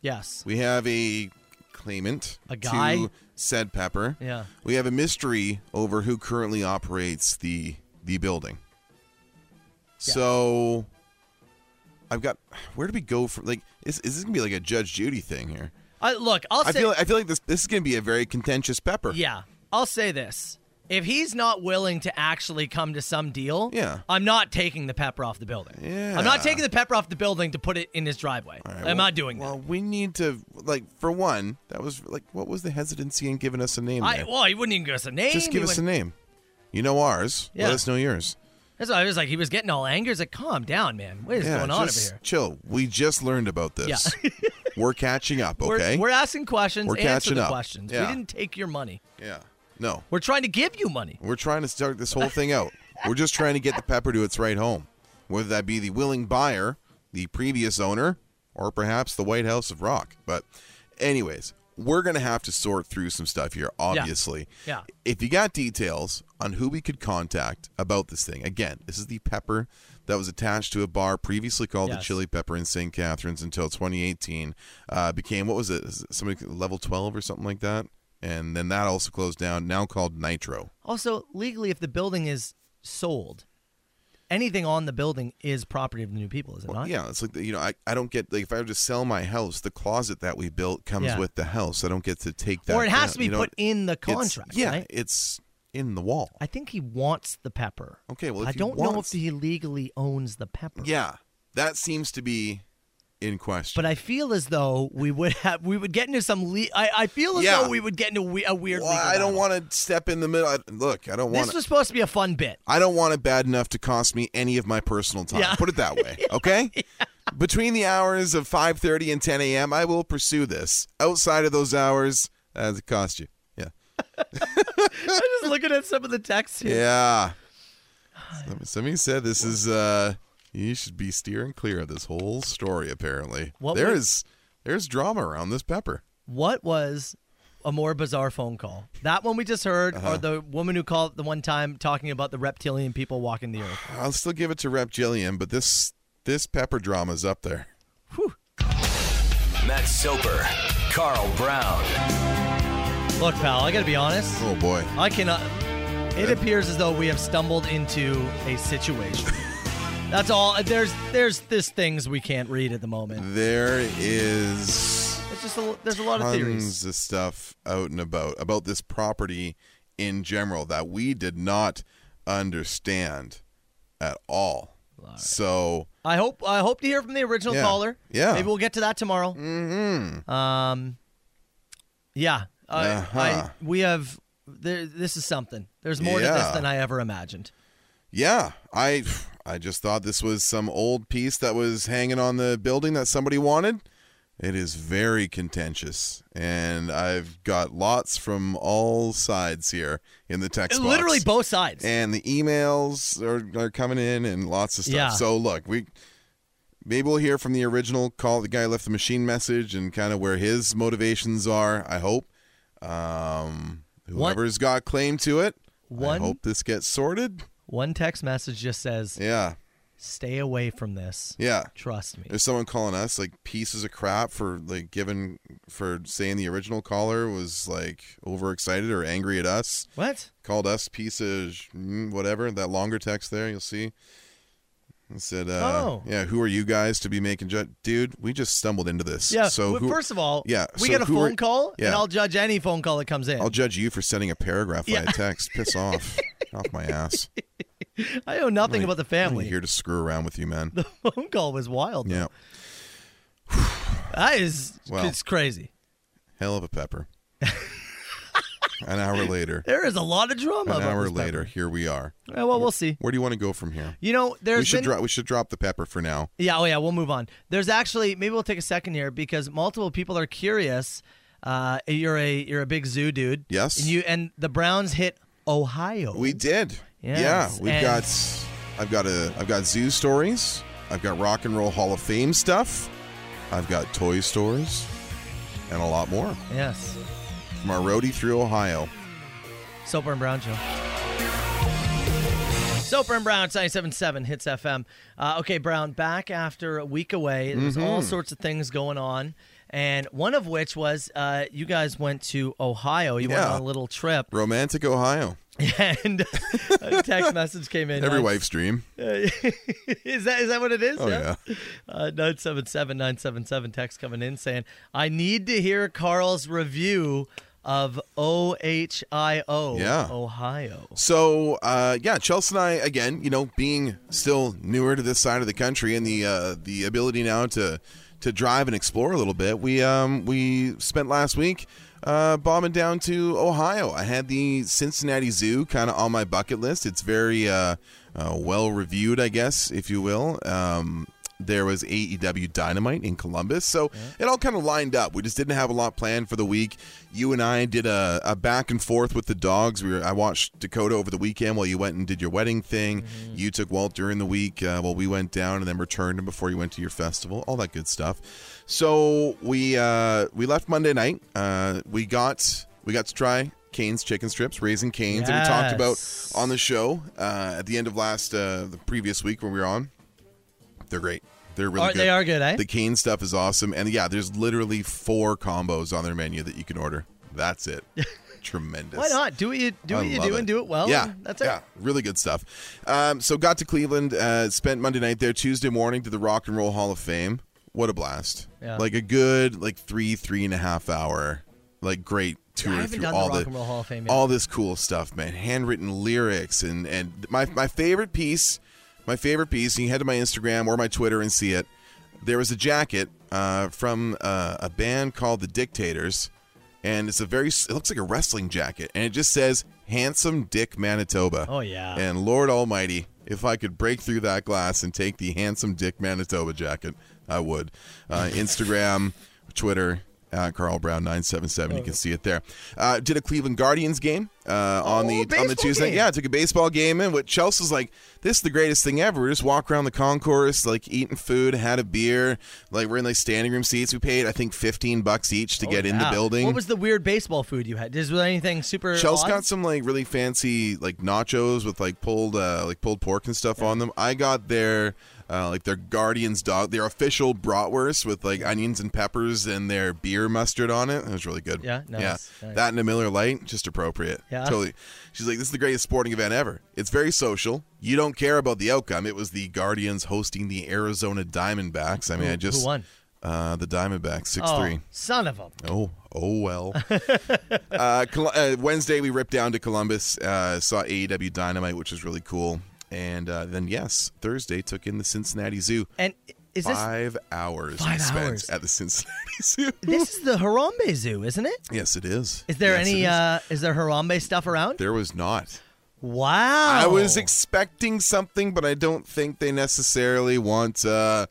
[SPEAKER 5] Yes.
[SPEAKER 6] We have a claimant.
[SPEAKER 5] A guy?
[SPEAKER 6] To said Pepper.
[SPEAKER 5] Yeah.
[SPEAKER 6] We have a mystery over who currently operates the the building. So I've got where do we go from like is, is this gonna be like a Judge Judy thing here?
[SPEAKER 5] I, look, I'll
[SPEAKER 6] I
[SPEAKER 5] say.
[SPEAKER 6] feel I feel like this this is gonna be a very contentious Pepper.
[SPEAKER 5] Yeah. I'll say this. If he's not willing to actually come to some deal,
[SPEAKER 6] Yeah.
[SPEAKER 5] I'm not taking the pepper off the building.
[SPEAKER 6] Yeah.
[SPEAKER 5] I'm not taking the pepper off the building to put it in his driveway. I'm not doing
[SPEAKER 6] well, we need to like for one, that was like what was the hesitancy in giving us a name?
[SPEAKER 5] that. I,
[SPEAKER 6] there?
[SPEAKER 5] well, he wouldn't even give us a name.
[SPEAKER 6] Just
[SPEAKER 5] He
[SPEAKER 6] give us a
[SPEAKER 5] wouldn't-
[SPEAKER 6] name. You know ours.
[SPEAKER 5] Yeah.
[SPEAKER 6] Let us know yours.
[SPEAKER 5] That's why I was like, he was getting all angry. He's like, calm down, man. What is
[SPEAKER 6] yeah,
[SPEAKER 5] going on over
[SPEAKER 6] just
[SPEAKER 5] here?
[SPEAKER 6] Chill. We just learned about this.
[SPEAKER 5] [laughs]
[SPEAKER 6] we're catching up,
[SPEAKER 5] We're-
[SPEAKER 6] okay?
[SPEAKER 5] We're, asking questions.
[SPEAKER 6] We're
[SPEAKER 5] answer
[SPEAKER 6] catching
[SPEAKER 5] the
[SPEAKER 6] up.
[SPEAKER 5] questions.
[SPEAKER 6] Yeah.
[SPEAKER 5] We didn't take your money.
[SPEAKER 6] yeah. No.
[SPEAKER 5] We're trying to give you money.
[SPEAKER 6] We're trying to start this whole thing out. we're just trying to get the pepper to its right home. Whether that be the willing buyer, the previous owner, or perhaps the White House of Rock. But anyways, we're gonna have to sort through some stuff here, obviously.
[SPEAKER 5] Yeah.
[SPEAKER 6] If you got details on who we could contact about this thing, again, this is the pepper that was attached to a bar previously called the
[SPEAKER 5] Yes.
[SPEAKER 6] Chili Pepper in St. Catharines until 2018. Uh, became, what was it? Is it Somebody level 12 or something like that. And then that also closed down, now called Nitro.
[SPEAKER 5] Also, legally, if the building is sold, anything on the building is property of the new people, is it not?
[SPEAKER 6] Yeah, it's like, you know, I, I don't get, like, if I were to sell my house, the closet that we built comes
[SPEAKER 5] Yeah.
[SPEAKER 6] with the house. I don't get to take that.
[SPEAKER 5] or it
[SPEAKER 6] down,
[SPEAKER 5] has to be
[SPEAKER 6] you know?
[SPEAKER 5] put in the
[SPEAKER 6] It's-
[SPEAKER 5] contract,
[SPEAKER 6] Yeah,
[SPEAKER 5] right?
[SPEAKER 6] it's in the wall.
[SPEAKER 5] I think he wants the pepper.
[SPEAKER 6] Okay, well, if
[SPEAKER 5] I
[SPEAKER 6] he
[SPEAKER 5] don't know if
[SPEAKER 6] wants-
[SPEAKER 5] he legally owns the pepper.
[SPEAKER 6] Yeah, that seems to be in question.
[SPEAKER 5] But I feel as though we would have we would get into some. Le- I, I feel as
[SPEAKER 6] Yeah.
[SPEAKER 5] though we would get into we- a weird.
[SPEAKER 6] Well,
[SPEAKER 5] legal
[SPEAKER 6] I don't
[SPEAKER 5] battle.
[SPEAKER 6] want to step in the middle. I, look, I don't want.
[SPEAKER 5] This was supposed to be a
[SPEAKER 6] [laughs]
[SPEAKER 5] fun bit.
[SPEAKER 6] I don't want it bad enough to cost me any of my personal time.
[SPEAKER 5] Yeah.
[SPEAKER 6] Put it
[SPEAKER 5] [laughs]
[SPEAKER 6] that way, okay? Between the hours of 5:30 and 10 a.m., I will pursue this. Outside of those hours, as it cost you, yeah,
[SPEAKER 5] I'm just looking at some of the texts here.
[SPEAKER 6] yeah. Some- Somebody said this is. uh You should be steering clear of this whole story. Apparently,
[SPEAKER 5] What
[SPEAKER 6] there
[SPEAKER 5] would-
[SPEAKER 6] is there's drama around this pepper.
[SPEAKER 5] What was a more bizarre phone call? That one we just heard,
[SPEAKER 6] Uh-huh.
[SPEAKER 5] or the woman who called the one time talking about the reptilian people walking the earth?
[SPEAKER 6] I'll still give it to Reptilian, but this this pepper drama is up there.
[SPEAKER 4] Matt Soper, Carl Brown.
[SPEAKER 5] Look, pal, I gotta be honest.
[SPEAKER 6] Oh boy,
[SPEAKER 5] I cannot. It appears as though we have stumbled into a [laughs] situation. That's all. There's there's this things we can't read at the moment.
[SPEAKER 6] There is
[SPEAKER 5] It's just a, there's a lot of
[SPEAKER 6] tons
[SPEAKER 5] theories.
[SPEAKER 6] of stuff out and about about this property in general that we did not understand at all. So
[SPEAKER 5] I hope I hope to hear from the original
[SPEAKER 6] Yeah.
[SPEAKER 5] caller.
[SPEAKER 6] Yeah.
[SPEAKER 5] Maybe we'll get to that tomorrow. Mm-hmm. Um. Yeah. I- I,
[SPEAKER 6] Uh-huh.
[SPEAKER 5] we have there, this is something. There's more to this
[SPEAKER 6] Yeah.
[SPEAKER 5] than I ever imagined.
[SPEAKER 6] Yeah, I I just thought this was some old piece that was hanging on the building that somebody wanted. It is very contentious, and I've got lots from all sides here in the text. box.
[SPEAKER 5] Literally both sides.
[SPEAKER 6] and the emails are, are coming in, and lots of stuff.
[SPEAKER 5] Yeah.
[SPEAKER 6] So look, we maybe we'll hear from the original call. The guy who left the machine message, and kind of where his motivations are. I hope um,
[SPEAKER 5] One-
[SPEAKER 6] whoever's got claim to it.
[SPEAKER 5] One-
[SPEAKER 6] I hope this gets sorted.
[SPEAKER 5] One text message just says,
[SPEAKER 6] Yeah.
[SPEAKER 5] "Stay away from this."
[SPEAKER 6] Yeah.
[SPEAKER 5] Trust me.
[SPEAKER 6] There's someone calling us like pieces of crap for like giving for saying the original caller was like overexcited or angry at us.
[SPEAKER 5] What?
[SPEAKER 6] Called us piece of sh- mm, whatever. That longer text there, you'll see. It said, uh,
[SPEAKER 5] Oh.
[SPEAKER 6] yeah, who are you guys to be making judge? Dude, we just stumbled into this.
[SPEAKER 5] Yeah.
[SPEAKER 6] So
[SPEAKER 5] well,
[SPEAKER 6] who-
[SPEAKER 5] first of all,
[SPEAKER 6] yeah, so
[SPEAKER 5] we get a
[SPEAKER 6] who are-
[SPEAKER 5] phone call,
[SPEAKER 6] yeah.
[SPEAKER 5] and I'll judge any phone call that comes in.
[SPEAKER 6] I'll judge you for sending a paragraph
[SPEAKER 5] Yeah.
[SPEAKER 6] via text.
[SPEAKER 5] [laughs]
[SPEAKER 6] Piss off. off my ass.
[SPEAKER 5] I know nothing about the
[SPEAKER 6] I'm
[SPEAKER 5] family.
[SPEAKER 6] here to screw around with you, man.
[SPEAKER 5] [laughs] The [laughs] phone call was wild.
[SPEAKER 6] yeah.
[SPEAKER 5] That is,
[SPEAKER 6] Well.
[SPEAKER 5] it's crazy.
[SPEAKER 6] Hell of a
[SPEAKER 5] [laughs]
[SPEAKER 6] pepper. An hour later.
[SPEAKER 5] There is a lot of drama.
[SPEAKER 6] An
[SPEAKER 5] about
[SPEAKER 6] hour
[SPEAKER 5] this
[SPEAKER 6] later,
[SPEAKER 5] pepper.
[SPEAKER 6] here we are.
[SPEAKER 5] Yeah, well, we'll see.
[SPEAKER 6] Where do you want to go from here?
[SPEAKER 5] You know, there's
[SPEAKER 6] we should
[SPEAKER 5] been-
[SPEAKER 6] drop. We should drop the pepper for now.
[SPEAKER 5] Yeah, oh yeah, we'll move on. There's actually maybe we'll take a second here because multiple people are curious. Uh, you're a you're a big zoo dude.
[SPEAKER 6] Yes.
[SPEAKER 5] And you and the Browns hit Ohio.
[SPEAKER 6] We did.
[SPEAKER 5] Yes,
[SPEAKER 6] yeah, we've
[SPEAKER 5] and-
[SPEAKER 6] got. I've got a. I've got zoo stories. I've got rock and roll Hall of Fame stuff. I've got toy stores, and a lot more
[SPEAKER 5] Yes.
[SPEAKER 6] from our roadie through Ohio.
[SPEAKER 5] Soper and Brown show. Soper and Brown, 977 Hits FM. Uh, okay, Brown, back after a week away. There was all
[SPEAKER 6] Mm-hmm.
[SPEAKER 13] Mhm.
[SPEAKER 5] sorts of things going on, and one of which was uh, you guys went to Ohio. You went
[SPEAKER 6] Yeah.
[SPEAKER 5] on a little trip,
[SPEAKER 6] Romantic Ohio.
[SPEAKER 5] [laughs] and
[SPEAKER 6] [laughs]
[SPEAKER 5] a text message came in.
[SPEAKER 6] Every
[SPEAKER 5] uh,
[SPEAKER 6] wife's dream.
[SPEAKER 5] Uh, [laughs] is that is that what it is?
[SPEAKER 6] Oh,
[SPEAKER 5] Uh, 977 977 text coming in saying, I need to hear Carl's review of OHIO,
[SPEAKER 6] Yeah.
[SPEAKER 5] Ohio.
[SPEAKER 6] So uh, yeah, Chelsea and I again, you know, being still newer to this side of the country and the uh, the ability now to to drive and explore a little bit, we um, we spent last week uh, bombing down to Ohio. I had the Cincinnati Zoo kind of on my bucket list. It's very uh, uh, well reviewed, I guess, if you will. Um, there was AEW Dynamite in Columbus. So it all kind of lined up. We just didn't have a lot planned for the week. You and I did a, a back and forth with the dogs. We were, I watched Dakota over the weekend while you went and did your wedding thing. You took Walt during the week uh, while we went down and then returned him before you went to your festival. All that good stuff. So we uh, we left Monday night. Uh, we got we got to try Cane's chicken strips, Raisin Cane's, that we talked
[SPEAKER 5] Yes.
[SPEAKER 6] about on the show uh, at the end of last uh, the previous week when we were on. They're great. They're really
[SPEAKER 5] Are-
[SPEAKER 6] good.
[SPEAKER 5] they are good, eh?
[SPEAKER 6] The cane stuff is awesome. And yeah, there's literally four combos on their menu that you can order. That's
[SPEAKER 5] [laughs]
[SPEAKER 6] it. Tremendous.
[SPEAKER 5] Why not? Do what you do,
[SPEAKER 6] I
[SPEAKER 5] what you
[SPEAKER 6] love
[SPEAKER 5] do and do it well.
[SPEAKER 6] Yeah,
[SPEAKER 5] and That's
[SPEAKER 6] yeah,
[SPEAKER 5] it.
[SPEAKER 6] really good stuff. Um, so got to Cleveland, uh, spent Monday night there. Tuesday morning to the Rock and Roll Hall of Fame. What a blast!
[SPEAKER 5] Yeah.
[SPEAKER 6] Like a good like three three and a half hour like great tour
[SPEAKER 5] I haven't
[SPEAKER 6] through
[SPEAKER 5] done the
[SPEAKER 6] all
[SPEAKER 5] Rock
[SPEAKER 6] the
[SPEAKER 5] and Roll Hall of Fame yet.
[SPEAKER 6] all this cool stuff, man. Handwritten lyrics and and my my favorite piece, my favorite piece. You can head to my Instagram or my Twitter and see it. There was a jacket uh, from uh, a band called the Dictators, and it's a very it looks like a wrestling jacket, and it just says "Handsome Dick Manitoba."
[SPEAKER 5] Oh, yeah.
[SPEAKER 6] And Lord Almighty, if I could break through that glass and take the handsome Dick Manitoba jacket, I would. Uh, Instagram, Twitter, at Carl Brown nine seven seven. You can see it there. Uh, did a Cleveland Guardians game uh, on the on the
[SPEAKER 5] Oh, baseball
[SPEAKER 6] Tuesday.
[SPEAKER 5] game.
[SPEAKER 6] Yeah, took a baseball game in. What Chelsea's like, this is the greatest thing ever. We just walk around the concourse, like eating food, had a beer. Like we're in like standing room seats. We paid I think fifteen bucks each to get in the
[SPEAKER 5] Oh, Yeah.
[SPEAKER 6] building.
[SPEAKER 5] Ah. What was the weird baseball food you had? Is there anything super?
[SPEAKER 6] Chelsea
[SPEAKER 5] odd?
[SPEAKER 6] got some like really fancy like nachos with like pulled uh, like pulled pork and stuff on them. I got their uh, like their Guardians dog, their official bratwurst with like onions and peppers and their beer mustard on it. It was really good.
[SPEAKER 5] Yeah? Nice,
[SPEAKER 6] yeah.
[SPEAKER 5] nice.
[SPEAKER 6] That and a Miller Light, just appropriate.
[SPEAKER 5] Yeah.
[SPEAKER 6] totally. She's like, this is the greatest sporting event ever. It's very social. You don't care about the outcome. It was the Guardians hosting the Arizona Diamondbacks. I mean,
[SPEAKER 5] Who-
[SPEAKER 6] I just
[SPEAKER 5] who won?
[SPEAKER 6] Uh, the Diamondbacks six
[SPEAKER 5] Oh,
[SPEAKER 6] three.
[SPEAKER 5] Son of a.
[SPEAKER 6] Oh, oh well. [laughs] uh, Col- uh, Wednesday we ripped down to Columbus, uh, saw AEW Dynamite, which was really cool, and uh, then yes, Thursday took in the Cincinnati Zoo.
[SPEAKER 5] And Is this
[SPEAKER 6] five hours
[SPEAKER 5] Five
[SPEAKER 6] he spent
[SPEAKER 5] hours.
[SPEAKER 6] at the Cincinnati [laughs] Zoo?
[SPEAKER 5] this is the Harambe Zoo, isn't it?
[SPEAKER 6] Yes, it is.
[SPEAKER 5] Is there
[SPEAKER 6] Yes,
[SPEAKER 5] any?
[SPEAKER 6] it is.
[SPEAKER 5] Uh, is there Harambe stuff around?
[SPEAKER 6] there was not.
[SPEAKER 5] Wow.
[SPEAKER 6] I was expecting something, but I don't think they necessarily want uh,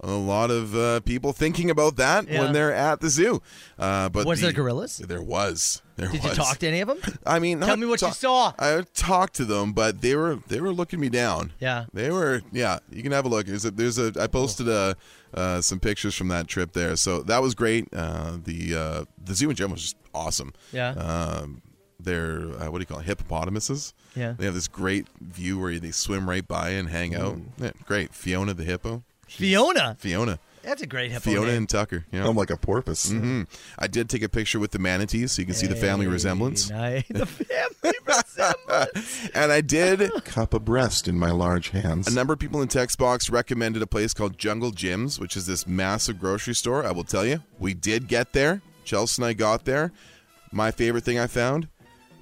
[SPEAKER 6] a lot of uh, people thinking about that
[SPEAKER 5] Yeah.
[SPEAKER 6] when they're at the zoo. Uh, but
[SPEAKER 5] Was there
[SPEAKER 6] the-
[SPEAKER 5] gorillas?
[SPEAKER 6] There was. There
[SPEAKER 5] Did
[SPEAKER 6] was.
[SPEAKER 5] you talk to
[SPEAKER 6] [laughs]
[SPEAKER 5] any of them?
[SPEAKER 6] I mean,
[SPEAKER 5] Tell
[SPEAKER 6] not
[SPEAKER 5] me what you
[SPEAKER 6] ta-
[SPEAKER 5] saw.
[SPEAKER 6] I talked to them, but they were they were looking me down.
[SPEAKER 5] Yeah.
[SPEAKER 6] they were. Yeah, you can have a look. There's a, there's a I posted uh uh, some pictures from that trip there, so that was great. Uh, the uh, the zoo in general was just awesome.
[SPEAKER 5] Yeah.
[SPEAKER 6] Um, they're uh, what do you call it? hippopotamuses?
[SPEAKER 5] Yeah.
[SPEAKER 6] they have this great view where they swim right by and hang out.
[SPEAKER 5] Mm.
[SPEAKER 6] Yeah, great, Fiona the hippo.
[SPEAKER 5] Fiona.
[SPEAKER 6] Fiona.
[SPEAKER 5] That's a great hippo.
[SPEAKER 6] Fiona
[SPEAKER 5] name.
[SPEAKER 6] and Tucker. Yeah.
[SPEAKER 13] I'm like a porpoise.
[SPEAKER 6] hmm I did take a picture with the manatees, so you can see the family resemblance.
[SPEAKER 5] Nice.
[SPEAKER 6] [laughs]
[SPEAKER 5] The
[SPEAKER 6] and I did.
[SPEAKER 13] Cup of breast in my large hands.
[SPEAKER 6] A number of people in text box recommended a place called Jungle Gyms, which is this massive grocery store. I will tell you, we did get there. Chelsea and I got there. My favorite thing I found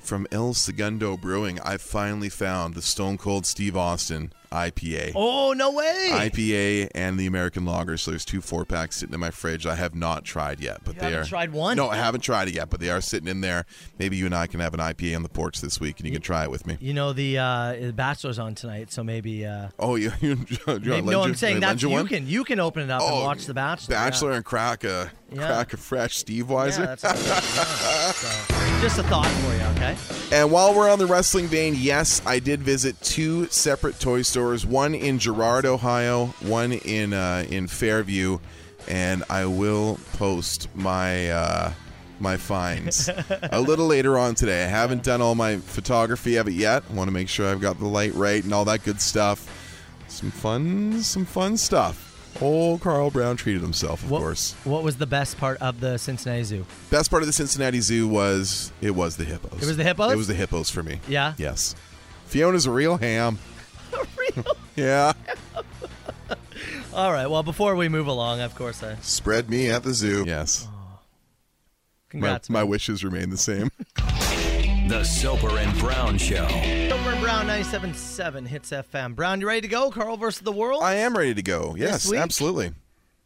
[SPEAKER 6] from El Segundo Brewing, I finally found the Stone Cold Steve Austin IPA.
[SPEAKER 5] Oh no way.
[SPEAKER 6] IPA and the American Lager. So there's two four packs sitting in my fridge. I have not tried yet, but
[SPEAKER 5] You
[SPEAKER 6] they
[SPEAKER 5] haven't
[SPEAKER 6] are
[SPEAKER 5] tried one?
[SPEAKER 6] No, I haven't tried it yet, but they are sitting in there. Maybe you and I can have an IPA on the porch this week, and you
[SPEAKER 5] Mm-hmm.
[SPEAKER 6] can try it with me.
[SPEAKER 5] you know the uh, the Bachelor's on tonight, so maybe. Uh,
[SPEAKER 6] Oh, you, [laughs] you, you want to
[SPEAKER 5] maybe
[SPEAKER 6] lend
[SPEAKER 5] no,
[SPEAKER 6] you-
[SPEAKER 5] I'm saying
[SPEAKER 6] can I lend
[SPEAKER 5] that's you
[SPEAKER 6] one?
[SPEAKER 5] can you can open it up and
[SPEAKER 6] Oh,
[SPEAKER 5] watch the Bachelor. yeah.
[SPEAKER 6] Bachelor and crack a
[SPEAKER 5] Yeah.
[SPEAKER 6] crack a fresh Steve
[SPEAKER 5] Yeah,
[SPEAKER 6] Weiser.
[SPEAKER 5] that's what I'm saying, yeah. So, just a thought for you, okay?
[SPEAKER 6] And while we're on the wrestling vein, yes, I did visit two separate toy stores. One in Girard, Ohio. One in uh, in Fairview. And I will post my uh, my finds a little later on today. I haven't done all my photography of it yet. I want to make sure I've got the light right and all that good stuff. Some fun, some fun stuff. Old Carl Brown treated himself, of course.
[SPEAKER 5] What was the best part of the Cincinnati Zoo?
[SPEAKER 6] Best part of the Cincinnati Zoo was it was the hippos.
[SPEAKER 5] It was the hippos?
[SPEAKER 6] It was the hippos for me.
[SPEAKER 5] Yeah?
[SPEAKER 6] Yes. Fiona's a real
[SPEAKER 5] [laughs]
[SPEAKER 6] ham. real. yeah.
[SPEAKER 5] All right. Well, before we move along, of course, uh, I
[SPEAKER 13] Spread me at the zoo.
[SPEAKER 6] Yes. My,
[SPEAKER 5] congrats.
[SPEAKER 6] my wishes remain the
[SPEAKER 5] [laughs]
[SPEAKER 6] same.
[SPEAKER 4] The Soper and Brown Show.
[SPEAKER 5] Silver Brown 97.7 hits FM. Brown, you ready to go? Carl versus the world.
[SPEAKER 6] I am ready to go. Yes,
[SPEAKER 5] week?
[SPEAKER 6] absolutely.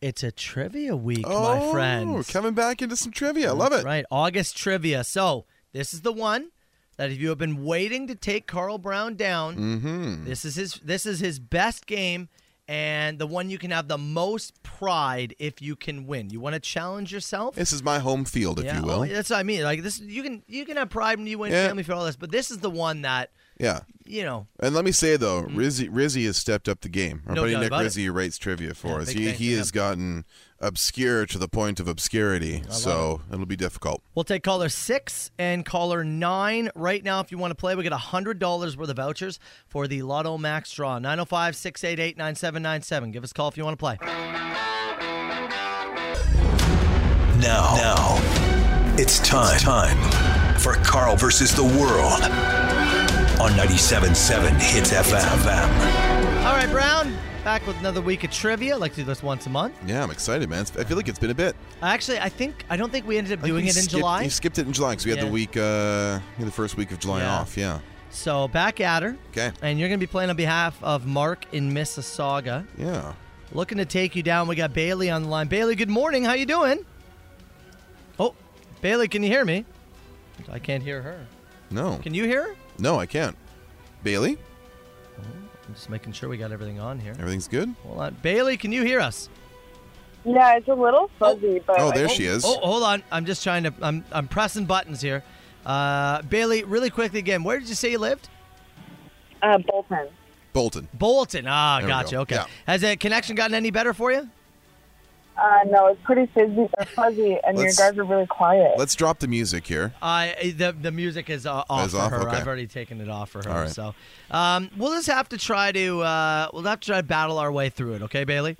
[SPEAKER 5] It's a trivia week,
[SPEAKER 6] oh,
[SPEAKER 5] my friends.
[SPEAKER 6] coming back into some trivia. I love
[SPEAKER 5] That's
[SPEAKER 6] it.
[SPEAKER 5] Right, August trivia. So this is the one that if you have been waiting to take Carl Brown down,
[SPEAKER 6] Mm-hmm.
[SPEAKER 5] this is his this is his best game and the one you can have the most pride if you can win. You want to challenge yourself?
[SPEAKER 6] This is my home field, if
[SPEAKER 5] yeah,
[SPEAKER 6] you
[SPEAKER 5] oh,
[SPEAKER 6] will.
[SPEAKER 5] that's what I mean. Like this, you can you can have pride when you win
[SPEAKER 6] Yeah.
[SPEAKER 5] family for all this, but this is the one that
[SPEAKER 6] Yeah.
[SPEAKER 5] you know.
[SPEAKER 6] And let me say though, Rizzy Rizzy has stepped up the game. Our
[SPEAKER 5] Mm. No
[SPEAKER 6] buddy
[SPEAKER 5] doubt
[SPEAKER 6] Nick
[SPEAKER 5] about it.
[SPEAKER 6] Rizzy writes trivia for
[SPEAKER 5] Yeah,
[SPEAKER 6] us.
[SPEAKER 5] big
[SPEAKER 6] He
[SPEAKER 5] thanks
[SPEAKER 6] he
[SPEAKER 5] to
[SPEAKER 6] has gotten obscure to the point of obscurity. So it. will be difficult.
[SPEAKER 5] We'll take caller six and caller nine right now. If you want to play, we get $100 worth of vouchers for the Lotto Max draw. 905 688 9797. Give us a call if you want to play.
[SPEAKER 4] Now, now, it's time, time for Carl versus the world on 97.7 Hits FM.
[SPEAKER 5] All right, Brown, back with another week of trivia. I like to do this once a month.
[SPEAKER 6] Yeah, I'm excited, man. It's- I feel like it's been a bit.
[SPEAKER 5] Actually, I think, I don't think we ended up
[SPEAKER 6] I think
[SPEAKER 5] doing
[SPEAKER 6] we
[SPEAKER 5] it in
[SPEAKER 6] skipped-
[SPEAKER 5] July.
[SPEAKER 6] You skipped it in July because we had
[SPEAKER 5] Yeah.
[SPEAKER 6] the week, uh, we had the first week of July
[SPEAKER 5] Yeah.
[SPEAKER 6] off. Yeah.
[SPEAKER 5] So back at her.
[SPEAKER 6] Okay.
[SPEAKER 5] And you're going to be playing on behalf of Mark in Mississauga.
[SPEAKER 6] Yeah.
[SPEAKER 5] Looking to take you down. We got Bailey on the line. Bailey, good morning. How you doing? Oh, Bailey, can you hear me? I can't hear her.
[SPEAKER 6] No.
[SPEAKER 5] Can you hear her?
[SPEAKER 6] No, I can't. Bailey,
[SPEAKER 5] I'm just making sure we got everything on here.
[SPEAKER 6] everything's good.
[SPEAKER 5] Hold on. Bailey, can you hear us?
[SPEAKER 8] Yeah, it's a little fuzzy, but
[SPEAKER 6] Oh,
[SPEAKER 8] I
[SPEAKER 6] there
[SPEAKER 8] hope-
[SPEAKER 6] she is.
[SPEAKER 5] Oh, hold on. I'm just trying to. I'm I'm pressing buttons here. Uh, Bailey, really quickly again. Where did you say you lived?
[SPEAKER 8] Uh, Bolton.
[SPEAKER 6] Bolton.
[SPEAKER 5] Bolton. Ah,
[SPEAKER 6] There we
[SPEAKER 5] gotcha.
[SPEAKER 6] go.
[SPEAKER 5] Okay.
[SPEAKER 6] Yeah.
[SPEAKER 5] Has the connection gotten any better for you?
[SPEAKER 8] Uh, no, it's pretty fizzy but fuzzy, and
[SPEAKER 6] Let's-
[SPEAKER 8] your guys are really quiet.
[SPEAKER 6] Let's drop the music here.
[SPEAKER 5] Uh, the the music is uh, off
[SPEAKER 6] Is
[SPEAKER 5] for
[SPEAKER 6] off?
[SPEAKER 5] her.
[SPEAKER 6] Okay.
[SPEAKER 5] I've already taken it off for her.
[SPEAKER 6] All right.
[SPEAKER 5] So, um, we'll just have to try to uh, we'll have to try to battle our way through it. Okay, Bailey.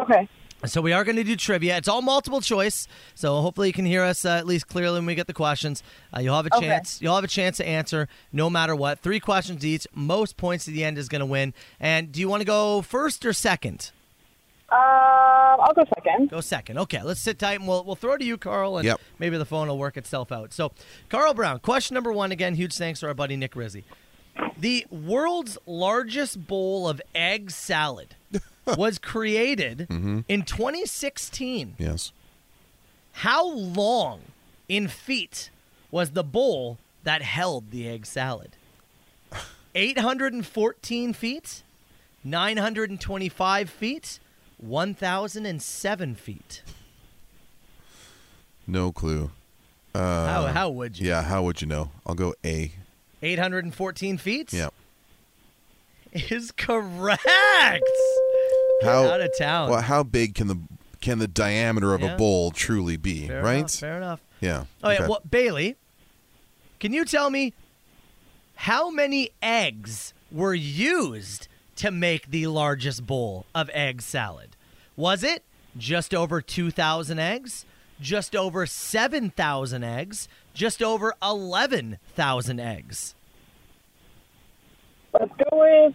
[SPEAKER 8] Okay.
[SPEAKER 5] So we are going to do trivia. It's all multiple choice, so hopefully you can hear us uh, at least clearly when we get the questions. Uh, you'll have a
[SPEAKER 8] Okay.
[SPEAKER 5] chance. You'll have a chance to answer no matter what. Three questions each. Most points to the end is going to win. And do you want to go first or second?
[SPEAKER 8] Um, I'll go second.
[SPEAKER 5] Go second. Okay, let's sit tight and we'll we'll throw to you, Carl, and
[SPEAKER 6] Yep.
[SPEAKER 5] maybe the phone will work itself out. So, Carl Brown, question number one again. Huge thanks to our buddy Nick Rizzi. The world's largest bowl of egg salad was created
[SPEAKER 6] Mhm.
[SPEAKER 5] in 2016.
[SPEAKER 6] Yes.
[SPEAKER 5] How long in feet was the bowl that held the egg salad? 814 feet, 925 feet, 1,007 feet.
[SPEAKER 6] No clue. Uh,
[SPEAKER 5] How- how would you?
[SPEAKER 6] Yeah, how would you know? I'll go A.
[SPEAKER 5] 814 feet
[SPEAKER 6] Yeah.
[SPEAKER 5] is correct.
[SPEAKER 6] How
[SPEAKER 5] out of town.
[SPEAKER 6] Well, how big can the can the diameter of
[SPEAKER 5] Yeah.
[SPEAKER 6] a bowl truly be?
[SPEAKER 5] Fair
[SPEAKER 6] right.
[SPEAKER 5] enough, fair enough.
[SPEAKER 6] Yeah.
[SPEAKER 5] Oh yeah,
[SPEAKER 6] okay.
[SPEAKER 5] well, Bailey, can you tell me how many eggs were used to make the largest bowl of egg salad? Was it just over 2,000 eggs? Just over 7,000 eggs? Just over 11,000 eggs?
[SPEAKER 8] Let's go with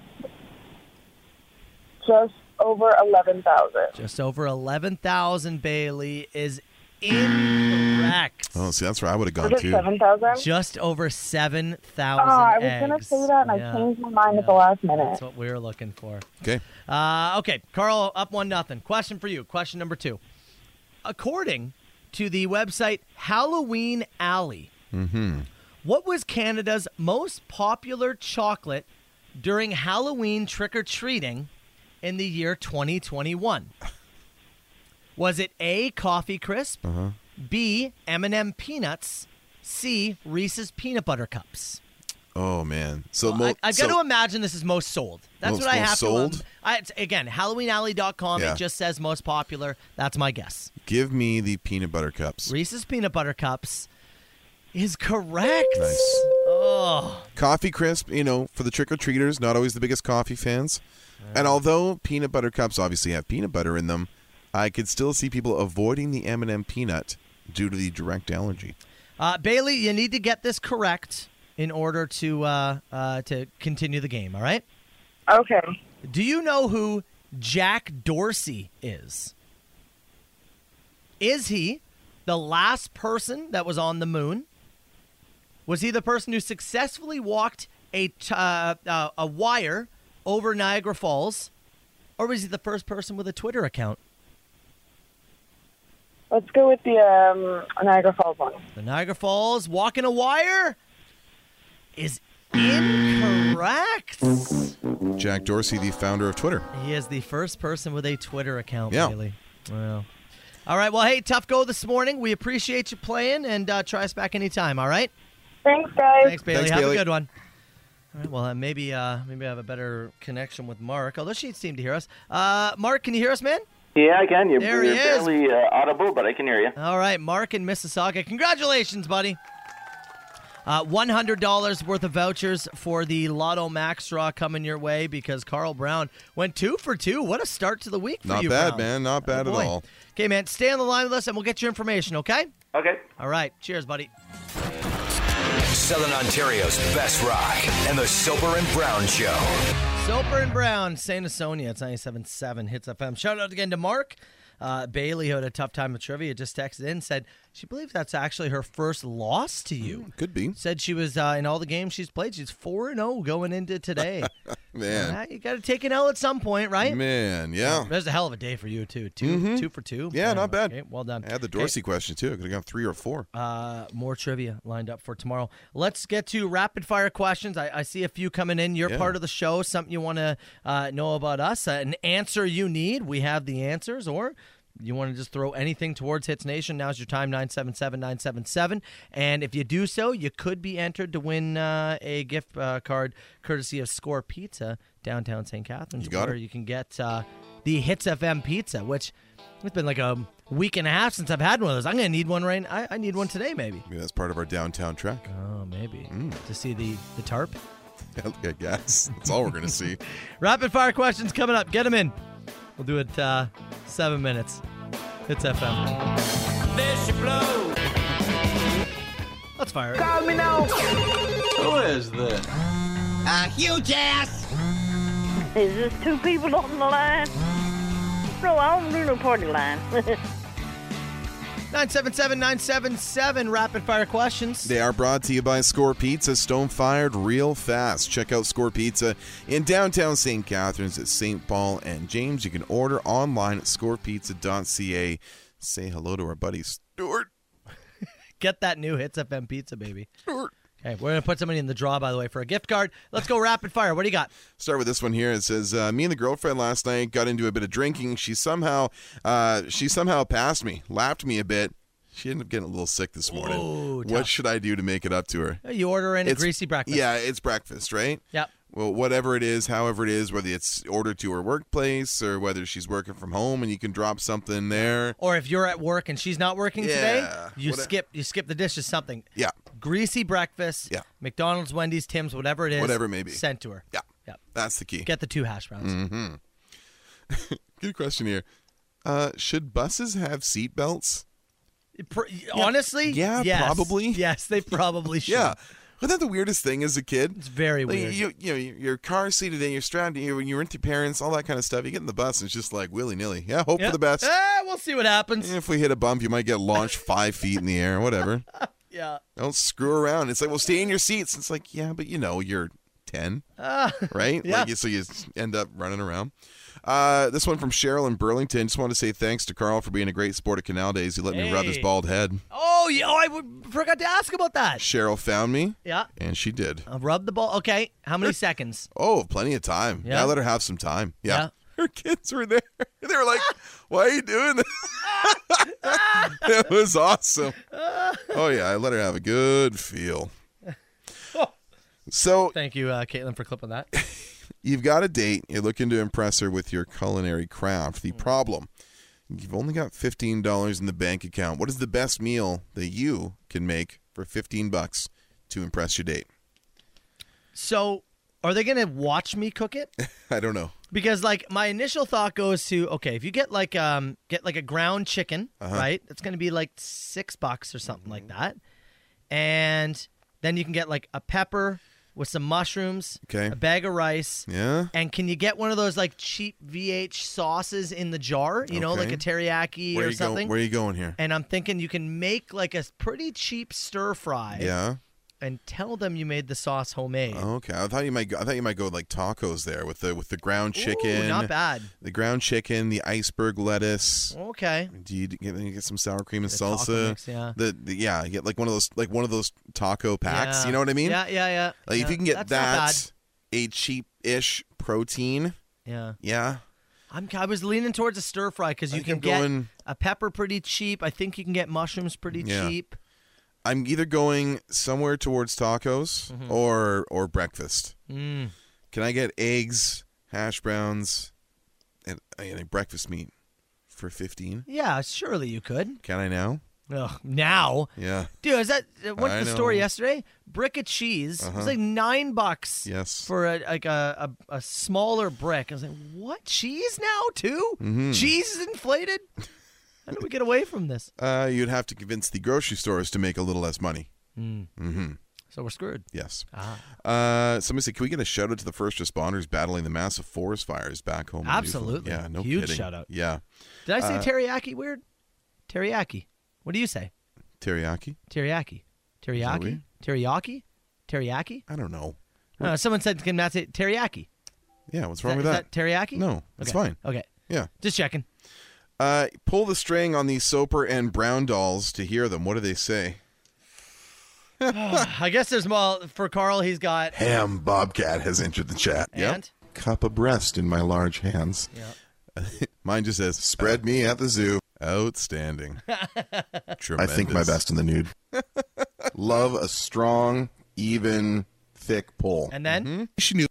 [SPEAKER 8] just over 11,000.
[SPEAKER 5] Just over 11,000, Bailey, is incorrect.
[SPEAKER 6] Oh, see, that's where I would have gone
[SPEAKER 8] Was it
[SPEAKER 6] to.
[SPEAKER 8] 7,000?
[SPEAKER 5] Just over 7,000
[SPEAKER 8] Oh, I was
[SPEAKER 5] eggs.
[SPEAKER 8] going to say that and
[SPEAKER 5] Yeah.
[SPEAKER 8] I changed my mind at the last minute.
[SPEAKER 5] That's what we were looking for.
[SPEAKER 6] Okay.
[SPEAKER 5] Uh, okay, Carl, up one nothing. Question for you. Question number two. According to the website Halloween Alley,
[SPEAKER 6] Mm-hmm.
[SPEAKER 5] what was Canada's most popular chocolate during Halloween trick or treating in the year 2021? Was it A. Coffee Crisp,
[SPEAKER 6] Uh-huh.
[SPEAKER 5] B. M&M Peanuts, C. Reese's Peanut Butter Cups?
[SPEAKER 6] Oh man. So mo-
[SPEAKER 5] I, I've
[SPEAKER 6] so,
[SPEAKER 5] got to imagine this is most sold. That's
[SPEAKER 6] Most-
[SPEAKER 5] what I
[SPEAKER 6] most
[SPEAKER 5] have to.
[SPEAKER 6] sold?
[SPEAKER 5] Um, I, it's- again, HalloweenAlley.com.
[SPEAKER 6] Yeah.
[SPEAKER 5] It just says most popular. That's my guess.
[SPEAKER 6] give me the peanut butter cups.
[SPEAKER 5] Reese's peanut butter cups is correct.
[SPEAKER 6] Nice.
[SPEAKER 5] Oh,
[SPEAKER 6] Coffee crisp, you know, for the trick or treaters, not always the biggest coffee fans. And although peanut butter cups obviously have peanut butter in them, I could still see people avoiding the M&M peanut due to the direct allergy.
[SPEAKER 5] uh, Bailey, you need to get this correct in order to uh, uh, to continue the game. All right.
[SPEAKER 8] Okay.
[SPEAKER 5] Do you know who Jack Dorsey is? Is he the last person that was on the moon? Was he the person who successfully walked a t- uh, uh, a wire over Niagara Falls, or was he the first person with a Twitter account?
[SPEAKER 8] Let's go with the um, Niagara Falls one.
[SPEAKER 5] The Niagara Falls walking a wire is incorrect.
[SPEAKER 6] Jack Dorsey, the founder of Twitter.
[SPEAKER 5] He is the first person with a Twitter account.
[SPEAKER 6] Yeah.
[SPEAKER 5] Bailey. Wow. All right. Well, hey, tough go this morning. We appreciate you playing and uh, try us back anytime. All right.
[SPEAKER 8] Thanks, guys.
[SPEAKER 5] Thanks, Bailey.
[SPEAKER 8] Thanks,
[SPEAKER 5] Have
[SPEAKER 8] Bailey.
[SPEAKER 5] a good one. All right. Well, uh, maybe uh, maybe I have a better connection with Mark. Although she seemed to hear us. Uh, Mark, can you hear us, man?
[SPEAKER 14] Yeah, I can. You're,
[SPEAKER 5] There he
[SPEAKER 14] you're
[SPEAKER 5] is.
[SPEAKER 14] barely uh, audible, but I can hear you.
[SPEAKER 5] All right, Mark in Mississauga. Congratulations, buddy. Uh, $100 worth of vouchers for the Lotto Max draw coming your way because Carl Brown went two for two. What a start to the week for
[SPEAKER 6] Not
[SPEAKER 5] you,
[SPEAKER 6] bad,
[SPEAKER 5] Brown.
[SPEAKER 6] man. Not bad at
[SPEAKER 5] boy.
[SPEAKER 6] all.
[SPEAKER 5] Okay, man, stay on the line with us and we'll get your information, okay?
[SPEAKER 14] Okay.
[SPEAKER 5] All right, cheers, buddy.
[SPEAKER 4] Southern Ontario's best rock and the Soper and Brown Show.
[SPEAKER 5] Soper and Brown, Santa Sonia, it's 97.7 Hits FM. Shout out again to Mark. Uh, Bailey, who had a tough time with trivia, just texted in said she believes that's actually her first loss to you.
[SPEAKER 6] could be.
[SPEAKER 5] Said she was uh, in all the games she's played, she's 4 and 0 going into
[SPEAKER 6] [laughs]
[SPEAKER 5] today.
[SPEAKER 6] Man.
[SPEAKER 5] Uh, you got to take an L at some point, right?
[SPEAKER 6] Man, yeah.
[SPEAKER 5] There's a hell of a day for you, too. 2
[SPEAKER 6] Mhm.
[SPEAKER 5] two for two.
[SPEAKER 6] Yeah, not bad.
[SPEAKER 5] Okay, well done.
[SPEAKER 6] I had the
[SPEAKER 5] Okay.
[SPEAKER 6] Dorsey question too. I could have gone three or four.
[SPEAKER 5] Uh, more trivia lined up for tomorrow. Let's get to rapid fire questions. I, I see a few coming in. You're
[SPEAKER 6] Yeah.
[SPEAKER 5] part of the show. Something you want to uh, know about us? An answer you need? We have the answers. Or you want to just throw anything towards Hits Nation? Now's your time. 977-977. And if you do so, you could be entered to win uh, a gift uh, card courtesy of Score Pizza downtown St. Catharines.
[SPEAKER 6] You got it.
[SPEAKER 5] where you can get uh, the Hits FM pizza, which. It's been like a week and a half since I've had one of those. I'm gonna need one right. I, I need one today, maybe.
[SPEAKER 6] Maybe that's part of our downtown track.
[SPEAKER 5] Oh, maybe. To see the, the tarp? uh,
[SPEAKER 6] [laughs] I guess. That's all we're going to see.
[SPEAKER 5] Rapid fire questions coming up. Get them in. We'll do it uh, seven minutes. It's FM.
[SPEAKER 2] There she blows.
[SPEAKER 5] Let's fire it.
[SPEAKER 2] Call me now. Who is this?
[SPEAKER 7] A huge ass! Is this two people [laughs] on the line? No, I don't do no party line.
[SPEAKER 5] 977 977 rapid fire questions.
[SPEAKER 6] They are brought to you by Score Pizza, stone fired real fast. Check out Score Pizza in downtown St. Catharines at St. Paul and James. You can order online at scorepizza.ca. Say hello to our buddies. Stuart.
[SPEAKER 5] Get that new Hits FM pizza, baby. Okay, we're going to put somebody in the draw, by the way, for a gift card. Let's go rapid fire. What do you got?
[SPEAKER 6] Start with this one here. It says, uh, "Me and the girlfriend last night got into a bit of drinking. She somehow, uh, she somehow passed me, lapped me a bit. She ended up getting a little sick this morning. what should I do to make it up to her?
[SPEAKER 5] Uh, You order in a
[SPEAKER 6] It's-
[SPEAKER 5] greasy breakfast.
[SPEAKER 6] Yeah, it's breakfast, right?
[SPEAKER 5] Yep.
[SPEAKER 6] Well, whatever it is, however it is, whether it's ordered to her workplace or whether she's working from home, and you can drop something there.
[SPEAKER 5] Or if you're at work and she's not working
[SPEAKER 6] Yeah,
[SPEAKER 5] today, you
[SPEAKER 6] what-
[SPEAKER 5] skip you skip the dishes something.
[SPEAKER 6] Yeah.
[SPEAKER 5] Greasy breakfast. Yeah. McDonald's, Wendy's, Tim's, whatever it is.
[SPEAKER 6] Whatever it may be.
[SPEAKER 5] Sent to her.
[SPEAKER 6] Yeah.
[SPEAKER 5] Yeah.
[SPEAKER 6] That's the key.
[SPEAKER 5] Get the two hash browns.
[SPEAKER 6] hmm Good question here. Uh, should buses have seatbelts?
[SPEAKER 5] Pr- Honestly,
[SPEAKER 6] Yeah,
[SPEAKER 5] yes.
[SPEAKER 6] probably.
[SPEAKER 5] [laughs] Yes, they probably
[SPEAKER 6] [laughs]
[SPEAKER 5] should.
[SPEAKER 6] yeah. Wasn't that the weirdest thing as a kid? It's
[SPEAKER 5] very weird.
[SPEAKER 6] You, you know, your- your car seated and you're strapped, you, when you're with your parents, all that kind of stuff. You get in the bus and it's just like willy nilly. Yeah, hope
[SPEAKER 5] Yeah.
[SPEAKER 6] for the best.
[SPEAKER 5] Eh, we'll see what happens.
[SPEAKER 6] If we hit a bump, you might get launched five feet in the air, whatever.
[SPEAKER 5] Yeah.
[SPEAKER 6] Don't screw around. It's like, well, stay in your seats. It's like, yeah, but you know, you're 10,
[SPEAKER 5] Ah.
[SPEAKER 6] right?
[SPEAKER 5] Yeah.
[SPEAKER 6] Like, so you s- end up running around. Uh, this one from Cheryl in Burlington. Just want to say thanks to Carl for being a great sport at Canal Days. He let me rub his
[SPEAKER 5] Hey.
[SPEAKER 6] bald head.
[SPEAKER 5] Oh, yeah. Oh, I w- forgot to ask about that.
[SPEAKER 6] Cheryl found me,
[SPEAKER 5] Yeah.
[SPEAKER 6] and she did.
[SPEAKER 5] Uh, rub the ball. Okay.
[SPEAKER 6] [laughs]
[SPEAKER 5] How many seconds?
[SPEAKER 6] Oh, plenty of time. Yeah,
[SPEAKER 5] Yeah.
[SPEAKER 6] I let her have some time. Yeah. [laughs]
[SPEAKER 13] Her kids were there. They
[SPEAKER 5] [laughs]
[SPEAKER 13] were like, why are you doing this?
[SPEAKER 6] [laughs] it was
[SPEAKER 5] [laughs]
[SPEAKER 6] awesome. Oh yeah, I let her have a good feel.
[SPEAKER 5] Oh.
[SPEAKER 6] So
[SPEAKER 5] Thank you, uh, Caitlin, for clipping that.
[SPEAKER 6] you've got a date. You're looking to impress her with your culinary craft. The
[SPEAKER 5] Hmm.
[SPEAKER 6] problem, you've only got fifteen dollars in the bank account. What is the best meal that you can make for fifteen bucks to impress your date?
[SPEAKER 5] So, are they going to watch me cook it?
[SPEAKER 6] I don't know.
[SPEAKER 5] Because like my initial thought goes to okay, if you get like um get like a ground chicken,
[SPEAKER 6] Uh-huh. Mm-hmm.
[SPEAKER 5] right? It's going to be like 6 bucks or something like that. And then you can get like a pepper with some mushrooms,
[SPEAKER 6] Okay.
[SPEAKER 5] a bag of rice.
[SPEAKER 6] Yeah.
[SPEAKER 5] And can you get one of those like cheap VH sauces in the jar, you know, like
[SPEAKER 6] Okay.
[SPEAKER 5] a teriyaki
[SPEAKER 6] Where
[SPEAKER 5] or
[SPEAKER 6] you go-
[SPEAKER 5] something?
[SPEAKER 6] where you going here?
[SPEAKER 5] And I'm thinking you can make like a pretty cheap stir fry.
[SPEAKER 6] Yeah. Oh,
[SPEAKER 5] And tell them you made the sauce homemade.
[SPEAKER 6] Okay, I thought you might. Go, I thought you might go with, like tacos there with the with the ground chicken.
[SPEAKER 5] not bad.
[SPEAKER 6] The ground chicken, the iceberg lettuce.
[SPEAKER 5] Okay.
[SPEAKER 6] Do you get, you get some sour cream and
[SPEAKER 5] taco
[SPEAKER 6] salsa?
[SPEAKER 5] mix, yeah.
[SPEAKER 6] The, the- yeah, you get like one of those like one of those taco packs.
[SPEAKER 5] Yeah.
[SPEAKER 6] You know what I mean?
[SPEAKER 5] Yeah, yeah, yeah.
[SPEAKER 6] Like
[SPEAKER 5] yeah.
[SPEAKER 6] if you can get
[SPEAKER 5] That's not bad.
[SPEAKER 6] that, a cheap ish protein.
[SPEAKER 5] Yeah.
[SPEAKER 6] Yeah.
[SPEAKER 5] I'm, I was leaning towards a stir fry because
[SPEAKER 6] I
[SPEAKER 5] you
[SPEAKER 6] think
[SPEAKER 5] can
[SPEAKER 6] I'm
[SPEAKER 5] get
[SPEAKER 6] going-
[SPEAKER 5] a pepper pretty cheap. I think you can get mushrooms pretty
[SPEAKER 6] Yeah.
[SPEAKER 5] cheap.
[SPEAKER 6] I'm either going somewhere towards tacos
[SPEAKER 5] Mhm.
[SPEAKER 6] or or breakfast.
[SPEAKER 5] Mm.
[SPEAKER 6] Can I get eggs, hash browns, and, and a breakfast meat for fifteen?
[SPEAKER 5] Yeah, surely you could.
[SPEAKER 6] Can I now?
[SPEAKER 5] Ugh, now,
[SPEAKER 6] Yeah.
[SPEAKER 5] dude, is that I went
[SPEAKER 6] I
[SPEAKER 5] to the
[SPEAKER 6] know.
[SPEAKER 5] store yesterday? Brick of cheese It
[SPEAKER 6] Uh-huh.
[SPEAKER 5] was like nine bucks.
[SPEAKER 6] Yes.
[SPEAKER 5] for a, like a, a a smaller brick. I was like, what cheese now too?
[SPEAKER 6] Mhm.
[SPEAKER 5] Cheese is inflated. How do we get away from this?
[SPEAKER 6] Uh, you'd have to convince the grocery stores to make a little less money.
[SPEAKER 5] Mm.
[SPEAKER 6] hmm
[SPEAKER 5] So we're screwed.
[SPEAKER 6] Yes.
[SPEAKER 5] Ah.
[SPEAKER 6] Uh, somebody said, can we get a shout out to the first responders battling the massive forest fires back home? in Newfoundland?"
[SPEAKER 5] Absolutely.
[SPEAKER 6] Yeah. No
[SPEAKER 5] Huge
[SPEAKER 6] kidding.
[SPEAKER 5] shout out.
[SPEAKER 6] Yeah.
[SPEAKER 5] Did I say
[SPEAKER 6] Uh,
[SPEAKER 5] teriyaki weird? Teriyaki. What do you say?
[SPEAKER 6] teriyaki?
[SPEAKER 5] Teriyaki.
[SPEAKER 6] that
[SPEAKER 5] Teriyaki.
[SPEAKER 6] weird?
[SPEAKER 5] Teriyaki. Teriyaki.
[SPEAKER 6] I don't know.
[SPEAKER 5] Uh, someone said can not say teriyaki.
[SPEAKER 6] Yeah. What's
[SPEAKER 5] Is
[SPEAKER 6] wrong
[SPEAKER 5] that,
[SPEAKER 6] with
[SPEAKER 5] is
[SPEAKER 6] that?
[SPEAKER 5] Teriyaki.
[SPEAKER 6] No, that's
[SPEAKER 5] Okay.
[SPEAKER 6] fine.
[SPEAKER 5] Okay.
[SPEAKER 6] Yeah.
[SPEAKER 5] Just checking.
[SPEAKER 6] Uh, pull the string on these Soper and Brown dolls to hear them. What do they say?
[SPEAKER 5] I guess there's well for Carl. He's got
[SPEAKER 13] Ham Bobcat has entered the chat.
[SPEAKER 5] And?
[SPEAKER 13] Cup of breast in my large hands. [laughs]
[SPEAKER 6] Mine just says,
[SPEAKER 13] Spread me at the zoo.
[SPEAKER 6] Outstanding.
[SPEAKER 5] [laughs]
[SPEAKER 13] I think my
[SPEAKER 6] Tremendous.
[SPEAKER 13] best in the
[SPEAKER 6] [laughs]
[SPEAKER 13] nude. Love a strong, even, thick pull.
[SPEAKER 5] and then
[SPEAKER 6] Mm-hmm.
[SPEAKER 13] She knew.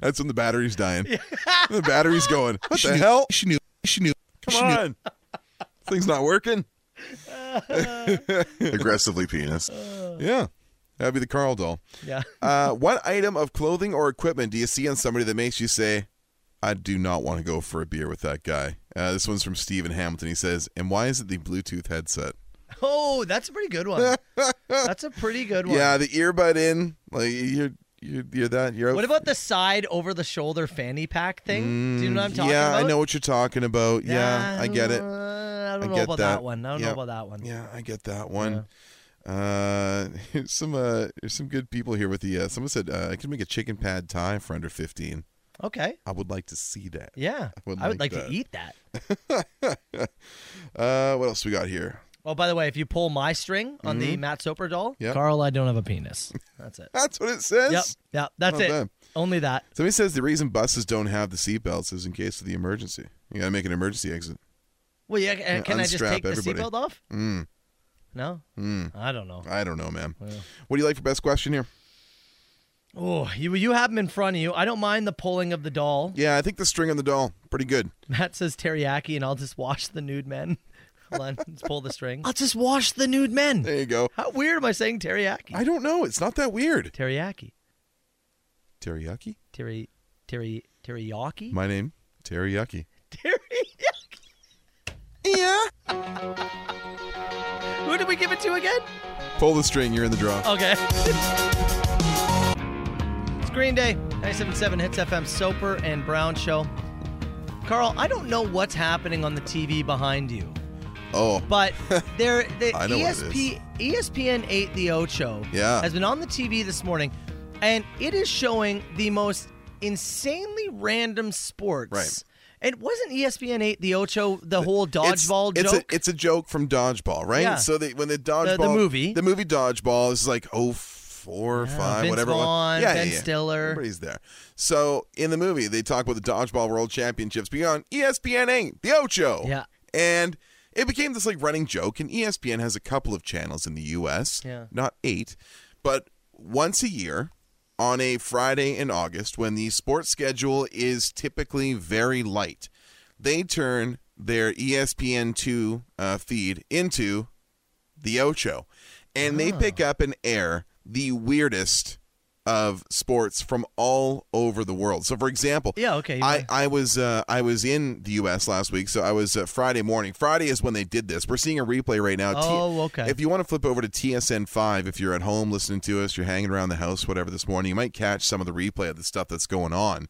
[SPEAKER 6] That's when the battery's [laughs] dying. the battery's going. What the hell? She knew. She knew. Come on. Thing's not working. [laughs]
[SPEAKER 13] Aggressively penis.
[SPEAKER 6] Yeah. That'd be the Carl doll.
[SPEAKER 5] Yeah. [laughs]
[SPEAKER 6] Uh, what item of clothing or equipment do you see on somebody that makes you say, I do not want to go for a beer with that guy? Uh, this one's from Stephen Hamilton. He says, And why is it the Bluetooth headset?
[SPEAKER 5] oh, that's a pretty good one. that's a pretty good one.
[SPEAKER 6] Yeah, the earbud in. Like, you're, you're, you're that. You're out-
[SPEAKER 5] What about the side over the shoulder fanny pack thing? Do you know what I'm
[SPEAKER 6] Mm,
[SPEAKER 5] talking
[SPEAKER 6] yeah,
[SPEAKER 5] about?
[SPEAKER 6] I know what you're talking about. Yeah, I get it.
[SPEAKER 5] Uh, I don't know
[SPEAKER 6] get
[SPEAKER 5] about that, one. I don't
[SPEAKER 6] Yeah.
[SPEAKER 5] know about that one.
[SPEAKER 6] Yeah, I get that one. Uh, [laughs] here's some uh, there's some good people here with the. Uh, someone said uh, I can make a chicken pad Thai for under fifteen.
[SPEAKER 5] Okay.
[SPEAKER 6] I would like to see that.
[SPEAKER 5] Yeah.
[SPEAKER 6] I would like
[SPEAKER 5] to
[SPEAKER 6] that.
[SPEAKER 5] eat that.
[SPEAKER 6] Uh, what else we got here?
[SPEAKER 5] Oh, by the way, if you pull my string on the
[SPEAKER 6] Mhm.
[SPEAKER 5] Matt Soper doll,
[SPEAKER 6] Yeah.
[SPEAKER 5] Carl, I don't have a penis.
[SPEAKER 6] [laughs]
[SPEAKER 5] That's it.
[SPEAKER 6] That's what it says.
[SPEAKER 5] Yep. Yeah. That's
[SPEAKER 6] Not
[SPEAKER 5] it.
[SPEAKER 6] bad.
[SPEAKER 5] Only that.
[SPEAKER 6] Somebody says the reason buses don't have the seatbelts is in case of the emergency. You gotta make an emergency exit.
[SPEAKER 5] Well, yeah. Can I just
[SPEAKER 6] unstrap
[SPEAKER 5] take the
[SPEAKER 6] everybody.
[SPEAKER 5] seatbelt off?
[SPEAKER 6] Mm,
[SPEAKER 5] No.
[SPEAKER 6] mm.
[SPEAKER 5] I don't know.
[SPEAKER 6] I don't know, man.
[SPEAKER 5] Yeah.
[SPEAKER 6] What do you like for best question here?
[SPEAKER 5] Oh, you you have them in front of you. I don't mind the pulling of the doll.
[SPEAKER 6] Yeah, I think the string on the doll pretty good.
[SPEAKER 5] Matt says teriyaki, and I'll just wash the nude men. [laughs] Hold on, let's pull the string. I'll just wash the nude men. There
[SPEAKER 6] you go.
[SPEAKER 5] How weird am I saying teriyaki?
[SPEAKER 6] I don't know. It's not that weird.
[SPEAKER 5] Teriyaki,
[SPEAKER 6] Teriyaki.
[SPEAKER 5] teri, teri, teriyaki.
[SPEAKER 6] My name Teriyaki.
[SPEAKER 5] [laughs] yeah. Who did we give it to again?
[SPEAKER 6] Pull the string. You're in the draw.
[SPEAKER 5] Okay. [laughs] it's Green Day, 97.7 Hits FM, Soper and Brown Show. Carl, I don't know what's happening on the TV behind you,
[SPEAKER 6] Oh, [laughs]
[SPEAKER 5] but there, the E
[SPEAKER 6] I know what it
[SPEAKER 5] ESP, ESPN 8 The Ocho
[SPEAKER 6] Yeah.
[SPEAKER 5] has been on the TV this morning, and it is showing the most insanely random sports.
[SPEAKER 6] Right.
[SPEAKER 5] It wasn't E ESPN 8 The Ocho, the whole
[SPEAKER 6] It's-
[SPEAKER 5] dodgeball
[SPEAKER 6] it's,
[SPEAKER 5] joke.
[SPEAKER 6] A, it's a joke from Dodgeball, right?
[SPEAKER 5] Yeah.
[SPEAKER 6] So they, when the
[SPEAKER 5] the
[SPEAKER 6] Dodgeball
[SPEAKER 5] movie.
[SPEAKER 6] the movie Dodgeball is like oh four, five,
[SPEAKER 5] Vince
[SPEAKER 6] whatever. it was.
[SPEAKER 5] Vaughn,
[SPEAKER 6] yeah,
[SPEAKER 5] Ben
[SPEAKER 6] yeah, yeah.
[SPEAKER 5] Stiller.
[SPEAKER 6] everybody's there. So in the movie, they talk about the Dodgeball World Championships beyond E ESPN eight, the Ocho.
[SPEAKER 5] Yeah.
[SPEAKER 6] and. It became this like running joke, and E ESPN has a couple of channels in the U.S.
[SPEAKER 5] Yeah.
[SPEAKER 6] not eight, but once a year on a Friday in August when the sports schedule is typically very light, they turn their E ESPN2 uh, feed into the Ocho and they
[SPEAKER 5] Ah.
[SPEAKER 6] pick up and air the weirdest of sports from all over the world. So for example,
[SPEAKER 5] Yeah, okay, you
[SPEAKER 6] I, I was uh, I was in the US last week, so I was uh, Friday morning. Friday is when they did this. We're seeing a replay right now. T-
[SPEAKER 5] Oh, okay.
[SPEAKER 6] If you want to flip over to TSN 5 if you're at home listening to us, you're hanging around the house whatever this morning, you might catch some of the replay of the stuff that's going on.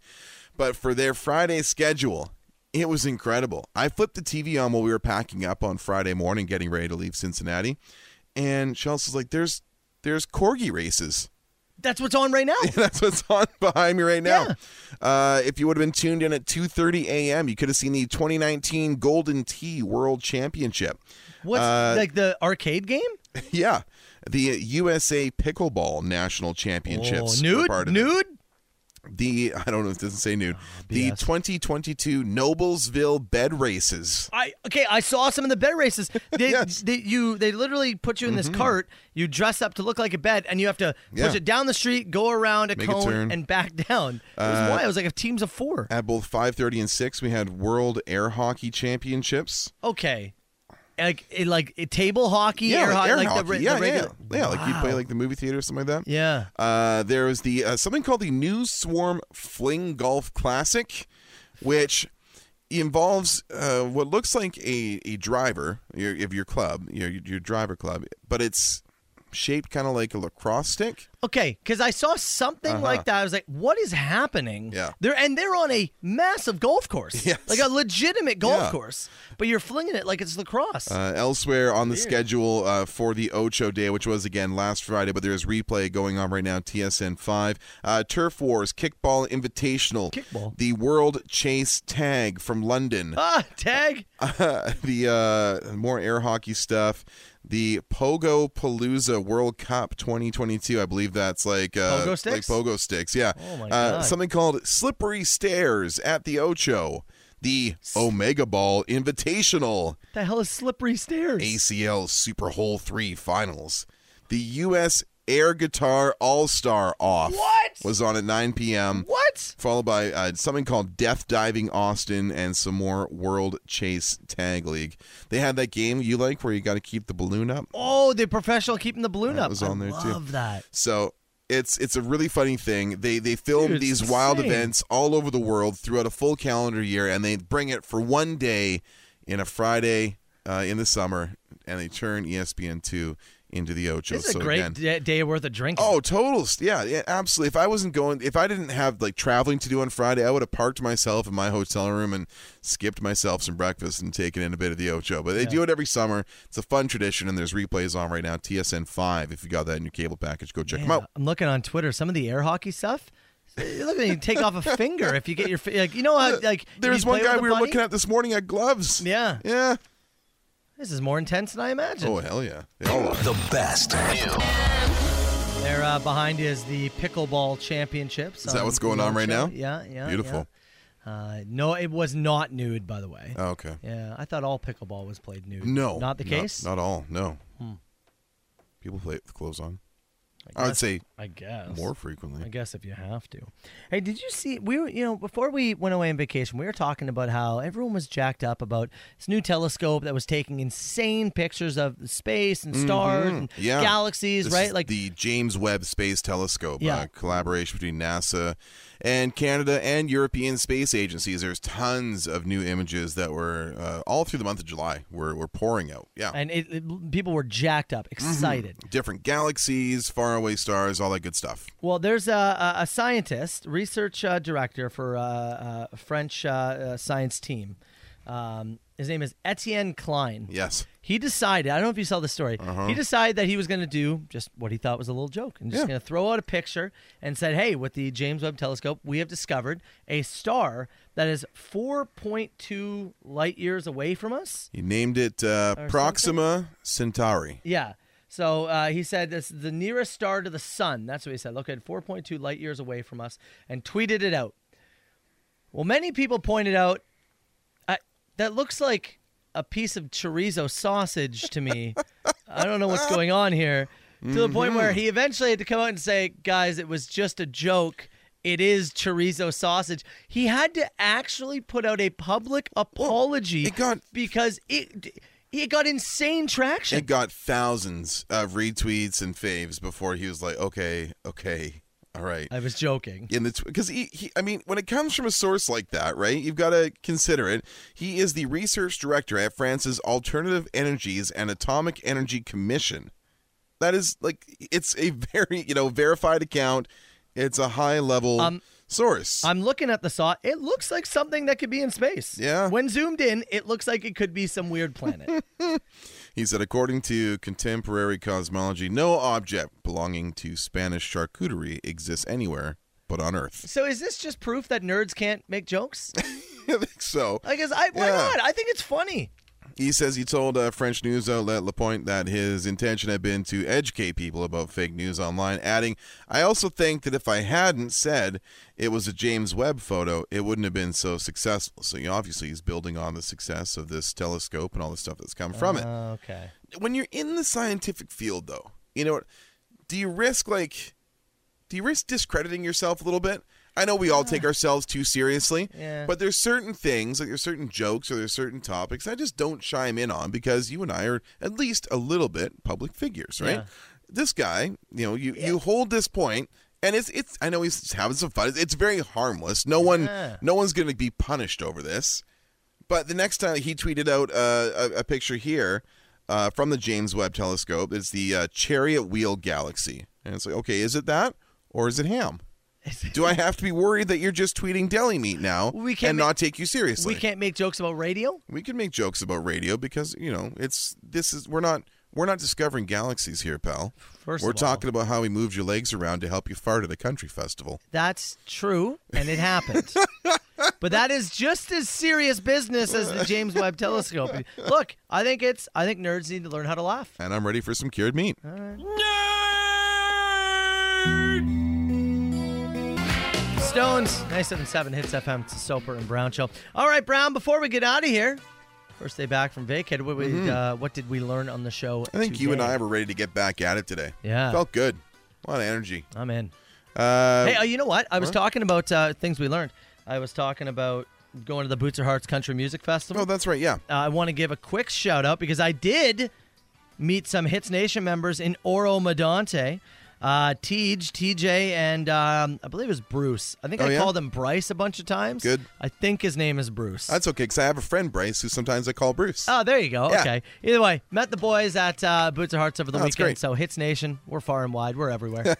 [SPEAKER 6] But for their Friday schedule, it was incredible. I flipped the TV on while we were packing up on Friday morning getting ready to leave Cincinnati, and Chelsea's like there's there's corgi races.
[SPEAKER 5] That's what's on right now.
[SPEAKER 6] [laughs] That's what's on behind me right now. Uh, if you would have been tuned in at 2:30 a.m., you could have seen the 2019 Golden Tee World Championship. [laughs]
[SPEAKER 5] What's
[SPEAKER 6] Uh,
[SPEAKER 5] like the arcade game?
[SPEAKER 6] Yeah, the USA Pickleball National Championships.
[SPEAKER 5] Oh,
[SPEAKER 6] were
[SPEAKER 5] nude?
[SPEAKER 6] part of it.
[SPEAKER 5] Nude? Oh,
[SPEAKER 6] The I don't know. if It doesn't say nude. the 2022 Noblesville Bed Races.
[SPEAKER 5] I okay. I saw some of the bed
[SPEAKER 6] [laughs]
[SPEAKER 5] races. They, they you they literally put you in this cart. You dress up to look like a bed, and you have to
[SPEAKER 6] Mm-hmm. Yeah.
[SPEAKER 5] push it down the street, go around a
[SPEAKER 6] Make a
[SPEAKER 5] cone,
[SPEAKER 6] turn.
[SPEAKER 5] and back [laughs] down. It was
[SPEAKER 6] Uh,
[SPEAKER 5] wild. It was like a teams of four.
[SPEAKER 6] At both 5:30 and 6, we had World Air Hockey Championships.
[SPEAKER 5] Okay, like it, like it, table hockey, air,
[SPEAKER 6] like
[SPEAKER 5] hockey, like
[SPEAKER 6] hockey.
[SPEAKER 5] the, re-
[SPEAKER 6] yeah,
[SPEAKER 5] the
[SPEAKER 6] yeah,
[SPEAKER 5] regular.
[SPEAKER 6] yeah, Yeah, like you play
[SPEAKER 5] Wow.
[SPEAKER 6] like the movie theater or something like that.
[SPEAKER 5] Yeah.
[SPEAKER 6] Uh, there was the uh, something called the New Swarm Fling Golf Classic, which involves uh, what looks like a, a driver your, of your club, your your driver club, but it's shaped kind of like a lacrosse stick.
[SPEAKER 5] Okay, because I saw something
[SPEAKER 6] Uh-huh.
[SPEAKER 5] like that. I was like, "What is happening?"
[SPEAKER 6] Yeah.
[SPEAKER 5] they're and they're on a massive golf
[SPEAKER 6] [laughs]
[SPEAKER 5] course,
[SPEAKER 6] Yes.
[SPEAKER 5] like a legitimate golf
[SPEAKER 6] Yeah.
[SPEAKER 5] course. But you're flinging it like it's lacrosse.
[SPEAKER 6] Uh, elsewhere on the
[SPEAKER 5] Weird.
[SPEAKER 6] schedule uh, for the Ocho Day, which was again last Friday, but there's replay going on right now. TSN five, uh, Turf Wars Kickball Invitational,
[SPEAKER 5] Kickball.
[SPEAKER 6] the World Chase Tag from London,
[SPEAKER 5] ah, tag.
[SPEAKER 6] uh, the uh, more air hockey stuff, the Pogo Palooza World Cup 2022. I believe that's like uh,
[SPEAKER 5] Pogo sticks?
[SPEAKER 6] like pogo sticks. Yeah,
[SPEAKER 5] Oh my
[SPEAKER 6] uh,
[SPEAKER 5] God.
[SPEAKER 6] something called Slippery Stairs at the Ocho. The Omega Ball Invitational.
[SPEAKER 5] The hell is slippery stairs?
[SPEAKER 6] ACL Super Hole 3 Finals. The U.S. Air Guitar All Star Off
[SPEAKER 5] What?
[SPEAKER 6] was on at 9 p.m.
[SPEAKER 5] What?
[SPEAKER 6] Followed by uh, something called Death Diving Austin and some more World Chase Tag League. They had that game you like where you got to keep the balloon up.
[SPEAKER 5] Oh, the professional keeping the balloon up.
[SPEAKER 6] was
[SPEAKER 5] I
[SPEAKER 6] on there, too.
[SPEAKER 5] Love that.
[SPEAKER 6] So it's it's a really funny thing. They they film
[SPEAKER 5] Dude, it's
[SPEAKER 6] these wild
[SPEAKER 5] insane.
[SPEAKER 6] events all over the world throughout a full calendar year, and they bring it for E one day in a Friday uh, in the summer, and they turn ESPN two into the Ocho.
[SPEAKER 5] This is
[SPEAKER 6] so
[SPEAKER 5] a great
[SPEAKER 6] again,
[SPEAKER 5] da- day worth of drinking.
[SPEAKER 6] Oh, totals. Yeah, yeah, absolutely. If I wasn't going, if I didn't have like traveling to do on Friday, I would have parked myself in my hotel room and skipped myself some breakfast and taken in a bit of the Ocho. But they
[SPEAKER 5] Yeah.
[SPEAKER 6] do it every summer. It's a fun tradition, and there's replays on right now. TSN 5. If you got that in your cable package, go check them
[SPEAKER 5] Man,
[SPEAKER 6] out.
[SPEAKER 5] I'm looking on Twitter. Some of the air hockey stuff. Uh, Look at you take off
[SPEAKER 6] [laughs]
[SPEAKER 5] a finger if you get your fi- like you know how like if
[SPEAKER 6] Uh, There's
[SPEAKER 5] you
[SPEAKER 6] one
[SPEAKER 5] play with
[SPEAKER 6] guy
[SPEAKER 5] a
[SPEAKER 6] we were
[SPEAKER 5] bunny?
[SPEAKER 6] looking at this morning at gloves.
[SPEAKER 5] Yeah.
[SPEAKER 6] Yeah.
[SPEAKER 5] This is more intense than I imagined.
[SPEAKER 6] Oh, hell yeah. They all
[SPEAKER 5] [coughs]
[SPEAKER 6] are.
[SPEAKER 4] The best.
[SPEAKER 5] There uh, behind you is the pickleball championships.
[SPEAKER 6] Is that
[SPEAKER 5] on
[SPEAKER 6] what's going on
[SPEAKER 5] Ocho.
[SPEAKER 6] right now?
[SPEAKER 5] Yeah, yeah.
[SPEAKER 6] Beautiful.
[SPEAKER 5] yeah. Uh, no, it was not nude, by the way.
[SPEAKER 6] Oh, okay.
[SPEAKER 5] Yeah, I thought all pickleball was played nude.
[SPEAKER 6] No.
[SPEAKER 5] not the case.
[SPEAKER 6] Not, all. No.
[SPEAKER 5] Hmm.
[SPEAKER 6] People play it with clothes on.
[SPEAKER 5] I
[SPEAKER 6] I, would
[SPEAKER 5] guess-
[SPEAKER 6] say
[SPEAKER 5] I guess.
[SPEAKER 6] more frequently.
[SPEAKER 5] I guess if you have to. Hey, did you see? We were, you know, before we went away on vacation, we were talking about how everyone was jacked up about this new telescope that was taking insane pictures of space and stars
[SPEAKER 6] Mhm.
[SPEAKER 5] and
[SPEAKER 6] Yeah.
[SPEAKER 5] galaxies,
[SPEAKER 6] This
[SPEAKER 5] right?
[SPEAKER 6] is
[SPEAKER 5] Like,
[SPEAKER 6] the James Webb Space Telescope,
[SPEAKER 5] Yeah.
[SPEAKER 6] uh, collaboration between NASA and Canada and European space agencies. There's tons of new images that were uh, all through the month of July. Were were pouring out. Yeah,
[SPEAKER 5] and it, it- people were jacked up,
[SPEAKER 6] Mm-hmm.
[SPEAKER 5] excited.
[SPEAKER 6] different galaxies, faraway stars, all that good stuff.
[SPEAKER 5] Well, there's a, a, a scientist, research uh, director for uh, uh, a French uh, uh, science team. Um, his name is Etienne Klein.
[SPEAKER 6] Yes.
[SPEAKER 5] He decided, I don't know if you saw the story, he decided that he was going to do just what he thought was a little joke and just
[SPEAKER 15] Yeah.
[SPEAKER 5] going to throw out a picture and said, hey, with the James Webb telescope, we have discovered a star that is 4.2 light years away from us.
[SPEAKER 6] He named it uh,
[SPEAKER 5] Or
[SPEAKER 6] Proxima Centauri.
[SPEAKER 5] Yeah. So uh, he said this is the nearest star to the sun. That's what he said. Located 4.2 light years away from us, and tweeted it out. Well, many people pointed out I, that looks like a piece of chorizo sausage to me. I don't know what's going on here. To the point where
[SPEAKER 15] Mhm.
[SPEAKER 5] he eventually had to come out and say, "Guys, it was just a joke." It is chorizo sausage. He had to actually put out a public apology because it it got insane traction.
[SPEAKER 6] It got thousands of retweets and faves before he was like, okay, okay, all right.
[SPEAKER 5] I was joking.
[SPEAKER 6] In the because he, he, I mean, when it comes from a source like that, right? You've got to consider it. He is the research director at France's Alternative Energies and Atomic Energy Commission. That is like it's a [laughs] very you know verified account. It's a high level
[SPEAKER 5] Um,
[SPEAKER 6] source.
[SPEAKER 5] I'm looking at the saw. It looks like something that could be in space.
[SPEAKER 6] Yeah.
[SPEAKER 5] When zoomed in, it looks like it could be some
[SPEAKER 6] [laughs]
[SPEAKER 5] weird planet.
[SPEAKER 6] He said, according to contemporary cosmology, no object belonging to Spanish charcuterie exists anywhere but on Earth. [laughs]
[SPEAKER 5] so is this just proof that nerds can't make jokes?
[SPEAKER 6] I think so.
[SPEAKER 5] I guess I why
[SPEAKER 6] Yeah.
[SPEAKER 5] not? I think it's funny.
[SPEAKER 6] He says he told a French news outlet Le Point that his intention had been to educate people about fake news online, adding, I also think that if I hadn't said it was a James Webb photo, it wouldn't have been so successful. So, you know, obviously, he's building on the success of this telescope and all the stuff that's come
[SPEAKER 5] Uh,
[SPEAKER 6] from it.
[SPEAKER 5] Okay.
[SPEAKER 6] when you're in the scientific field though you know do you risk like do you risk discrediting yourself a little bit i know we all take ourselves too seriously
[SPEAKER 5] Yeah.
[SPEAKER 6] but there's certain things like there's certain jokes or there's certain topics i just don't chime in on because you and i are at least a little bit public figures right
[SPEAKER 13] Yeah.
[SPEAKER 6] this guy you know you, you hold this point and it's it's i know he's having some fun it's very harmless no
[SPEAKER 13] Yeah.
[SPEAKER 6] one no one's going to be punished over this but the next time he tweeted out uh, a, a picture here uh, from the James Webb Telescope, it's the uh, Chariot Wheel Galaxy, and it's like, okay, is it that or is it ham? Do I have to be worried that you're just tweeting deli meat now
[SPEAKER 5] We can't
[SPEAKER 6] and
[SPEAKER 5] ma-
[SPEAKER 6] not take you seriously?
[SPEAKER 5] We can't make jokes about radio?
[SPEAKER 6] We can make jokes about radio because you know it's this is we're not we're not discovering galaxies here, pal.
[SPEAKER 5] First
[SPEAKER 6] we're
[SPEAKER 5] of all-
[SPEAKER 6] talking about how he moved your legs around to help you fart at a country festival.
[SPEAKER 5] That's true, and
[SPEAKER 6] [laughs]
[SPEAKER 5] it happened. but that is just as serious business as the James Webb telescope.
[SPEAKER 6] [laughs]
[SPEAKER 5] Look, I think it's I think nerds need to learn how to laugh.
[SPEAKER 6] And I'm ready for some cured meat.
[SPEAKER 5] Stones, 977 Hits FM, it's the Soper and Brown Show. All right, Brown, before we get out of here, first day back from vacay, what, we,
[SPEAKER 6] Mhm.
[SPEAKER 5] uh, what did we learn on the show?
[SPEAKER 6] I think you and I were ready to get back at it today.
[SPEAKER 5] Yeah.
[SPEAKER 6] Felt good. A lot of energy.
[SPEAKER 5] I'm in.
[SPEAKER 6] Uh,
[SPEAKER 5] Hey, uh, you know what? I was
[SPEAKER 6] huh?
[SPEAKER 5] talking about uh, things we learned. I was talking about going to the Boots or Hearts Country Music Festival. Oh,
[SPEAKER 6] that's right, yeah.
[SPEAKER 5] Uh, I want to give a quick shout out because I did meet some Hits Nation members in Oro Medante. Uh, Tej, TJ, and um, I believe it was Bruce. I think
[SPEAKER 6] Oh,
[SPEAKER 5] I
[SPEAKER 6] yeah?
[SPEAKER 5] called him Bryce a bunch of times.
[SPEAKER 6] Good.
[SPEAKER 5] I think his name is Bruce.
[SPEAKER 6] That's okay because I have a friend Bryce who sometimes I call Bruce.
[SPEAKER 5] Oh, there you go.
[SPEAKER 6] Yeah.
[SPEAKER 5] Okay. Either way, met the boys at uh, Boots of Hearts over the
[SPEAKER 6] Oh, that's
[SPEAKER 5] weekend.
[SPEAKER 6] great.
[SPEAKER 5] So Hits Nation, we're far and wide.
[SPEAKER 6] [laughs]
[SPEAKER 5] We're everywhere.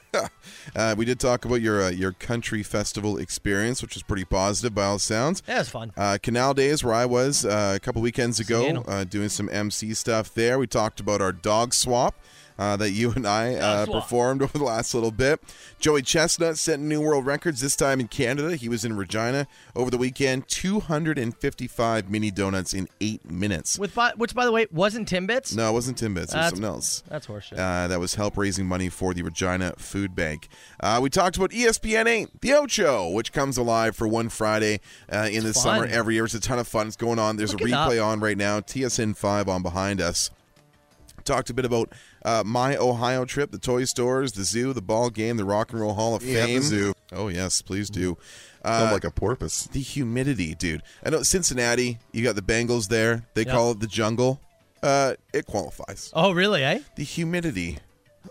[SPEAKER 6] Uh, we did talk about your uh, your country festival experience, which was pretty positive by all sounds.
[SPEAKER 5] Yeah, it was fun.
[SPEAKER 6] Uh, Canal Days, where I was uh, a couple weekends ago, uh, doing some MC stuff there. We talked about our dog swap. Uh, that you and I uh,
[SPEAKER 13] Dog swap.
[SPEAKER 6] performed [laughs] over the last little bit. Joey Chestnut setting new world records this time in Canada. He was in Regina over the weekend. 255 mini donuts in eight minutes.
[SPEAKER 5] With by, which, by the way, wasn't Timbits.
[SPEAKER 6] No, it wasn't Timbits. It was
[SPEAKER 5] That's-
[SPEAKER 6] something else.
[SPEAKER 5] That's horseshit.
[SPEAKER 6] Uh, that was help raising money for the Regina Food Bank. Uh, we talked about ESPN 8, the Ocho, which comes alive for one Friday uh, in the
[SPEAKER 13] fun.
[SPEAKER 6] summer every year. It's a ton of fun. It's going on. There's
[SPEAKER 13] Look
[SPEAKER 6] a
[SPEAKER 13] it up.
[SPEAKER 6] replay on right now. TSN 5 on behind us. Talked a bit about uh, my Ohio trip, the toy stores, the zoo, the ball game, the Rock and Roll Hall of
[SPEAKER 13] Yeah, the
[SPEAKER 6] Fame.
[SPEAKER 13] zoo.
[SPEAKER 6] Oh yes, please do.
[SPEAKER 13] Sound like
[SPEAKER 6] a porpoise. The humidity, dude. I know Cincinnati. You got the Bengals there. They
[SPEAKER 5] Yeah.
[SPEAKER 6] call it the jungle. Uh, it qualifies.
[SPEAKER 5] Oh, really? Eh?
[SPEAKER 6] The humidity,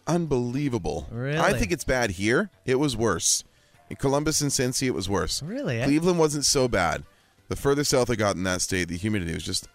[SPEAKER 6] unbelievable.
[SPEAKER 5] Really?
[SPEAKER 6] I think it's bad here. It was worse in Columbus and Cincy. It was worse.
[SPEAKER 5] Really? eh?
[SPEAKER 6] Cleveland wasn't so bad. The further south I got in that state, the humidity was just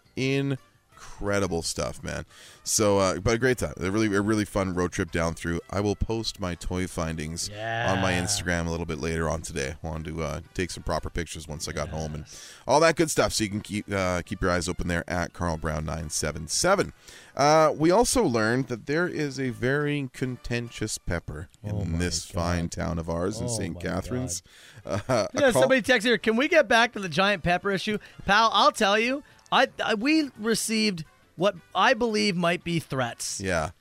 [SPEAKER 6] incredible stuff, man. So, uh, but a great time. A really, a really fun road trip down through. I will post my toy findings on my
[SPEAKER 13] Yeah.
[SPEAKER 6] Instagram a little bit later on today. I wanted to uh, take some proper pictures once I got home and all that good stuff. So you can keep uh, keep your eyes open there at Carl Brown nine seven seven. Uh, we also learned that there is a very contentious pepper in this fine town of ours in
[SPEAKER 5] Oh
[SPEAKER 6] St.
[SPEAKER 5] my
[SPEAKER 6] Catharines. [laughs] Uh, a
[SPEAKER 5] Yeah,
[SPEAKER 6] call-
[SPEAKER 5] somebody texted here. Can we get back to the giant pepper issue, pal? I'll tell you. I, I we received what I believe might be threats.
[SPEAKER 6] Yeah.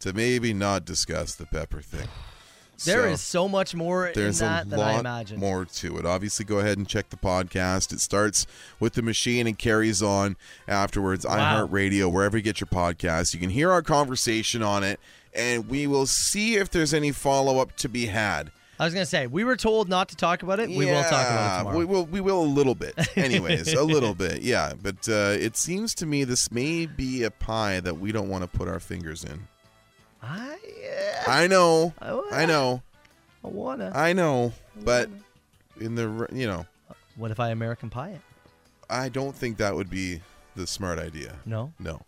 [SPEAKER 6] To maybe not discuss the pepper thing.
[SPEAKER 5] There is so,
[SPEAKER 6] So,
[SPEAKER 5] much more in
[SPEAKER 6] there's
[SPEAKER 5] that
[SPEAKER 6] a
[SPEAKER 5] than
[SPEAKER 6] lot
[SPEAKER 5] I imagined.
[SPEAKER 6] more to it. Obviously, go ahead and check the podcast. It starts with the machine and carries on afterwards.
[SPEAKER 5] Wow.
[SPEAKER 6] iHeartRadio, wherever you get your podcast, you can hear our conversation on it, and we will see if there's any follow up to be had.
[SPEAKER 5] I was gonna say we were told not to talk about it. We will talk about it
[SPEAKER 6] Yeah,
[SPEAKER 5] tomorrow.
[SPEAKER 6] We will, we will a little
[SPEAKER 5] [laughs]
[SPEAKER 6] bit. Anyways, a little bit, yeah. But uh, it seems to me this may be a pie that we don't want to put our fingers in.
[SPEAKER 5] I
[SPEAKER 6] I know.
[SPEAKER 5] Oh,
[SPEAKER 6] I know.
[SPEAKER 5] I wanna.
[SPEAKER 6] I know. But
[SPEAKER 5] Mm.
[SPEAKER 6] in the r- you know,
[SPEAKER 5] what if I American Pie it?
[SPEAKER 6] I don't think that would be the smart idea.
[SPEAKER 5] No?
[SPEAKER 6] No.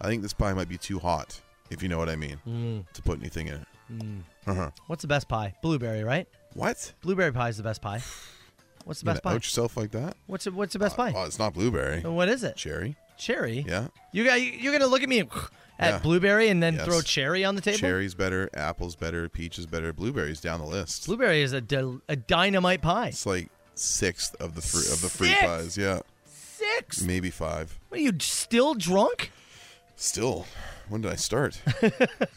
[SPEAKER 6] I think this pie might be too hot, if you know what I mean, to put anything in it.
[SPEAKER 5] Mm.
[SPEAKER 6] Uh-huh.
[SPEAKER 5] What's the best pie? Blueberry, right?
[SPEAKER 6] What?
[SPEAKER 5] Blueberry pie is the best pie. What's the
[SPEAKER 6] You
[SPEAKER 5] best
[SPEAKER 6] gonna
[SPEAKER 5] pie?
[SPEAKER 6] out yourself like that?
[SPEAKER 5] What's the, what's the best pie?
[SPEAKER 6] Well, it's not blueberry.
[SPEAKER 5] And what is it?
[SPEAKER 6] Cherry.
[SPEAKER 5] Cherry.
[SPEAKER 6] Yeah.
[SPEAKER 5] You got you're gonna look at me [laughs] at
[SPEAKER 6] Yeah.
[SPEAKER 5] blueberry and then
[SPEAKER 6] Yes.
[SPEAKER 5] throw cherry on the table.
[SPEAKER 6] Cherry's better, apple's better, peach is better, blueberries down the list.
[SPEAKER 5] Blueberry is a, del- a dynamite pie.
[SPEAKER 6] It's like sixth of the fruit of the fruit
[SPEAKER 5] Sixth?
[SPEAKER 6] pies, yeah.
[SPEAKER 5] Six.
[SPEAKER 6] Maybe five.
[SPEAKER 5] What, are you still drunk?
[SPEAKER 6] Still. When did I
[SPEAKER 5] [laughs]
[SPEAKER 6] start?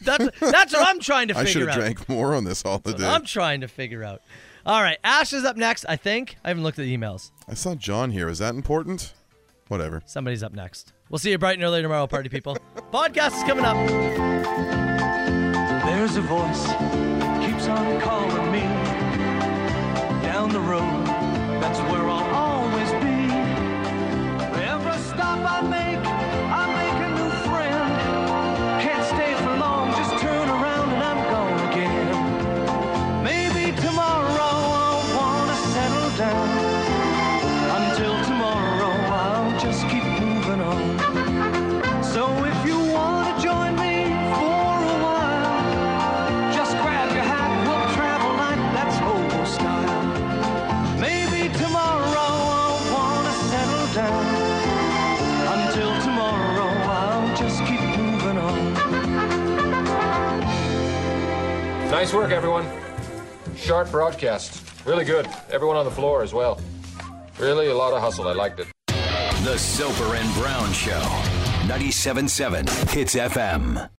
[SPEAKER 5] That's that's what I'm trying to
[SPEAKER 6] [laughs] I should
[SPEAKER 5] figure
[SPEAKER 6] have
[SPEAKER 5] out.
[SPEAKER 6] drank more on this holiday.
[SPEAKER 5] That's what I'm trying to figure out. All right, Ash is up next. I think I haven't looked at the emails.
[SPEAKER 6] I saw John here. Is that important? Whatever.
[SPEAKER 5] Somebody's up next. We'll see you bright and early tomorrow, party people. [laughs] Podcast is coming up.
[SPEAKER 2] There's a voice keeps on calling me down the road. That's where I'll always be. Every stop I make, I make a new friend. Can't stay for long, just turn around and I'm gone again. Maybe tomorrow I'll wanna settle down. Until tomorrow I'll just keep moving on. So if you wanna join me for a while. Just grab your hat, we'll travel like that's old style. Maybe tomorrow I'll wanna settle down. Until tomorrow I'll just keep moving on.
[SPEAKER 15] Nice work, everyone. Sharp broadcast. Really good. Everyone on the floor as well. Really a lot of hustle. I liked it.
[SPEAKER 4] The Soper and Brown Show. 97.7 Hits FM.